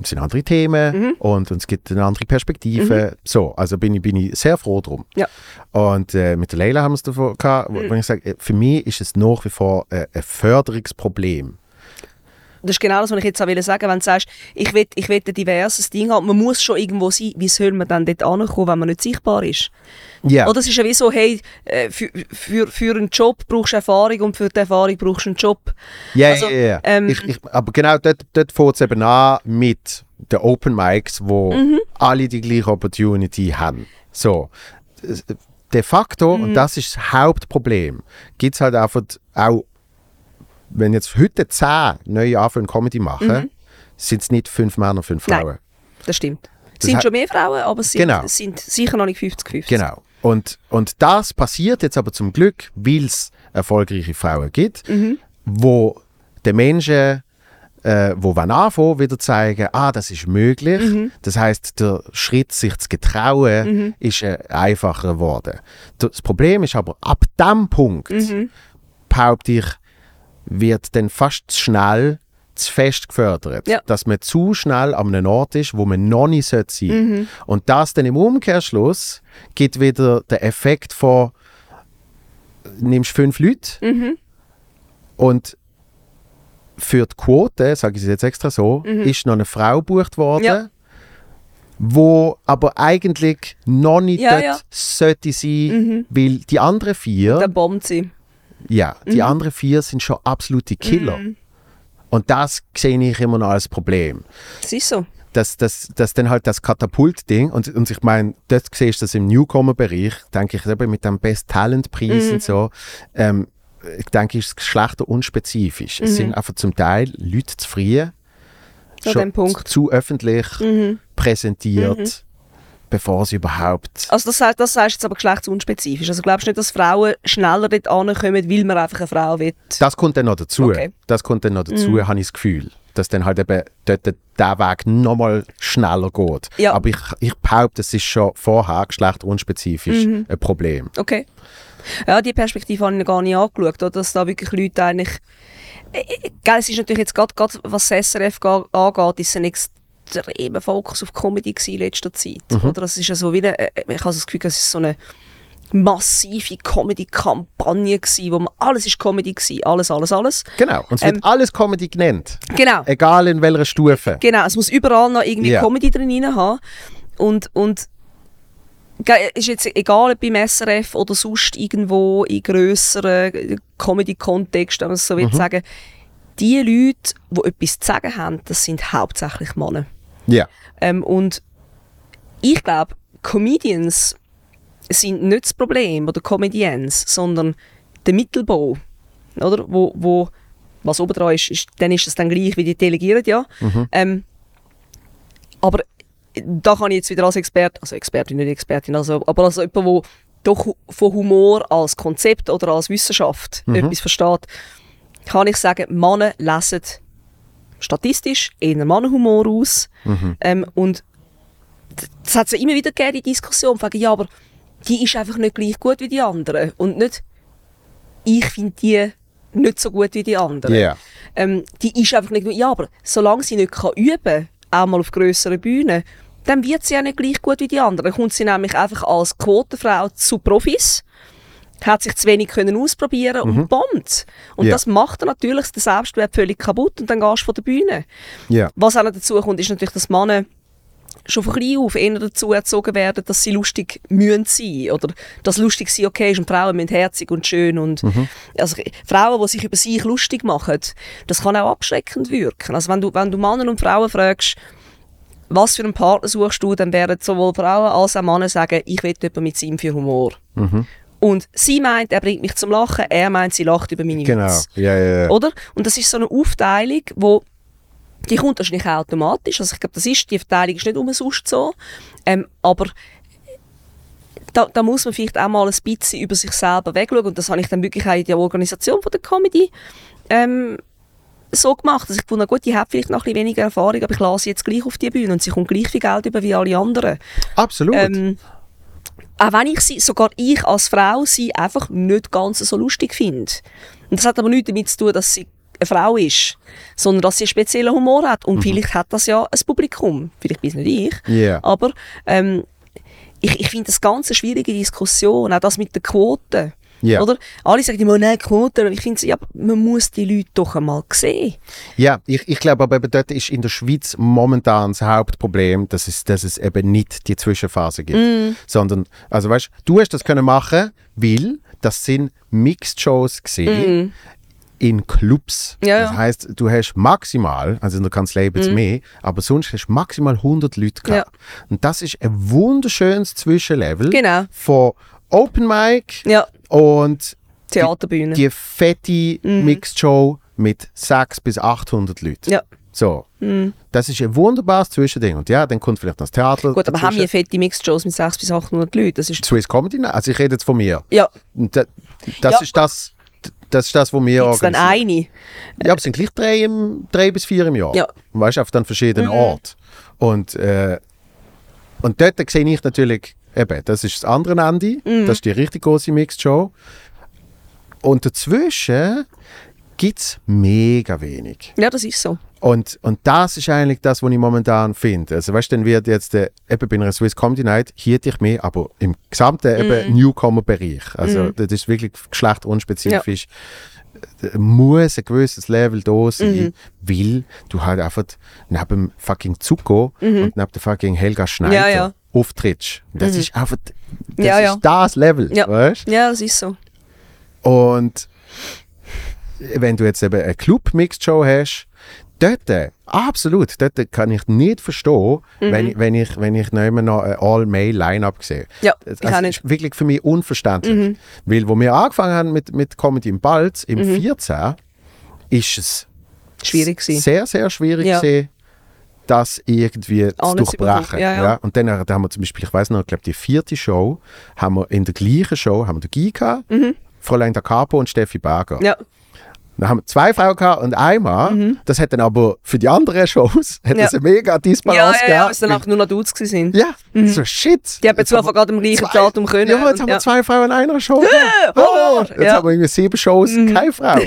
A: Es sind andere Themen und, und es gibt eine andere Perspektive. So, also bin ich, bin ich sehr froh drum.
B: Mhm. Ja. Mhm.
A: Und äh, mit der Leila haben wir es davon gehabt, wo- wenn ich sage, äh, für mich ist es nach wie vor äh, ein Förderungsproblem.
B: Das ist genau das, was ich jetzt auch will sagen Wenn du sagst, ich will, ich will ein diverses Ding haben, man muss schon irgendwo sein, wie soll man dann dort ankommen, wenn man nicht sichtbar ist?
A: Ja.
B: Oder es ist ja wie so, hey, äh, für, für, für einen Job brauchst du Erfahrung und für die Erfahrung brauchst du einen Job.
A: Ja,
B: Also,
A: ja, ja.
B: ähm,
A: ich, ich, aber genau dort, dort fängt es eben an mit den Open Mics, wo
B: Mhm.
A: alle die gleiche Opportunity haben. So. De facto,
B: Mhm.
A: und das ist das Hauptproblem, gibt es halt einfach auch, wenn jetzt heute zehn neue anfangen Comedy machen, sind es nicht fünf Männer, fünf
B: Mhm. Nein.
A: Frauen.
B: Das stimmt. Es
A: Das
B: sind
A: hat-
B: schon mehr Frauen, aber es sind,
A: Genau.
B: es sind sicher noch nicht 50-50.
A: Genau. Und, und das passiert jetzt aber zum Glück, weil es erfolgreiche Frauen gibt, wo den Menschen, äh, wo wann anfangen, wieder zeigen, ah, das ist möglich. Das heißt, der Schritt, sich zu getrauen, ist äh, einfacher geworden. Das Problem ist aber, ab dem Punkt, behaupte ich, wird dann fast zu schnell zu fest gefördert.
B: Ja.
A: Dass man zu schnell an einem Ort ist, wo man noch nicht sein sollte.
B: Mhm.
A: Und das dann im Umkehrschluss gibt wieder den Effekt von, nimmst fünf Leute
B: Mhm.
A: und für die Quote, sage ich es jetzt extra so, ist noch eine Frau gebucht worden,
B: Mhm. Ja.
A: wo aber eigentlich noch nicht
B: Ja,
A: dort
B: ja. Mhm.
A: sollte sein, weil die anderen vier...
B: Dann bombt sie.
A: Ja, die anderen vier sind schon absolute Killer. Und das sehe ich immer noch als Problem.
B: Das ist so.
A: Dass, dass, dass dann halt das Katapult-Ding, und, und ich meine, dort siehst du das im Newcomer-Bereich, denke ich eben mit dem Best-Talent-Preis und so, ähm, ich denke, ist es geschlechterunspezifisch. Es sind einfach zum Teil Leute zu früh,
B: An dem Punkt.
A: zu öffentlich präsentiert, bevor sie überhaupt...
B: Also das, heißt- das heißt jetzt aber geschlechtsunspezifisch. Also glaubst du nicht, dass Frauen schneller dort ankommen, weil man einfach eine Frau will?
A: Das kommt dann noch dazu.
B: Okay. Mm.
A: Das kommt dann noch dazu, habe ich das Gefühl. Dass dann halt eben dort der Weg nochmal schneller geht.
B: Ja.
A: Aber ich, ich behaupte, es ist schon vorher geschlechterunspezifisch
B: Mhm.
A: ein Problem.
B: Okay. Ja, die Perspektive habe ich noch gar nicht angeschaut, oder? dass da wirklich Leute eigentlich... Äh, äh, Gell, es ist natürlich jetzt gerade, gerade was das SRF ga- angeht, ist ein extremer Fokus auf Comedy gewesen in letzter Zeit. Oder? Es ist ja so wie eine, äh, ich habe so das Gefühl, es ist so eine massive Comedy-Kampagne gewesen, wo man, alles ist Comedy gewesen, alles, alles, alles.
A: Genau. Und es
B: Ähm.
A: wird alles Comedy genannt.
B: Genau.
A: Egal in welcher Stufe.
B: Genau, es muss überall noch irgendwie
A: Ja.
B: Comedy drin rein haben. Und, und ge- ist jetzt egal, ob beim SRF oder sonst irgendwo in grösseren Comedy-Kontexten, wenn man es so will sagen, die Leute, die etwas zu sagen haben, das sind hauptsächlich Männer.
A: Ja.
B: Ähm, und ich glaube, Comedians sind nicht das Problem oder Comedians, sondern der Mittelbau, oder? Wo, wo, was oben dran ist, ist, dann ist es dann gleich, wie die delegieren, ja. Ähm, aber da kann ich jetzt wieder als Experte, also Expertin, nicht Expertin, also, aber als jemand, der doch hu- von Humor als Konzept oder als Wissenschaft etwas versteht, kann ich sagen, Männer lesen statistisch eher Mannenhumor aus. Ähm, und d- das hat es immer wieder gegeben, die Diskussion, fragen, ja, aber die ist einfach nicht gleich gut wie die anderen. Und nicht, ich finde die nicht so gut wie die anderen.
A: Ja.
B: Ähm, die ist einfach nicht gut. Ja, aber solange sie nicht kann üben kann, auch mal auf grösseren Bühnen, dann wird sie ja nicht gleich gut wie die anderen. Dann kommt sie nämlich einfach als Quotenfrau zu Profis, hat sich zu wenig können ausprobieren und bombt. Und
A: Ja.
B: das macht dann natürlich den Selbstwert völlig kaputt und dann gehst du von der Bühne.
A: Ja.
B: Was auch noch dazu kommt, ist natürlich, dass Männer schon von klein auf eher dazu erzogen werden, dass sie lustig müssen sein oder dass lustig sein okay ist und Frauen müssen herzig und schön und
A: Mhm.
B: also Frauen, die sich über sich lustig machen, das kann auch abschreckend wirken. Also wenn du, wenn du Männer und Frauen fragst, was für einen Partner suchst du, dann werden sowohl Frauen als auch Männer sagen, ich will jemanden mit seinem für Humor.
A: Mhm.
B: Und sie meint, er bringt mich zum Lachen, er meint, sie lacht über meine
A: Genau.
B: Witze.
A: Ja, ja, ja.
B: Oder? Und das ist so eine Aufteilung, wo die kommt wahrscheinlich auch automatisch. Also ich glaube, das ist, die Verteilung ist nicht um umsonst so. Ähm, aber äh, da, da muss man vielleicht auch mal ein bisschen über sich selber wegschauen. Und das habe ich dann wirklich auch in der Organisation von der Comedy ähm, so gemacht. Also ich fand, na gut, die hat vielleicht noch ein bisschen weniger Erfahrung, aber ich lasse sie jetzt gleich auf die Bühne und sie kommt gleich viel Geld über wie alle anderen.
A: Absolut.
B: Ähm, auch wenn ich sie, sogar ich als Frau, sie einfach nicht ganz so lustig finde. Und das hat aber nichts damit zu tun, dass sie eine Frau ist, sondern dass sie einen speziellen Humor hat. Und vielleicht hat das ja ein Publikum. Vielleicht bin es nicht ich.
A: Ja.
B: Aber ähm, ich, ich finde das ganz eine schwierige Diskussion, auch das mit den Quoten.
A: Ja.
B: Oder? Alle sagen immer, nein, Quoten. Und ich finde, ja, aber man muss die Leute doch einmal sehen.
A: Ja, ich, ich glaube aber eben dort ist in der Schweiz momentan das Hauptproblem, dass es, dass es eben nicht die Zwischenphase gibt.
B: Mm.
A: Sondern, also weißt du, hast das können machen, weil das sind Mixed-Shows gesehen in Clubs.
B: Mm. Ja, Mm.
A: das
B: ja.
A: heißt, du hast maximal, also in der Kanzlei jetzt mehr, aber sonst hast du maximal 100 Leute gehabt. Und das ist ein wunderschönes Zwischenlevel
B: Genau.
A: von Open Mic
B: Ja,
A: und
B: Theaterbühne.
A: die fette Mixed-Show mit 600 bis 800 Leuten.
B: Mhm. Ja. Mhm.
A: So. Das ist ein wunderbares Zwischending. Und ja, dann kommt vielleicht noch das Theater.
B: Gut, aber haben
A: dazwischen.
B: wir fette Mixed-Shows mit 600 bis 800 Leuten? Das ist,
A: Swiss Comedy? Night? Also ich rede jetzt von mir.
B: ja,
A: Und da, das
B: Ja.
A: ist das, das ist das, was wir
B: gibt es dann
A: organisieren.
B: eine?
A: Ja, aber es sind gleich drei, im, drei bis vier im Jahr.
B: Ja.
A: Und Weißt du, auf dann verschiedenen Orten. Und, äh, und dort sehe ich natürlich, eben, das ist das andere Ende, das ist die richtig große Mixed Show. Und dazwischen gibt es mega wenig.
B: Ja, das ist so.
A: Und, und das ist eigentlich das, was ich momentan finde. Also, weißt du, dann wird jetzt äh, eben bei einer Swiss Comedy Night hielt ich mehr, aber im gesamten
B: Mhm.
A: eben Newcomer-Bereich. Also, das ist wirklich geschlechterunspezifisch. Äh, Muss ein gewisses Level da
B: Mhm.
A: sein, weil du halt einfach neben dem fucking Zuko und neben der fucking Helga Schneider
B: Mhm. Ja, ja. Mhm.
A: auftrittst. Das ist einfach das,
B: Ja,
A: ist
B: ja.
A: das Level.
B: Ja.
A: Weißt?
B: Ja, das ist so.
A: Und wenn du jetzt eben eine Club-Mixed-Show hast, dort, äh, absolut, dort kann ich nicht verstehen, wenn,
B: Mhm.
A: ich- wenn ich, wenn ich noch immer noch ein All-Male-Line-Up sehe.
B: Ja,
A: Das- also
B: ich auch nicht. Mhm.
A: ist wirklich für mich unverständlich. Weil, wo wir angefangen haben mit, mit Comedy im Balz, im
B: Mhm.
A: 14, ist es
B: Schwierig gewesen.
A: sehr, sehr schwierig
B: Ja.
A: gewesen, das irgendwie zu
B: Alles
A: durchbrechen.
B: überkommen. Ja, ja.
A: Und dann äh, haben wir zum Beispiel, ich weiß noch, ich glaube, die vierte Show, haben wir in der gleichen Show, haben wir den Guy gehabt, Fräulein Da Capo und Steffi Berger.
B: Mhm. Ja, Mhm.
A: Dann haben wir zwei Frauen gehabt und einmal, das hat dann aber für die anderen Shows, hat
B: Ja.
A: das eine mega
B: ja,
A: Disbalance
B: ja, ja,
A: gegeben.
B: weil es dann auch nur noch Dudes gewesen sind.
A: Ja, so shit.
B: Mhm. Die haben
A: Jetzt
B: zu Anfang gerade am gleichen
A: zwei-
B: Datum können.
A: Ja, jetzt haben wir
B: ja.
A: zwei Frauen in einer Show. gehabt. Oh, jetzt
B: Ja. Mhm.
A: haben wir irgendwie sieben Shows, keine Frau.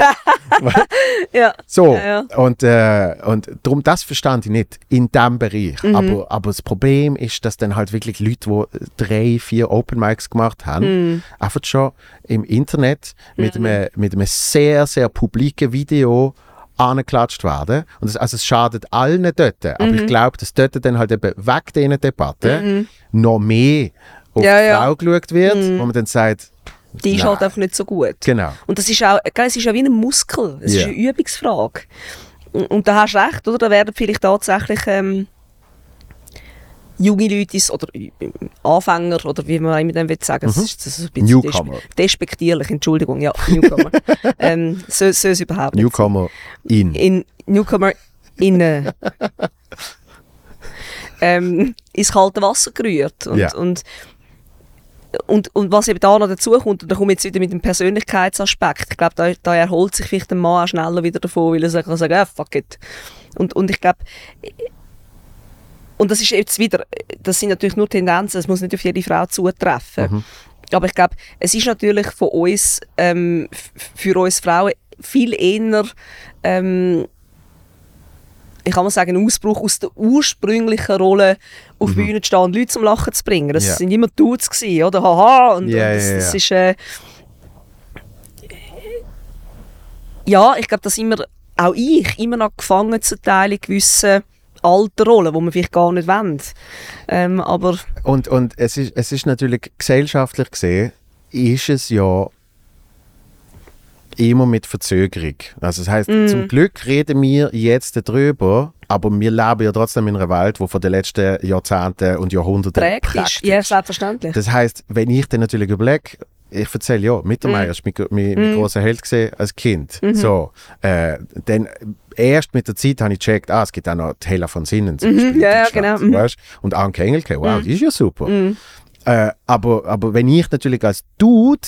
B: Ja.
A: So,
B: Ja,
A: und, äh, und darum, das verstand ich nicht in diesem Bereich.
B: Mhm.
A: Aber, aber das Problem ist, dass dann halt wirklich Leute, die drei, vier Open Mics gemacht haben,
B: Mhm.
A: einfach schon im Internet mit, einem, mit einem sehr, sehr publiken Video angeklatscht werden. Und das, also es schadet allen dort. Aber
B: Mhm.
A: ich glaube, dass dort dann halt eben weg dieser Debatte noch mehr auf
B: Ja,
A: die
B: ja. Mhm.
A: Frau geschaut wird, wo man dann sagt,
B: Die ist
A: Nein.
B: halt einfach nicht so gut.
A: genau.
B: Und das ist auch, gell, es ist ja wie ein Muskel. Es
A: Ja.
B: ist eine Übungsfrage. Und, und da hast du recht, oder? Da werden vielleicht tatsächlich ähm, junge Leute ins- oder äh, Anfänger oder wie man immer dann will sagen, das ist, das ist ein bisschen
A: Mhm. Newcomer.
B: despe- despektierlich, Entschuldigung, ja, Newcomer. ähm, so, so ist es überhaupt nicht.
A: Newcomer in.
B: in Newcomer in ähm, ins kalte Wasser gerührt und,
A: Ja.
B: und und, und was eben da noch dazu kommt, und da komme ich jetzt wieder mit dem Persönlichkeitsaspekt. Ich glaube, da, da erholt sich vielleicht der Mann auch schneller wieder davon, weil er sagen kann, sagen, ah, fuck it. Und, und ich glaube, und das ist jetzt wieder, das sind natürlich nur Tendenzen, es muss nicht auf jede Frau zutreffen.
A: Mhm.
B: Aber ich glaube, es ist natürlich von uns, ähm, f- für uns Frauen, viel eher, ähm, ich kann mal sagen, ein Ausbruch aus der ursprünglichen Rolle, auf Bühnen zu stehen und Leute zum Lachen zu bringen. Das
A: Mhm. Ja.
B: sind immer Dudes gewesen, oder? Haha! Und,
A: Ja,
B: und das,
A: ja, ja.
B: das ist, äh, ja, ich glaube, dass immer, auch ich, immer noch gefangen zu Teil in gewissen alten Rollen, die man vielleicht gar nicht wollen. Ähm, aber
A: Und, und es, ist, es ist natürlich gesellschaftlich gesehen, ist es ja immer mit Verzögerung. Also das heißt,
B: Mm.
A: zum Glück reden wir jetzt darüber, aber wir leben ja trotzdem in einer Welt, die von den letzten Jahrzehnten und Jahrhunderten
B: prägt ist. Ja, selbstverständlich.
A: Das heißt, wenn ich dann natürlich überlege, ich erzähle ja, Mittermeier
B: Mhm.
A: ist mein, gro- mein, mein großer Held gesehen als Kind. So, äh, dann erst mit der Zeit habe ich gecheckt, ah, es gibt auch noch die Hella von Sinnen zum Beispiel.
B: Ja,
A: in
B: ja,
A: Deutschland,
B: genau, mhm.
A: Weißt? Und Anke Engelke, wow, die ist ja super. Äh, aber, aber wenn ich natürlich als Dude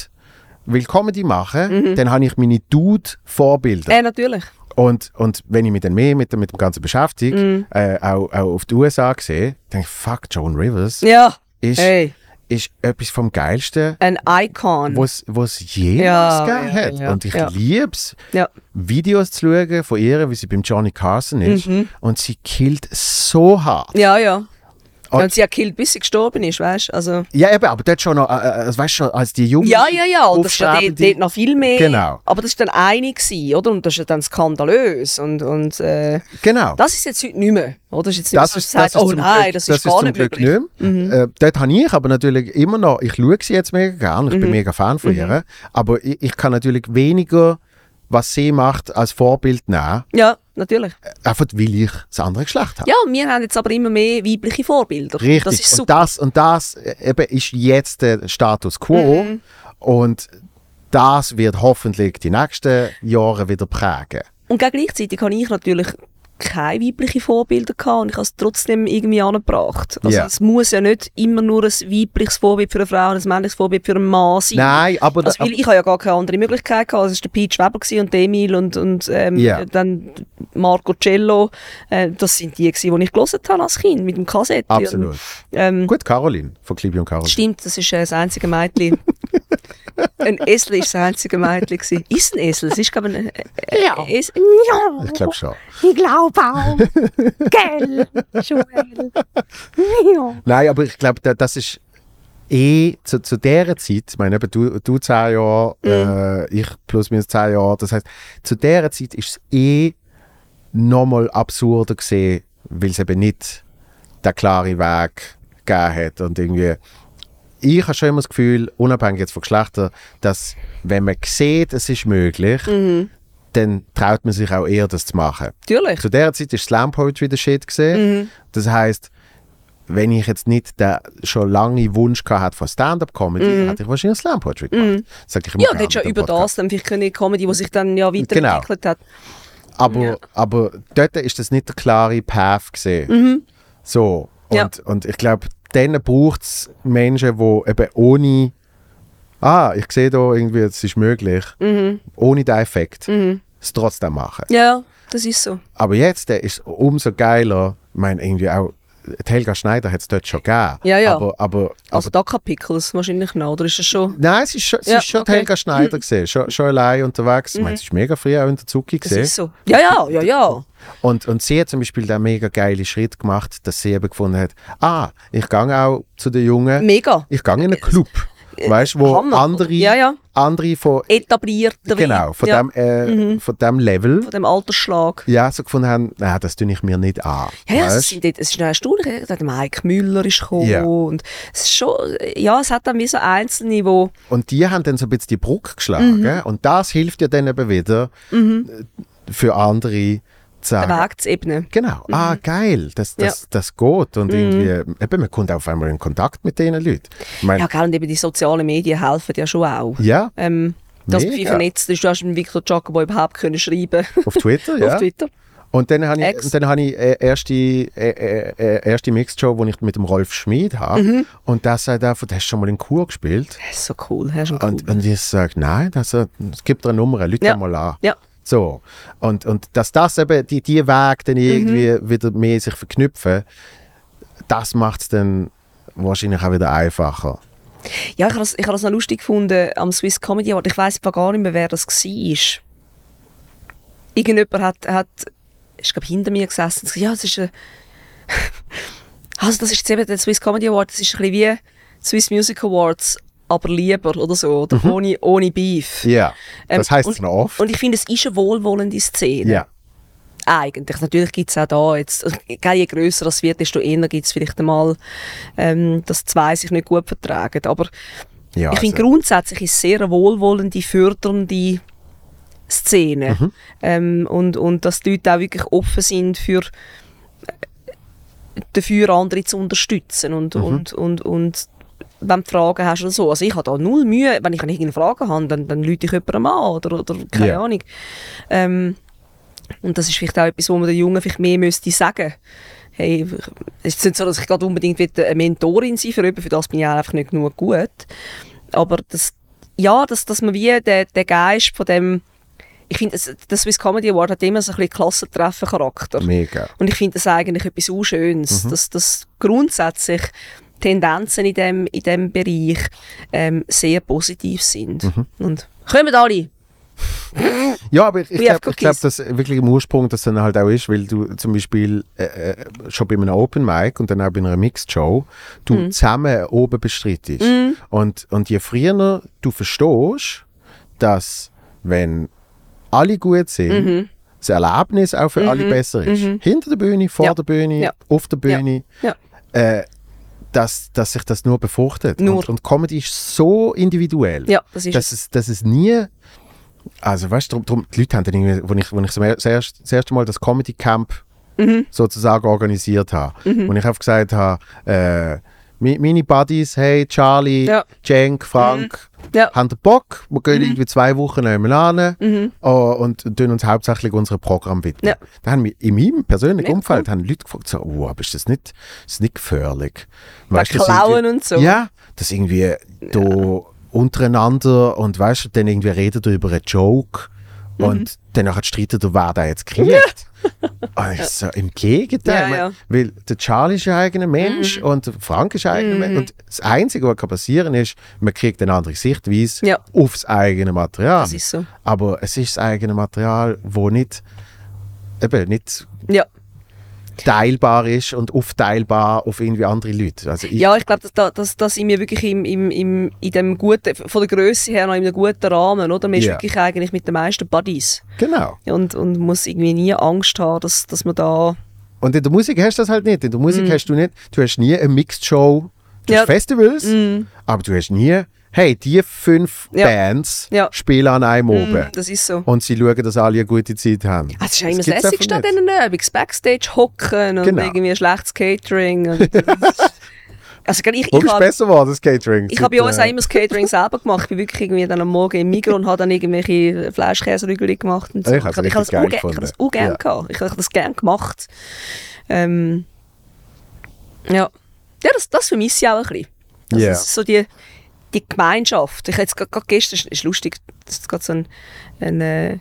A: will Comedy machen, dann habe ich meine Dude-Vorbilder.
B: Mhm. Äh, natürlich.
A: Und, und wenn ich mich dann mehr mit, dem- mit dem Ganzen beschäftige,
B: Mhm.
A: äh, auch, auch auf die USA sehe, denke ich, fuck, Joan Rivers
B: Ja.
A: ist,
B: Hey.
A: ist etwas vom Geilsten,
B: Ein Icon.
A: was es jemals
B: Ja,
A: gegeben
B: ja,
A: hat.
B: ja,
A: und ich
B: ja.
A: liebe es,
B: Ja.
A: Videos zu schauen von ihr, wie sie beim Johnny Carson ist.
B: Mhm.
A: Und sie killt so hart.
B: Ja, ja.
A: Und-
B: Und sie hat gekillt, bis sie gestorben ist, weißt du? Also,
A: Ja, eben, aber dort schon noch, äh, äh, weißt schon, als die Jungen.
B: ja, ja, ja. Und das war dort,
A: aufschreibende-
B: dort noch viel mehr.
A: Genau.
B: Aber das war dann eine, gewesen, oder? Und das ist ja dann skandalös. Und, und äh,
A: Genau.
B: das ist jetzt heute nicht mehr. Oder? Das ist jetzt nicht
A: Das
B: so, dass
A: ist,
B: man
A: das
B: sagt,
A: ist
B: oh
A: zum
B: nein,
A: Glück,
B: das ist gar
A: zum
B: nicht
A: Glück
B: möglich. Mhm.
A: nicht mehr. Äh, dort habe ich aber natürlich immer noch, ich schaue sie jetzt mega gerne, ich bin
B: Mhm.
A: mega Fan von ihr, aber ich, ich kann natürlich weniger, was sie macht, als Vorbild nehmen,
B: Ja, natürlich.
A: einfach weil ich das andere Geschlecht habe.
B: Ja, wir haben jetzt aber immer mehr weibliche Vorbilder.
A: Richtig.
B: Das ist
A: und
B: super.
A: das und das äh, eben ist jetzt der Status quo
B: Mhm.
A: und das wird hoffentlich die nächsten Jahre wieder prägen.
B: Und gleich- gleichzeitig habe ich natürlich keine weiblichen Vorbilder gehabt und ich habe es trotzdem irgendwie angebracht. Also
A: Ja.
B: es muss ja nicht immer nur ein weibliches Vorbild für eine Frau und ein männliches Vorbild für einen Mann sein.
A: Nein, aber
B: Also, weil ich habe ja gar keine andere Möglichkeit gehabt. Also, es war der Pete Schweber gewesen und der Emil und, und ähm,
A: Ja.
B: dann Marco Cello. Äh, das sind die, gewesen, die ich gelesen habe als Kind mit dem Kassette.
A: absolut.
B: Ähm,
A: Gut, Caroline von Klibi und Caroline.
B: stimmt, das ist äh, das einzige Mädchen. ein Esel war das einzige Mädchen. Gewesen. Ist ein Esel? Es ist, glaube ich, ein äh, äh,
C: Ja.
B: Esel.
C: Ja,
A: Ich glaube schon.
C: ich glaube auch. Gell, Joel. Ja.
A: Nein, aber ich glaube, da- das ist eh zu, zu dieser Zeit, ich meine, eben du, du zehn Jahre, äh, ich plus minus zehn Jahre, das heißt, zu dieser Zeit ist es eh nochmal absurder gesehen, weil es eben nicht den klaren Weg gegeben hat und irgendwie ich habe schon immer das Gefühl, unabhängig jetzt von Geschlechter, dass wenn man sieht, es ist möglich, dann traut man sich auch eher, das zu machen.
B: Natürlich.
A: Zu der Zeit war Slam Poetry der Shit.
B: Mhm.
A: gesehen. Das heißt, wenn ich jetzt nicht den schon lange Wunsch gehabt hätte von Stand-Up-Comedy, hätte ich wahrscheinlich Slam Poetry gemacht. Das sag ich immer
B: Mhm. Ja, und
A: gerne
B: hättest ja
A: mit dem
B: über das
A: Podcast. Genau.
B: dann vielleicht eine Comedy, die sich dann ja weiterentwickelt hat.
A: Aber, aber dort ist das nicht der klare Path gesehen. So. Und,
B: Mhm. Ja.
A: und ich glaube, dann braucht es Menschen, die eben ohne Ah, ich sehe da irgendwie, es ist möglich,
B: Mhm.
A: ohne den Effekt, es trotzdem machen.
B: Ja, das ist so.
A: Aber jetzt der ist umso geiler. Ich meine, irgendwie auch die Helga Schneider hat es dort schon gegeben.
B: Ja, ja.
A: Aber, aber, aber
B: Also, da kein Pickles wahrscheinlich noch, oder ist das schon?
A: nein, es ist schon, es
B: Also- Ja,
A: ist schon
B: okay. Mhm.
A: die Helga Schneider gesehen, schon, schon allein unterwegs. Ich meine, es ist mega früh auch in der Zucki
B: Das
A: gesehen.
B: ist so. Ja, ja, ja, ja.
A: Und, und sie hat zum Beispiel den mega geilen Schritt gemacht, dass sie eben gefunden hat, ah, ich gehe auch zu den Jungen,
B: Mega.
A: ich gehe in einen Club, weißt, wo
B: Äh, Hammer.
A: andere,
B: Ja, ja.
A: andere von,
B: Etablierter
A: genau, von,
B: ja, Mhm.
A: dem, äh, von dem Level,
B: von dem Altersschlag.
A: ja, so gefunden haben, nein, das tue ich mir nicht an.
B: Ja, ja, es,
A: weißt?
B: sind, dort- es ist noch erstaunlich. Der Mike Müller ist gekommen.
A: Ja.
B: Und es ist schon, ja, es hat dann wie so Einzelne, die.
A: Und die haben dann so ein bisschen die Brücke geschlagen.
B: Mhm.
A: Und das hilft ja dann eben wieder äh, für andere zu
B: den
A: sagen.
B: Weg zu ebnen.
A: Genau, ah geil, das, das,
B: Mhm. Ja. Mhm.
A: das geht. Und irgendwie, äh, eben, man kommt auf einmal in Kontakt mit diesen Leuten. Ich meine,
B: Ja, gell, und eben die sozialen Medien helfen ja schon auch.
A: ja.
B: Ähm, dass du
A: Mega.
B: viel vernetzt ist. Du hast mit Victor Jacobo überhaupt können schreiben
A: auf Twitter, ja.
B: auf Twitter.
A: Und dann habe ich,
B: Ex.
A: und dann habe ich äh, erste, äh, äh, äh, erste Mixshow, die ich mit dem Rolf Schmid habe.
B: Mhm.
A: Und der sagt einfach, du hast schon mal in Kur gespielt.
B: Das ist so cool. Das ist schon cool.
A: Und, und ich sage, nein, das, äh, es gibt eine Nummer, Leute
B: Ja.
A: mal an.
B: ja.
A: So. Und, und dass das eben, die, die Wege
B: Mhm.
A: dann irgendwie wieder mehr sich verknüpfen, das macht es dann wahrscheinlich auch wieder einfacher.
B: Ja, ich habe das, ich hab das noch lustig gefunden am Swiss Comedy Award. Ich weiss gar nicht mehr, wer das war. Irgendjemand hat, hat ist, glaub, hinter mir gesessen und gesagt, ja, das ist ein also das ist jetzt eben der Swiss Comedy Award, das ist ein bisschen wie die Swiss Music Awards, aber lieber oder so, oder ohne, ohne Beef.
A: Mhm. Ja.
B: Ähm,
A: das heisst
B: und-
A: es noch oft.
B: Und ich finde, es ist eine wohlwollende Szene.
A: ja.
B: Eigentlich. Natürlich gibt es auch da jetzt, also, gell, je grösser das wird, desto eher gibt es vielleicht einmal, ähm, dass zwei sich nicht gut vertragen. Aber
A: ja
B: ich finde
A: also-
B: grundsätzlich ist es sehr eine wohlwollende, fördernde Szene.
A: Mhm.
B: Ähm, und, und dass die Leute auch wirklich offen sind für äh, dafür andere zu unterstützen und,
A: Mhm.
B: und, und, und wenn du Fragen hast oder so. Also ich habe da null Mühe, wenn ich eine irgendeine Frage habe, dann, dann lüte ich jemandem an oder, oder keine
A: Ja.
B: Ahnung. Ähm, und das ist vielleicht auch etwas, wo man den Jungen vielleicht mehr müsste sagen Hey, es ist nicht so, dass ich gerade unbedingt will eine Mentorin sein für jemanden, für das bin ich auch einfach nicht genug gut. Aber das, ja, dass, dass man wie den, den Geist von dem, ich finde, das- der Swiss Comedy Award hat immer so ein bisschen Klassentreffen-Charakter.
A: Mega.
B: Und ich finde das eigentlich etwas so Schönes, dass, dass grundsätzlich Tendenzen in dem, in dem Bereich ähm, sehr positiv sind. Und kommen alle!
A: Ja, aber ich, ich
B: We have
A: glaube, glaub,
B: cookies.
A: dass äh, wirklich im Ursprung das dann halt auch ist, weil du zum Beispiel äh, äh, schon bei einem Open Mic und dann auch bei einer Mixed Show, du
B: Mhm.
A: zusammen oben bestreitest. Und, und je früher du verstehst, dass wenn alle gut sind,
B: Mhm.
A: das Erlebnis auch für alle besser ist. Hinter der Bühne, vor
B: Ja.
A: der Bühne,
B: Ja.
A: auf der Bühne.
B: Ja.
A: Äh, dass, dass sich das nur befruchtet.
B: Nur.
A: Und, und Comedy ist so individuell
B: Ja, das ist
A: dass es, dass es nie. Also, weißt du, drum, drum, die Leute haben dann irgendwie, als ich, wo ich das, er- das erste- das erste Mal das Comedy Camp
B: Mhm.
A: sozusagen organisiert habe, und ich einfach gesagt habe, äh, mi- meine Buddies, hey, Charlie,
B: Ja. Mhm.
A: Cenk, Frank,
B: Ja. Mhm.
A: haben den Bock, wir gehen irgendwie zwei Wochen nebenan mhm. oh, und tun uns hauptsächlich unserem Programm widmen.
B: Ja.
A: Da haben wir in meinem persönlichen
B: Ja,
A: Umfeld haben Leute gefragt, so, oh, aber ist das nicht, ist das nicht gefährlich? Weißt du, das
B: Klauen
A: irgendwie-
B: und so.
A: Ja, das irgendwie da untereinander und weißt du, dann irgendwie redet ihr über einen Joke und
B: Mhm.
A: danach streitet ihr, wer da jetzt kriegt. Und ich so, Im Gegenteil,
B: Ja, ja.
A: man- weil der Charlie ist ein eigener Mensch
B: Mhm.
A: und der Frank ist ein eigener Mensch und das Einzige, was kann passieren ist, man kriegt eine andere Sichtweise
B: Ja.
A: aufs eigene Material.
B: Das ist so.
A: Aber es ist das eigene Material, wo nicht, eben, nicht
B: Ja.
A: teilbar ist und aufteilbar auf irgendwie andere Leute. Also ich,
B: Ja, ich glaube, dass, dass, dass ich mir wirklich im, im, im, in dem guten, von der Größe her noch in einem guten Rahmen, oder? Man ist
A: Ja.
B: wirklich eigentlich mit den meisten Buddies
A: Genau.
B: und, und muss irgendwie nie Angst haben, dass, dass man da...
A: Und in der Musik hast du das halt nicht. In der Musik hast du nicht, du hast nie eine Mixed Show, du
B: Mhm. Ja. Mhm.
A: hast Festivals, aber du hast nie, hey, die fünf
B: Ja.
A: Bands
B: Ja. Mhm.
A: spielen an einem oben.
B: Das ist so.
A: Und sie schauen, dass alle eine gute Zeit haben.
B: Ah, Das ist ja immer das
A: Oh, gibt's einfach
B: Lässigste an
A: nicht.
B: diesen Übungen. Backstage hocken und
A: Genau.
B: irgendwie schlechtes Catering. Und also gell, ich,
A: Wo
B: ich
A: ist
B: habe
A: besser äh, geworden, das Catering?
B: ich hab bei uns auch immer das Catering selber gemacht. Ich bin wirklich irgendwie dann am Morgen im Migros und habe dann irgendwelche Fleischkäserügel gemacht. Und so.
A: Ah, Ich hab's
B: hab-
A: richtig
B: hab das
A: geil
B: auch ge- Ich
A: gefunden.
B: habe das auch gerne
A: Ja.
B: gehabt. Ich habe das gerne gemacht. Ähm, ja, ja das, das vermisse ich auch ein bisschen. Also
A: Ja.
B: das ist so die, die Gemeinschaft. Ich jetzt gerade gestern, ist, ist lustig, das ist gerade so ein, ein, äh, ein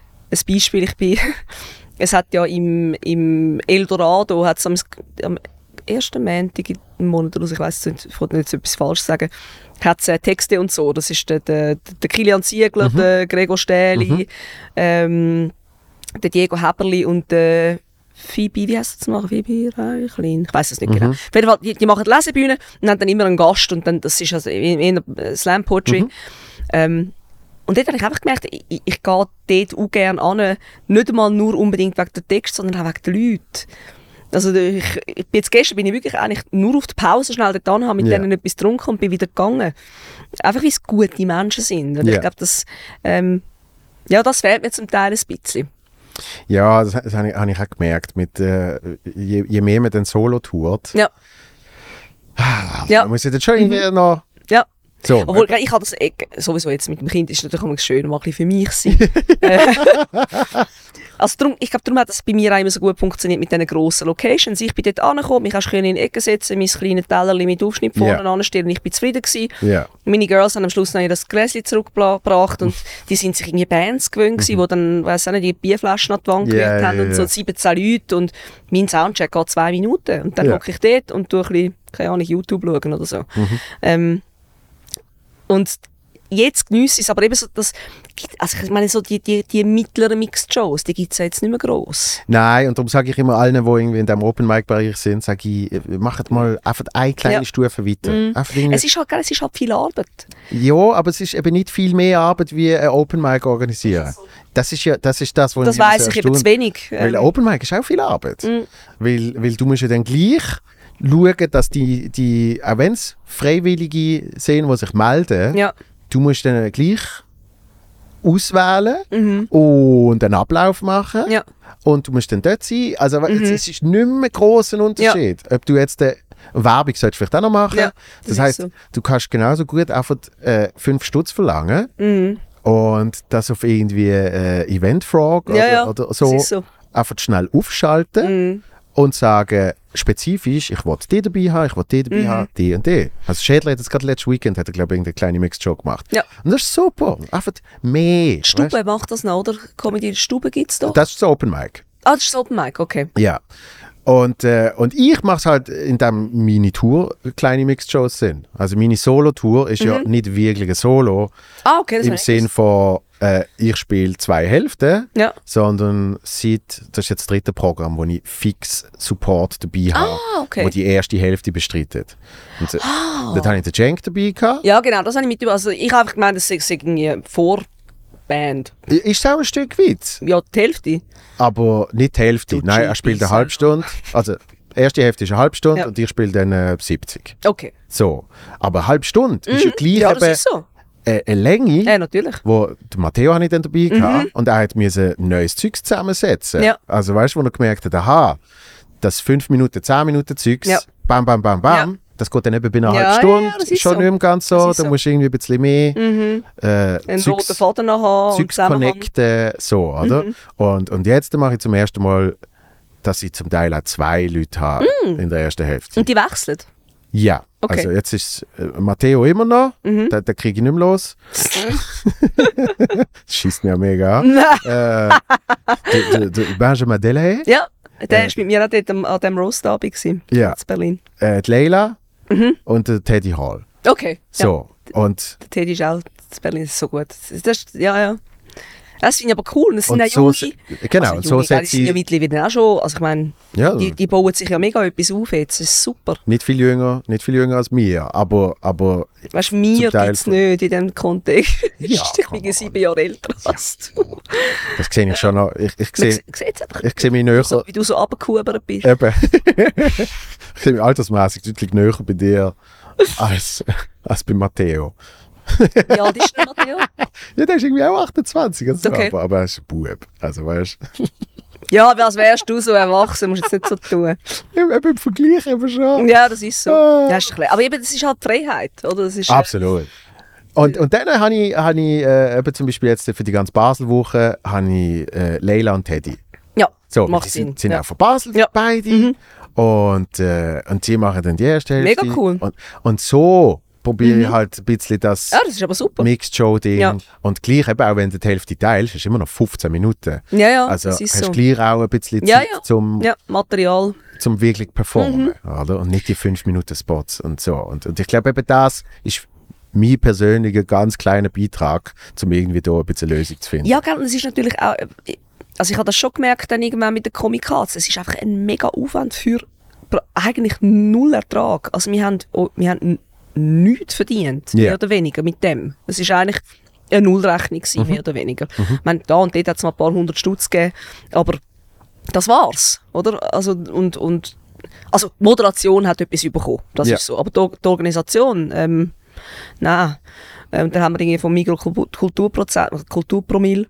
B: Beispiel. Ich bin, es hat ja im, im Eldorado, hat's am, am ersten Montag im Monat, oder so, ich weiß nicht, ich wollte jetzt etwas falsch sagen, hat es äh, Texte und so. Das ist der, der, der Kilian Ziegler, der Gregor Stähli, ähm, der Diego Heberli und der Phoebe, wie heisst das noch? Phoebe Reichlein? Ich weiß es nicht
A: Mhm.
B: genau. Auf jeden Fall, die, die machen Lesebühne und haben dann immer einen Gast und dann, das ist also in, in äh, Slam Poetry.
A: Mhm.
B: Ähm, und dort habe ich einfach gemerkt, ich, ich, ich gehe dort auch gerne an, nicht einmal nur unbedingt wegen der Text, sondern auch wegen der Leute. Also ich, ich, bin jetzt gestern bin ich wirklich eigentlich nur auf die Pause schnell dort hin, habe mit
A: Ja.
B: denen etwas getrunken und bin wieder gegangen. Einfach, weil es gute Menschen sind. Und
A: Ja.
B: ich glaube, das, ähm, ja, das fehlt mir zum Teil ein bisschen.
A: Ja, das, das habe ich, hab ich auch gemerkt. Mit, äh, je, je mehr man dann solo tourt, also
B: Ja,
A: ah,
B: Ja.
A: man muss ja dann schon irgendwie noch
B: ja.
A: So.
B: Mhm. Obwohl, ich habe das eh- sowieso jetzt mit dem Kind ist natürlich immer schön, mal ein bisschen für mich sein. Äh, also drum, ich glaube, darum hat das bei mir auch immer so gut funktioniert mit diesen grossen Locations. Ich bin dort angekommen, mich hast du in die Ecke setzen, mein kleines Tellerchen mit Aufschnitt vorne
A: Ja.
B: anstellen, ich bin zufrieden gewesen.
A: Ja.
B: Meine Girls haben am Schluss noch ihr Gläschen zurückgebracht und die sind sich irgendwie Bands gewöhnt gewesen, die dann, weiss auch nicht, die Bierflaschen an die
A: Ja,
B: Wand gelegt
A: Mhm. ja,
B: haben und
A: ja.
B: so 17 Leute und mein Soundcheck geht zwei Minuten und dann
A: Ja.
B: hocke ich dort und tue ein bisschen, keine Ahnung, YouTube schauen oder so.
A: Mhm.
B: Ähm, und jetzt geniesse ich es, aber eben so, das gibt, also ich meine so die, die, die mittleren Mixed-Shows, die gibt es ja jetzt nicht mehr gross.
A: Nein, und darum sage ich immer allen, die irgendwie in diesem Open-Mic-Bereich sind, sage ich, äh, macht mal einfach eine kleine
B: Ja.
A: Stufe weiter. Einfach irgendwie-
B: Es ist halt, gell, es ist halt viel Arbeit.
A: Ja, aber es ist eben nicht viel mehr Arbeit wie ein Open Mic organisieren. Das ist ja das, ist das was
B: Das
A: mich immer
B: weiss
A: so
B: ich eben
A: erstaunt.
B: zu wenig.
A: Weil ein
B: Ähm,
A: Open Mic ist auch viel Arbeit.
B: Mm.
A: Weil, weil du musst ja dann gleich schauen, dass die, die auch wenn es Freiwillige sind, die sich melden,
B: Ja.
A: du musst dann gleich auswählen und einen Ablauf machen.
B: Mhm. Ja. Mhm.
A: Und du musst dann dort sein. Also es, es ist nicht mehr grossen Unterschied, ob du jetzt äh, Werbung solltest du vielleicht auch noch machen.
B: Ja,
A: das
B: das ist
A: heißt,
B: so.
A: du kannst genauso gut einfach äh, fünf Stutz verlangen
B: Mhm.
A: und das auf irgendwie äh, Eventfrog
B: Ja, ja,
A: oder, oder
B: das
A: so,
B: ist so.
A: einfach schnell aufschalten und sagen spezifisch, ich will die dabei haben, ich will die dabei haben, die und die. Also Schädler hat jetzt gerade letztes Weekend, hat er glaube ich irgendeine kleine Mixed Show gemacht.
B: Ja.
A: Und das ist super, einfach mehr.
B: Die Stube
A: weißt?
B: macht das noch, oder? Comedy in der Stube gibt es doch.
A: Das ist das Open Mic.
B: ah, das ist das Open Mic, okay.
A: Ja. Und, äh, und ich mache es halt, indem meine Tour kleine Mixed-Shows sind. Also meine Solo-Tour ist ja nicht wirklich ein Solo
B: Ah, okay, das
A: im
B: ist
A: Sinn von, äh, ich spiele zwei Hälften,
B: Ja.
A: sondern seit, das ist jetzt das dritte Programm, wo ich fix Support dabei habe,
B: Ah, okay. Ah.
A: wo die erste Hälfte bestreitet. Und so, Dort habe ich den Cenk dabei gehabt.
B: Ja, genau, das habe ich mit Also ich habe einfach gemeint, das sei sei irgendwie eine Vorband.
A: Ist auch ein Stück weit.
B: Ja, die Hälfte.
A: aber nicht die Hälfte.
B: Du
A: Nein, er
B: cheatest,
A: spielt eine
B: Alter.
A: halbe Stunde. Also, die erste Hälfte ist eine halbe Stunde
B: Ja.
A: und ich spiele dann äh, 70.
B: Okay.
A: So. Aber eine halbe Stunde ist ja gleich
B: Mhm. Ja,
A: eben
B: das ist so.
A: äh, eine Länge,
B: Ja, natürlich.
A: wo der Matteo habe ich dann dabei gehabt und er hat mir neues Zeug zusammensetzen.
B: Mhm. Ja.
A: Also weißt du, wo er gemerkt hat, aha, das 5 Minuten, 10 Minuten Zeugs,
B: Ja.
A: bam, bam, bam, bam,
B: Ja.
A: das geht dann eben bei einer
B: Ja,
A: halben
B: ja,
A: Stunde,
B: ja, das ist
A: schon
B: so.
A: nicht mehr ganz
B: Das
A: so,
B: ist
A: da
B: so. Mhm.
A: musst du irgendwie ein bisschen mehr äh,
B: Einen
A: Zeugs-
B: roten Faden nachher und
A: Zeugs
B: Zusammenhang.
A: connecten, so, oder?
B: Mhm.
A: Und, und jetzt mache ich zum ersten Mal, dass ich zum Teil auch zwei Leute habe
B: Mhm.
A: in der ersten Hälfte.
B: Und die wechseln.
A: Ja,
B: Okay. Mhm.
A: also jetzt ist äh, Matteo immer noch, da, da kriege ich nicht mehr los. Das Schießt mir mega an. äh, der- der- der Benjamin Delahaye,
B: Ja, der
A: Äh.
B: ist mit mir auch dort am, an diesem Roast-Abend gewesen,
A: Ja.
B: in Berlin.
A: äh, die Leila und der Teddy Hall.
B: Okay. Mhm. Ja,
A: So, und,
B: der Teddy ist auch in Berlin, das ist so gut. Das ist, ja, ja. Das finde ich aber cool. Das sind
A: und
B: ja
A: so,
B: junge.
A: se- genau,
B: also
A: und
B: junge,
A: so
B: gell, die
A: setze
B: sind ja
A: ich,
B: mittlerweile auch schon, also ich meine,
A: ja,
B: die, die bauen sich ja mega etwas auf jetzt, das ist super.
A: nicht viel jünger, nicht viel jünger als mir, aber, aber
B: Weißt du, mir
A: Teil
B: gibt es
A: von-
B: nicht in diesem Kontext.
A: Ja,
B: ich
A: come
B: bin
A: on.
B: sieben Jahre älter als du.
A: das sehe ich schon noch, ich, ich
B: Man
A: sehe,
B: sieht- sieht's einfach
A: ich sehe mich näher,
B: so, wie du so runtergehubert bist.
A: Eben. ich bin altersmäßig deutlich näher bei dir als, als bei Matteo.
B: Wie alt ist denn Matteo?
A: Ja, der ist irgendwie auch 28, also,
B: Okay.
A: aber, aber er ist ein Bub. Also weißt
B: Ja, aber als wärst du so erwachsen, musst du jetzt nicht so tun.
A: du, eben eben im Vergleich eben schon.
B: Ja, das ist so.
A: Ah.
B: Ja, ist ein bisschen- aber eben, das ist halt die Freiheit, oder? Das ist, äh,
A: Absolut. Und, und dann habe ich, habe ich äh, eben zum Beispiel jetzt für die ganze Basel-Woche habe ich äh, Leila und Teddy.
B: Ja,
A: So,
B: macht
A: die
B: Sinn.
A: sind, sind
B: ja.
A: auch von Basel
B: Ja. Mhm.
A: beide. Und, äh, und die machen dann die erste Hälfte.
B: Mega cool. Mhm.
A: Und, und so probiere ich halt ein bisschen das
B: ja, das ist aber super.
A: Mixed Show-Ding.
B: Ja.
A: Und gleich, eben, auch wenn du die Hälfte teilst, ist immer noch 15 Minuten.
B: Ja, ja,
A: also
B: das ist
A: hast
B: so.
A: gleich auch ein bisschen Zeit
B: Ja, ja.
A: Zum,
B: Ja, Material.
A: zum wirklich performen.
B: Mhm.
A: Oder? Und nicht die 5 Minuten Spots und so. Und, und ich glaube, eben das ist mein persönlicher ganz kleiner Beitrag, um irgendwie da ein bisschen Lösung zu finden.
B: Ja, gell, und es ist natürlich auch... äh, Also ich habe das schon gemerkt dann irgendwann mit der Comic Arts. Es ist einfach ein mega Aufwand für pra- eigentlich null Ertrag. Also wir haben, oh, wir haben n- nichts verdient,
A: Ja.
B: mehr oder weniger, mit dem. Es ist eigentlich eine Nullrechnung gewesen,
A: Mhm.
B: mehr oder weniger. Ich meine, da und dort hat es mal ein paar hundert Stutz gegeben, aber das war's, oder? Also, und, und, also die Moderation hat etwas bekommen, das
A: Ja.
B: ist so. Aber die, Or- die Organisation, ähm, nein. Ähm, dann haben wir irgendwie vom Mikrokulturprozent, Kulturpromille,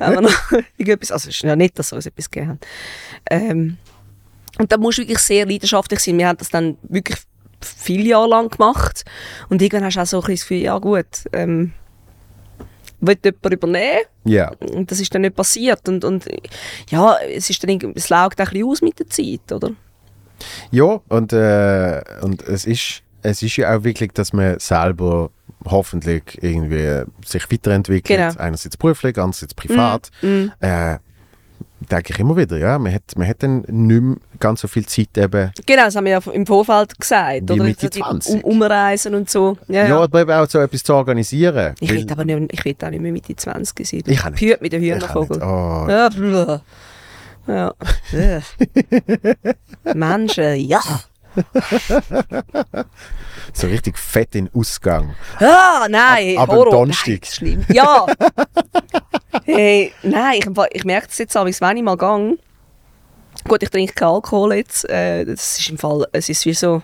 B: haben wir noch irgendetwas, also es ist ja nicht, dass es uns etwas gegeben hat. Ähm, und da musst du wirklich sehr leidenschaftlich sein. Wir haben das dann wirklich viele Jahre lang gemacht. Und irgendwann hast du auch so ein bisschen das Gefühl, ja gut, ähm, will jemand übernehmen?
A: Ja.
B: Und das ist dann nicht passiert. Und, und ja, es, ist dann, irgendwie- es laugt auch ein bisschen aus mit der Zeit, oder?
A: Ja, und, äh, und es, ist, es ist ja auch wirklich, dass man selber hoffentlich irgendwie sich weiterentwickelt.
B: Genau. Mhm.
A: Einerseits beruflich, andererseits privat. Äh, denke ich immer wieder, ja. Man hat, man hat dann nicht mehr ganz so viel Zeit eben.
B: Genau, das haben wir ja im Vorfeld gesagt.
A: Wie
B: oder?
A: Mitte
B: die
A: 20.
B: um, Umreisen und so. Ja,
A: Ja,
B: ja.
A: aber eben auch so etwas zu organisieren.
B: Ich
A: Weil-
B: will aber nicht, ich will auch nicht mehr Mitte 20 sein.
A: Ich auch nicht.
B: Hüt mit dem
A: Ich kann nicht.
B: Hühnervogel.
A: Oh,
B: Ja. blö. ja. Äh. Menschen, ja.
A: so richtig fett in den Ausgang.
B: Ah, nein.
A: Ab- ab dem
B: Horror.
A: Donnerstag.
B: Nein, schlimm. Ja. hey, nein, ich, im Fall- ich merke das jetzt aber, wenn ich mal gehe. Gut, ich trinke keinen Alkohol jetzt. Äh, das ist im Fall, es ist wie so,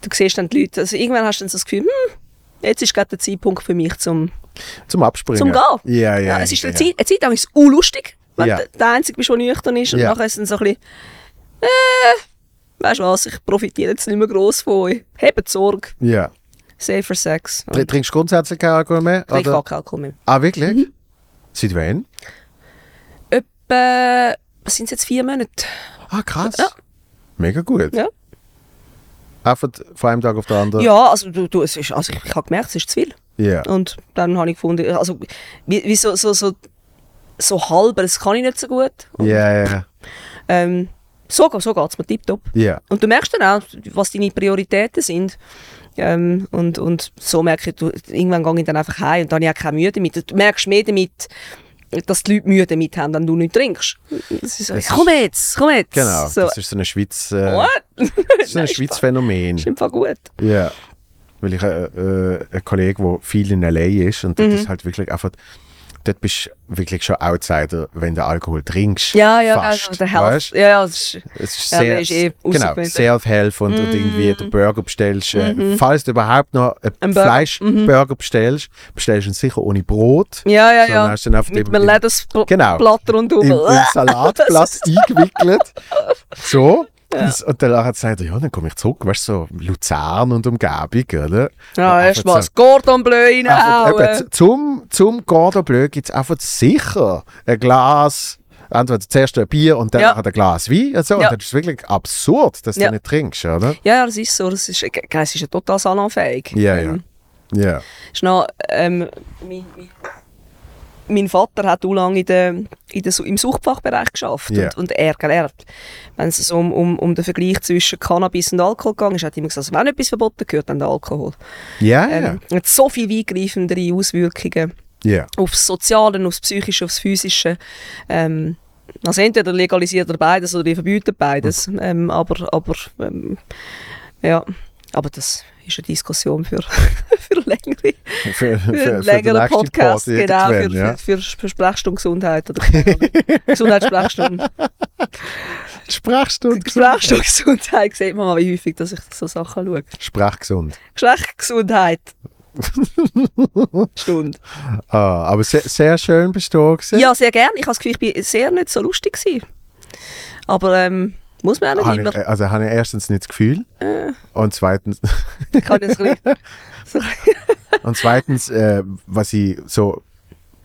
B: du siehst dann die Leute, also irgendwann hast du dann so das Gefühl, hm, jetzt ist gerade der Zeitpunkt für mich zum,
A: Zum Abspringen.
B: zum Gehen.
A: Ja, ja.
B: es ist
A: ja,
B: eine, Zeit, eine Zeit lang ist es unlustig, wenn
A: Ja.
B: du der Einzige bist, der nüchtern ist. Und
A: Ja.
B: nachher ist es dann so ein bisschen, äh, weißt du was, ich profitiere jetzt nicht mehr gross von euch. Hebt Sorge,
A: Ja.
B: safer Sex.
A: Tr- Trinkst du grundsätzlich keinen Alkohol mehr?
B: Trinke
A: oder?
B: gar keinen Alkohol mehr.
A: Ah, wirklich?
B: Mhm.
A: Seit wann?
B: Etwa, was sind es jetzt, vier Monate?
A: Ah, krass.
B: Ja.
A: Mega gut.
B: Ja.
A: Einfach von einem Tag auf den anderen?
B: Ja, also, du, du, es ist, also ich, ich habe gemerkt, es ist zu viel.
A: Ja.
B: Und dann habe ich gefunden, also wie, wie so, so, so, so halber, das kann ich nicht so gut.
A: Ja, ja,
B: Ähm, so ge- so geht es mir tiptop.
A: ja.
B: Und du merkst dann auch, was deine Prioritäten sind. Ähm, und, und so merke ich, du, irgendwann gehe ich dann einfach heim und dann habe ich auch keine Mühe damit. Du merkst mehr damit, dass die Leute Mühe damit haben, wenn du nicht trinkst. Es ist so,
A: Das
B: komm jetzt, komm jetzt.
A: Genau.
B: So, Oh,
A: Das ist so ein Schweiz, äh,
B: what?
A: das ist so ein
B: ist
A: Schweiz-Phänomen.
B: im Fall gut.
A: Ja. Weil ich äh, äh, ein Kollege, der viel in L.A. ist und
B: Mhm.
A: dort ist halt wirklich einfach, dort bist du wirklich schon Outsider, wenn du Alkohol trinkst.
B: Ja, ja,
A: Fast.
B: also der Health.
A: Weißt?
B: Ja, ja, das ist,
A: Es ist
B: Ja,
A: sehr,
B: man ist eh
A: genau,
B: rausgewöhnt.
A: Self-Help und, und irgendwie den Burger bestellst. Äh, Falls du überhaupt noch einen
B: Mhm. Ein Burger.
A: Fleischburger bestellst, bestellst du ihn sicher ohne Brot.
B: ja, ja,
A: So,
B: ja.
A: dann hast du dann einfach
B: Mit
A: eben
B: einem
A: die-
B: Ledersplatter
A: Genau.
B: und
A: im,
B: Double.
A: im Salatblatt eingewickelt. So. Und- Und dann hat er gesagt, ja, dann komme ich zurück, weißt du, so Luzern und Umgebung, oder?
B: Ja,
A: Und
B: erst
A: einfach
B: mal das Gordon Bleu
A: so- einfach-
B: reinhauen.
A: Ah, eben, Zum, zum Cordon Bleu gibt es einfach sicher ein Glas, entweder zuerst ein Bier und dann
B: Ja.
A: nachher ein Glas Wein. Und so.
B: Ja.
A: Und das ist wirklich absurd, dass
B: Ja.
A: du nicht trinkst, oder?
B: Ja, ja, das ist so. Das ist, ge- es ist ja total salonfähig.
A: Ja, ja.
B: Ähm,
A: Ja.
B: Ist noch, ähm, mein, mein- mein Vater hat auch lange in der, in der, Su- im Suchtfachbereich geschafft
A: Ja.
B: und, und er gelernt. Wenn es so um, um, um den Vergleich zwischen Cannabis und Alkohol ging, ist, hat er immer gesagt, also wenn etwas verboten gehört, dann der Alkohol.
A: Ah, Ja, ja.
B: Ähm, Hat so viel weitgreifendere Auswirkungen.
A: Ja.
B: aufs Soziale, aufs Psychische, aufs Physische. Ähm, also entweder legalisiert er beides oder ihr verbietet beides.
A: Mhm.
B: Ähm, aber, aber, ähm, ja. aber das ist eine Diskussion für, für längere,
A: Für, für, für,
B: für einen
A: den nächsten
B: längeren Podcast.
A: Pod
B: genau, für,
A: irgendwann, ja.
B: für, für, für Sprechstunde Gesundheit. Oder keine Ahnung. Gesundheitssprechstunde.
A: Sprechstunde.
B: Sprechstunde Gesundheit sieht man mal, wie häufig dass ich so Sachen schaue.
A: Sprechgesund.
B: Geschlechtsgesundheit. Stunde.
A: Ah, aber sehr, sehr schön bist du da gewesen.
B: Ja, sehr gerne. Ich habe das Gefühl, ich war sehr nicht so lustig. Gewesen. Aber ähm, muss man auch nicht
A: Habe
B: immer. Äh.
A: ich, also habe ich erstens nicht das Gefühl und zweitens,
B: Ich kann jetzt ein bisschen- so ein bisschen-
A: und zweitens äh, was ich so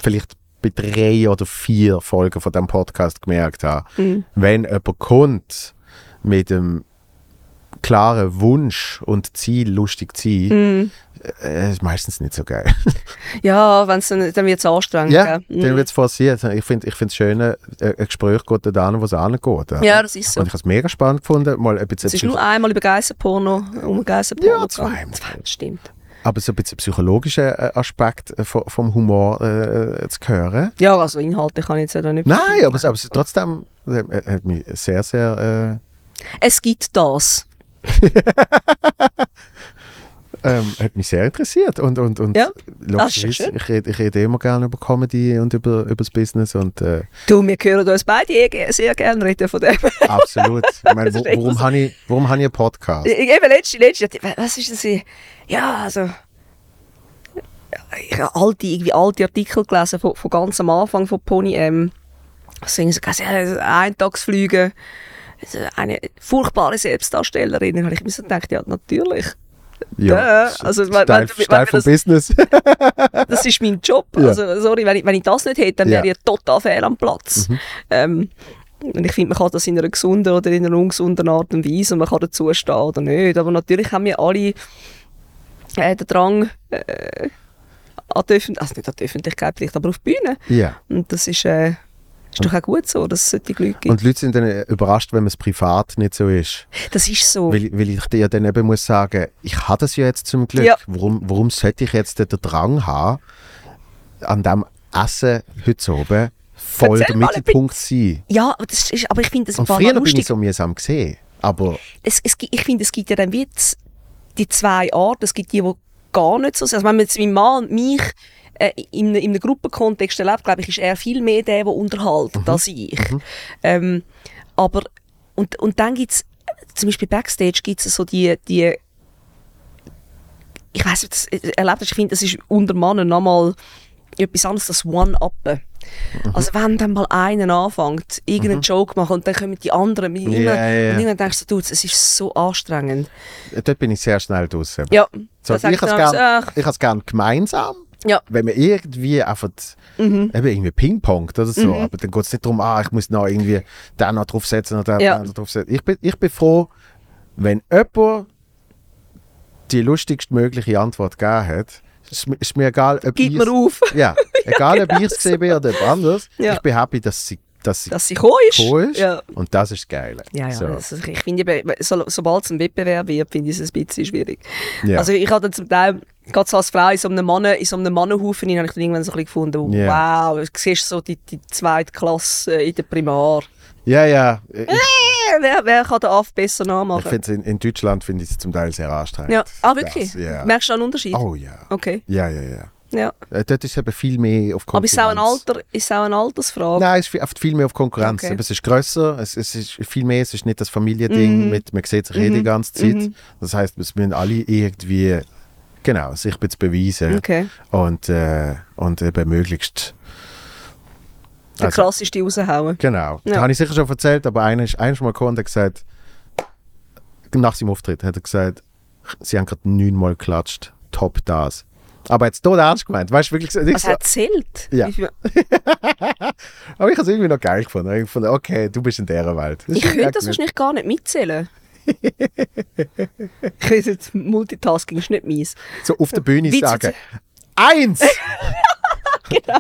A: vielleicht bei drei oder vier Folgen von dem Podcast gemerkt habe,
B: Mhm.
A: wenn jemand kommt mit dem klaren Wunsch und Ziel, lustig zu
B: Mhm.
A: sein, äh, ist meistens nicht so geil.
B: ja, wenn's dann, dann wird es anstrengend.
A: ja,
B: gell? Mhm.
A: dann wird es forciert. Ich finde es ich find's schön, äh, ein Gespräch geht dann, wo es angeht. oder?
B: ja, das ist so.
A: Und ich habe es mega spannend gefunden, mal ein bisschen
B: Es ist nur einmal über Geisterporno, um Geisterporno
A: Ja,
B: gegangen.
A: zweimal.
B: Zwei, Stimmt.
A: Aber so ein bisschen psychologischer äh, Aspekt äh, vom, vom Humor äh, zu hören.
B: Ja, also Inhalte kann ich jetzt ja da nicht.
A: Nein, aber, es- aber es- trotzdem äh, äh, hat mich sehr, sehr
B: Es gibt das.
A: äh, ähm, hat mich sehr interessiert. Und, und, und
B: Ja, das ist
A: logischerweise,
B: schön.
A: ich rede, ich rede immer gerne über Comedy und über, über das Business und äh,
B: Du, wir hören uns beide eh ge- sehr gerne reden von dem.
A: absolut. ich meine, wo,
B: Das ist echt
A: warum
B: so.
A: habe ich, warum habe ich einen Podcast?
B: Ich- Äh, Eben letzte, letzte, was ist das? hier? Ja, also. Ich habe alte, irgendwie alte Artikel gelesen von, ähm, von ganz am Anfang von Pony M. Also irgendwie so, ja, äh, Eintagsflüge, also eine furchtbare Selbstdarstellerin. Und ich mir so gedacht, ja, natürlich.
A: Ja,
B: Duh. Also, wenn- wenn-
A: Teil,
B: wenn- wenn
A: Teil
B: wir
A: vom
B: das-
A: Business.
B: Das ist mein Job.
A: Ja.
B: Also, sorry, wenn ich, wenn ich das nicht hätte, dann wäre
A: Ja. Mhm.
B: ich total fehl am Platz. Ähm, und ich finde, man kann das in einer gesunden oder in einer ungesunden Art und Weise und man kann dazu stehen oder nicht. Aber natürlich haben wir alle äh, den Drang äh, an die Öffentlichkeit, also nicht an die Öffentlichkeit vielleicht, aber auf die Bühne.
A: ja.
B: Und das ist, äh, ist doch auch gut so, dass es solche Leute gibt.
A: Und die Leute sind dann äh, überrascht, wenn es privat nicht so ist.
B: das ist so.
A: Weil, weil ich dir ja dann eben muss sagen, ich habe das ja jetzt zum Glück.
B: Ja.
A: Warum, warum sollte ich jetzt den Drang haben, an dem Essen heute oben voll
B: Erzähl
A: der
B: mal ein
A: Mittelpunkt zu sein?
B: Ja, aber, das ist, aber ich finde das
A: Und
B: war
A: früher bin
B: lustig.
A: ich so mühsam gesehen. Aber
B: es, es, gi- ich finde, es gibt ja dann wie z- die zwei Arten. Es gibt die, die gar nicht so sind. Also wenn man jetzt mein Mann mich äh, in, ne- in einem Gruppenkontext erlebt, glaube ich, ist er viel mehr der, der
A: Mhm.
B: unterhaltet, als ich. Ähm, aber, und, und dann gibt es, zum Beispiel Backstage gibt es so die, die ich weiß nicht, ob du das äh, erlebt hast, ich finde, das ist unter Männern nochmal etwas anderes als One-Uppen.
A: Mhm.
B: Also wenn dann mal einer anfängt, irgendeinen Joke machen und dann kommen die anderen mit immer
A: ja, ja.
B: und irgendwann denkst du, du, es ist so anstrengend.
A: dort bin ich sehr schnell draußen.
B: Ja,
A: So,
B: dann
A: ich
B: sagst du
A: habe es
B: dann,
A: gern,
B: ach,
A: ich has gern gemeinsam.
B: Ja.
A: Wenn man irgendwie einfach
B: Mhm.
A: eben irgendwie pingpongt oder so, aber dann geht es nicht darum, ah, ich muss noch irgendwie den noch draufsetzen oder den
B: Ja.
A: noch draufsetzen. Ich bin, ich bin froh, wenn jemand die lustigst mögliche Antwort gegeben hat, ist, mi- ist mir egal, ob
B: Gib
A: ich
B: mir auf,
A: Ja, egal ob ich es gesehen bin oder jemand anders,
B: Ja.
A: ich bin happy, dass sie, dass sie
B: dass sie gekommen ist.
A: gekommen ist
B: Ja.
A: und das ist geil.
B: Ja, ja.
A: So.
B: Also ich finde, eben, so, sobald es ein Wettbewerb wird, finde ich es ein bisschen schwierig.
A: Ja.
B: Also ich habe dann zum Teil, gerade so als Frau in so einem, Mann, in so einem Mannenhaufen, hinein, habe ich dann irgendwann so ein bisschen gefunden,
A: Ja.
B: wow, du siehst so die, die zweite Klasse äh, in der Primar.
A: ja, ja. Ich,
B: Äh, Wer, wer kann den AF besser
A: ich
B: nachmachen?
A: finde in, in Deutschland finde ich es zum Teil sehr anstrengend.
B: Ja. Ah, wirklich?
A: Das, ja.
B: Merkst du da einen Unterschied?
A: Oh ja.
B: Okay,
A: Ja, ja, ja.
B: ja.
A: Äh, Dort ist eben viel mehr auf Konkurrenz.
B: Aber ist es auch, ein Alter, ist es auch eine Altersfrage?
A: Nein, es ist viel- oft viel mehr auf Konkurrenz.
B: Okay.
A: Eben, Es ist grösser, es, es ist viel mehr, es ist nicht das
B: Mhm.
A: Familiending mit, man sieht sich eh die ganze Zeit. Das heißt, es müssen alle irgendwie, genau, sich zu beweisen.
B: Okay.
A: Und, äh, und eben möglichst,
B: Der
A: Also-
B: krasseste raushauen.
A: genau.
B: Ja.
A: Da habe ich sicher schon erzählt, aber einer ist eins mal gekommen und hat gesagt, nach seinem Auftritt hat er gesagt, sie haben gerade neunmal geklatscht, top das. Aber jetzt tot ernst gemeint, weißt du wirklich? so-
B: Also er zählt.
A: Ja.
B: Wie viel-
A: Aber ich habe es irgendwie noch geil gefunden. Ich fand, okay, du bist in der Welt. Das
B: Ich
A: ist
B: könnte
A: echt
B: das
A: nicht-
B: wahrscheinlich gar nicht mitzählen. ich weiß jetzt, Multitasking ist nicht meins.
A: So auf der Bühne
B: Wie zu- Genau.
A: sagen. Eins!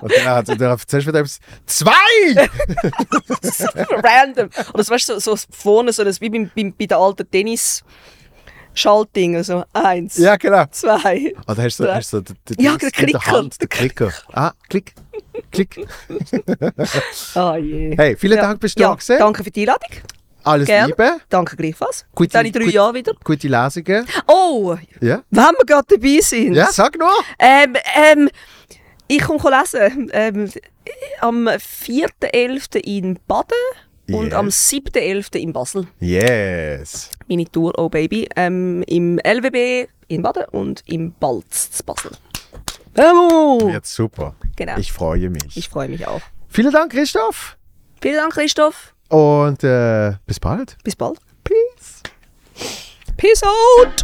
A: Und dann, hat- dann erzählst du wieder etwas. Zwei!
B: Random. Oder so, weißt du, so, so vorne, so das, wie beim, beim, bei der alten Tennis-Schaltding. Also eins,
A: Ja, genau.
B: zwei.
A: Oder hast du, hast du den, den
B: Ja,
A: Dings
B: der
A: in der
B: Klicker.
A: Hand, den Klicker. Ah, klick, klick.
B: Ah je.
A: Hey, vielen Dank, bist du
B: ja,
A: da gewesen.
B: Danke für die Einladung.
A: Alles
B: Gern.
A: Liebe.
B: Danke gleichfalls.
A: Gute-
B: Dann in drei
A: gute-
B: Jahren wieder.
A: Gute Lesungen.
B: Oh,
A: Ja,
B: wenn wir gerade dabei sind.
A: ja sag noch.
B: Ähm, ähm, ich komme lesen. Ähm, am 4.11. in Baden und
A: Yes.
B: am 7.11. in Basel.
A: Yes.
B: Meine Tour Oh Baby. Ähm, Im LWB in Baden und im Balz in Basel. Hallo!
A: Wird super.
B: Genau.
A: Ich freue mich.
B: Ich freue mich auch.
A: Vielen Dank, Christoph.
B: Vielen Dank, Christoph.
A: Und äh, bis bald.
B: Bis bald. Peace. Peace out!